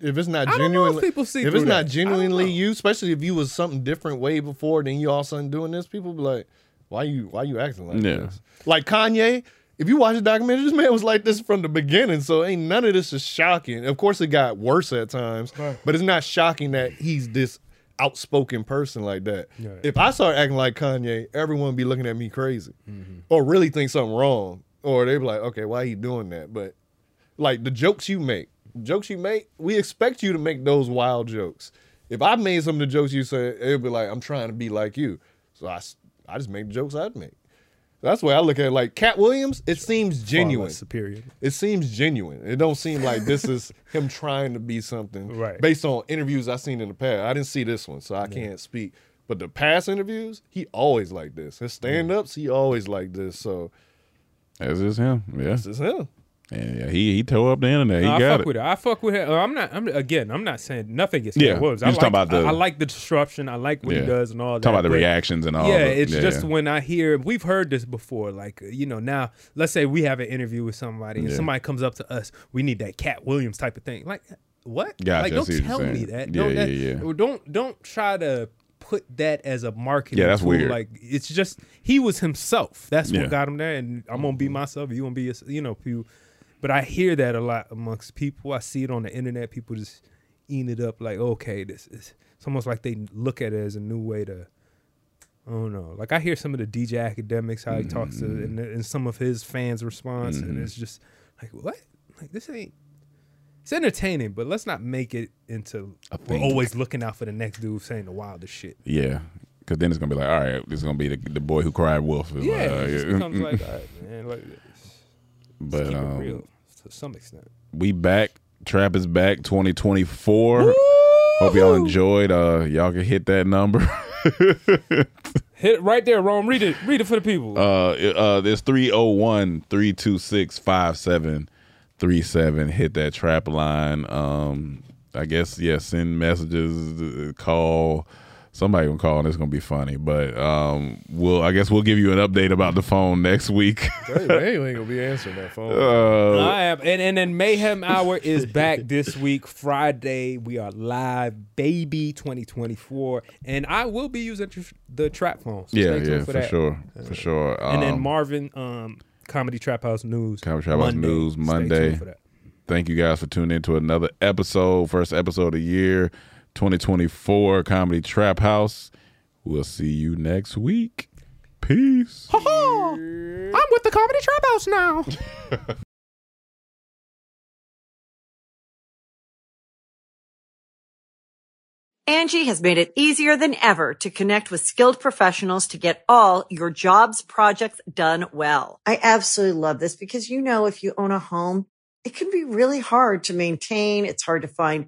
Speaker 10: If it's not
Speaker 9: I don't know if
Speaker 10: genuinely,
Speaker 9: people see
Speaker 10: if
Speaker 9: through
Speaker 10: it's
Speaker 9: that. I
Speaker 10: not
Speaker 9: don't
Speaker 10: genuinely you, especially if you was something different way before, then you all of a sudden doing this, people be like, "Why you? Why you acting like
Speaker 1: Yeah.
Speaker 10: this?" Like Kanye, if you watch the documentary, this man was like this from the beginning, so ain't none of this is shocking. Of course, it got worse at times,
Speaker 1: Right.
Speaker 10: but it's not shocking that he's this outspoken person like that.
Speaker 1: Yeah.
Speaker 10: If I start acting like Kanye, everyone would be looking at me crazy, or really think something wrong, or they be like, "Okay, why he doing that?" But like the jokes you make, jokes you make, we expect you to make those wild jokes. If I made some of the jokes you said, it'd be like, I'm trying to be like you. So I, s- I just make the jokes I'd make. That's the way I look at it. Like Cat Williams, it seems genuine.
Speaker 9: superior.
Speaker 10: It seems genuine. It don't seem like this [LAUGHS] is him trying to be something.
Speaker 9: Right.
Speaker 10: Based on interviews I've seen in the past, I didn't see this one, so I can't speak. But the past interviews, he always like this. His stand ups, he always like this. So
Speaker 1: As is him. Yeah.
Speaker 10: As is him.
Speaker 1: And yeah, he he tore up the internet. He
Speaker 9: No, I
Speaker 1: got
Speaker 9: fuck
Speaker 1: it.
Speaker 9: with it. I fuck with it. Uh, I'm not. I'm again. I'm not saying nothing against
Speaker 1: Yeah,
Speaker 9: Cat Williams.
Speaker 1: you
Speaker 9: I
Speaker 1: was talking
Speaker 9: like,
Speaker 1: about the-
Speaker 9: I, I like the disruption. I like what
Speaker 1: Yeah.
Speaker 9: he does and all that.
Speaker 1: Talking about the
Speaker 9: but-
Speaker 1: reactions and all
Speaker 9: Yeah,
Speaker 1: the-
Speaker 9: it's
Speaker 1: yeah,
Speaker 9: just
Speaker 1: yeah.
Speaker 9: when I hear we've heard this before. Like you know, now let's say we have an interview with somebody and
Speaker 1: Yeah.
Speaker 9: somebody comes up to us. We need that Cat Williams type of thing. Like what?
Speaker 1: Gotcha,
Speaker 9: like
Speaker 1: I see what
Speaker 9: don't
Speaker 1: you're
Speaker 9: tell
Speaker 1: saying.
Speaker 9: me that.
Speaker 1: Yeah,
Speaker 9: don't, that-
Speaker 1: yeah, yeah.
Speaker 9: or Don't don't try to put that as a marketing.
Speaker 1: Yeah, that's
Speaker 9: tool.
Speaker 1: weird.
Speaker 9: Like it's just he was himself. That's
Speaker 1: Yeah. Mm-hmm.
Speaker 9: what got him there. And I'm gonna be myself. You gonna be yours- you know people. But I hear that a lot amongst people. I see it on the internet. People just eating it up. Like okay, this is. It's almost like they look at it as a new way to. I don't know. Like I hear some of the DJ academics how he talks to
Speaker 1: Mm-hmm.
Speaker 9: and, and some of his fans' response, and
Speaker 1: Mhm.
Speaker 9: it's just like what? Like this ain't. It's entertaining, but let's not make it into we're
Speaker 1: thing.
Speaker 9: always looking out for the next dude saying the wildest shit.
Speaker 1: Yeah. Because then it's going to be like, all right, this is going to be the, the boy who cried wolf. It's
Speaker 9: Yeah,
Speaker 1: like,
Speaker 9: it just
Speaker 1: uh,
Speaker 9: becomes
Speaker 1: mm, [LAUGHS]
Speaker 9: like,
Speaker 1: mm.
Speaker 9: all right, man, like,
Speaker 1: But,
Speaker 9: keep
Speaker 1: um,
Speaker 9: it real to some extent.
Speaker 1: we back. Trap is back 2024. Hope y'all enjoyed. Uh, y'all can hit that number. [LAUGHS]
Speaker 9: Hit it right there, Rome. Read it. Read it for the people.
Speaker 1: Uh, it- uh, there's 301 326 5737. Hit that trap line. Um, I guess, yeah, send messages, uh, call. Somebody gonna call and it's gonna be funny, but um, we'll I guess we'll give you an update about the phone next week.
Speaker 10: [LAUGHS]
Speaker 1: [LAUGHS]
Speaker 10: hey, they ain't gonna be answering that phone.
Speaker 1: Uh,
Speaker 9: I am, and and then Mayhem Hour is back this week, Friday. We are live, baby, 2024, and I will be using tr- the trap phone. so
Speaker 1: yeah,
Speaker 9: stay tuned
Speaker 1: yeah, for,
Speaker 9: that. Uh,
Speaker 1: sure, for sure.
Speaker 9: and then
Speaker 1: Um,
Speaker 9: Marvin, um, Comedy Trap House News,
Speaker 1: Comedy Trap House
Speaker 9: Monday.
Speaker 1: News
Speaker 9: Stay tuned
Speaker 1: Monday.
Speaker 9: for that.
Speaker 1: Thank you guys for tuning in to another episode, first episode of the year, 2024 Comedy Trap House. We'll see you next week. Peace.
Speaker 11: I'm with the Comedy Trap House now.
Speaker 2: Angie has made it easier than ever to connect with skilled professionals to get all your jobs projects done well.
Speaker 3: I absolutely love this because you know, if you own a home, it can be really hard to maintain. It's hard to find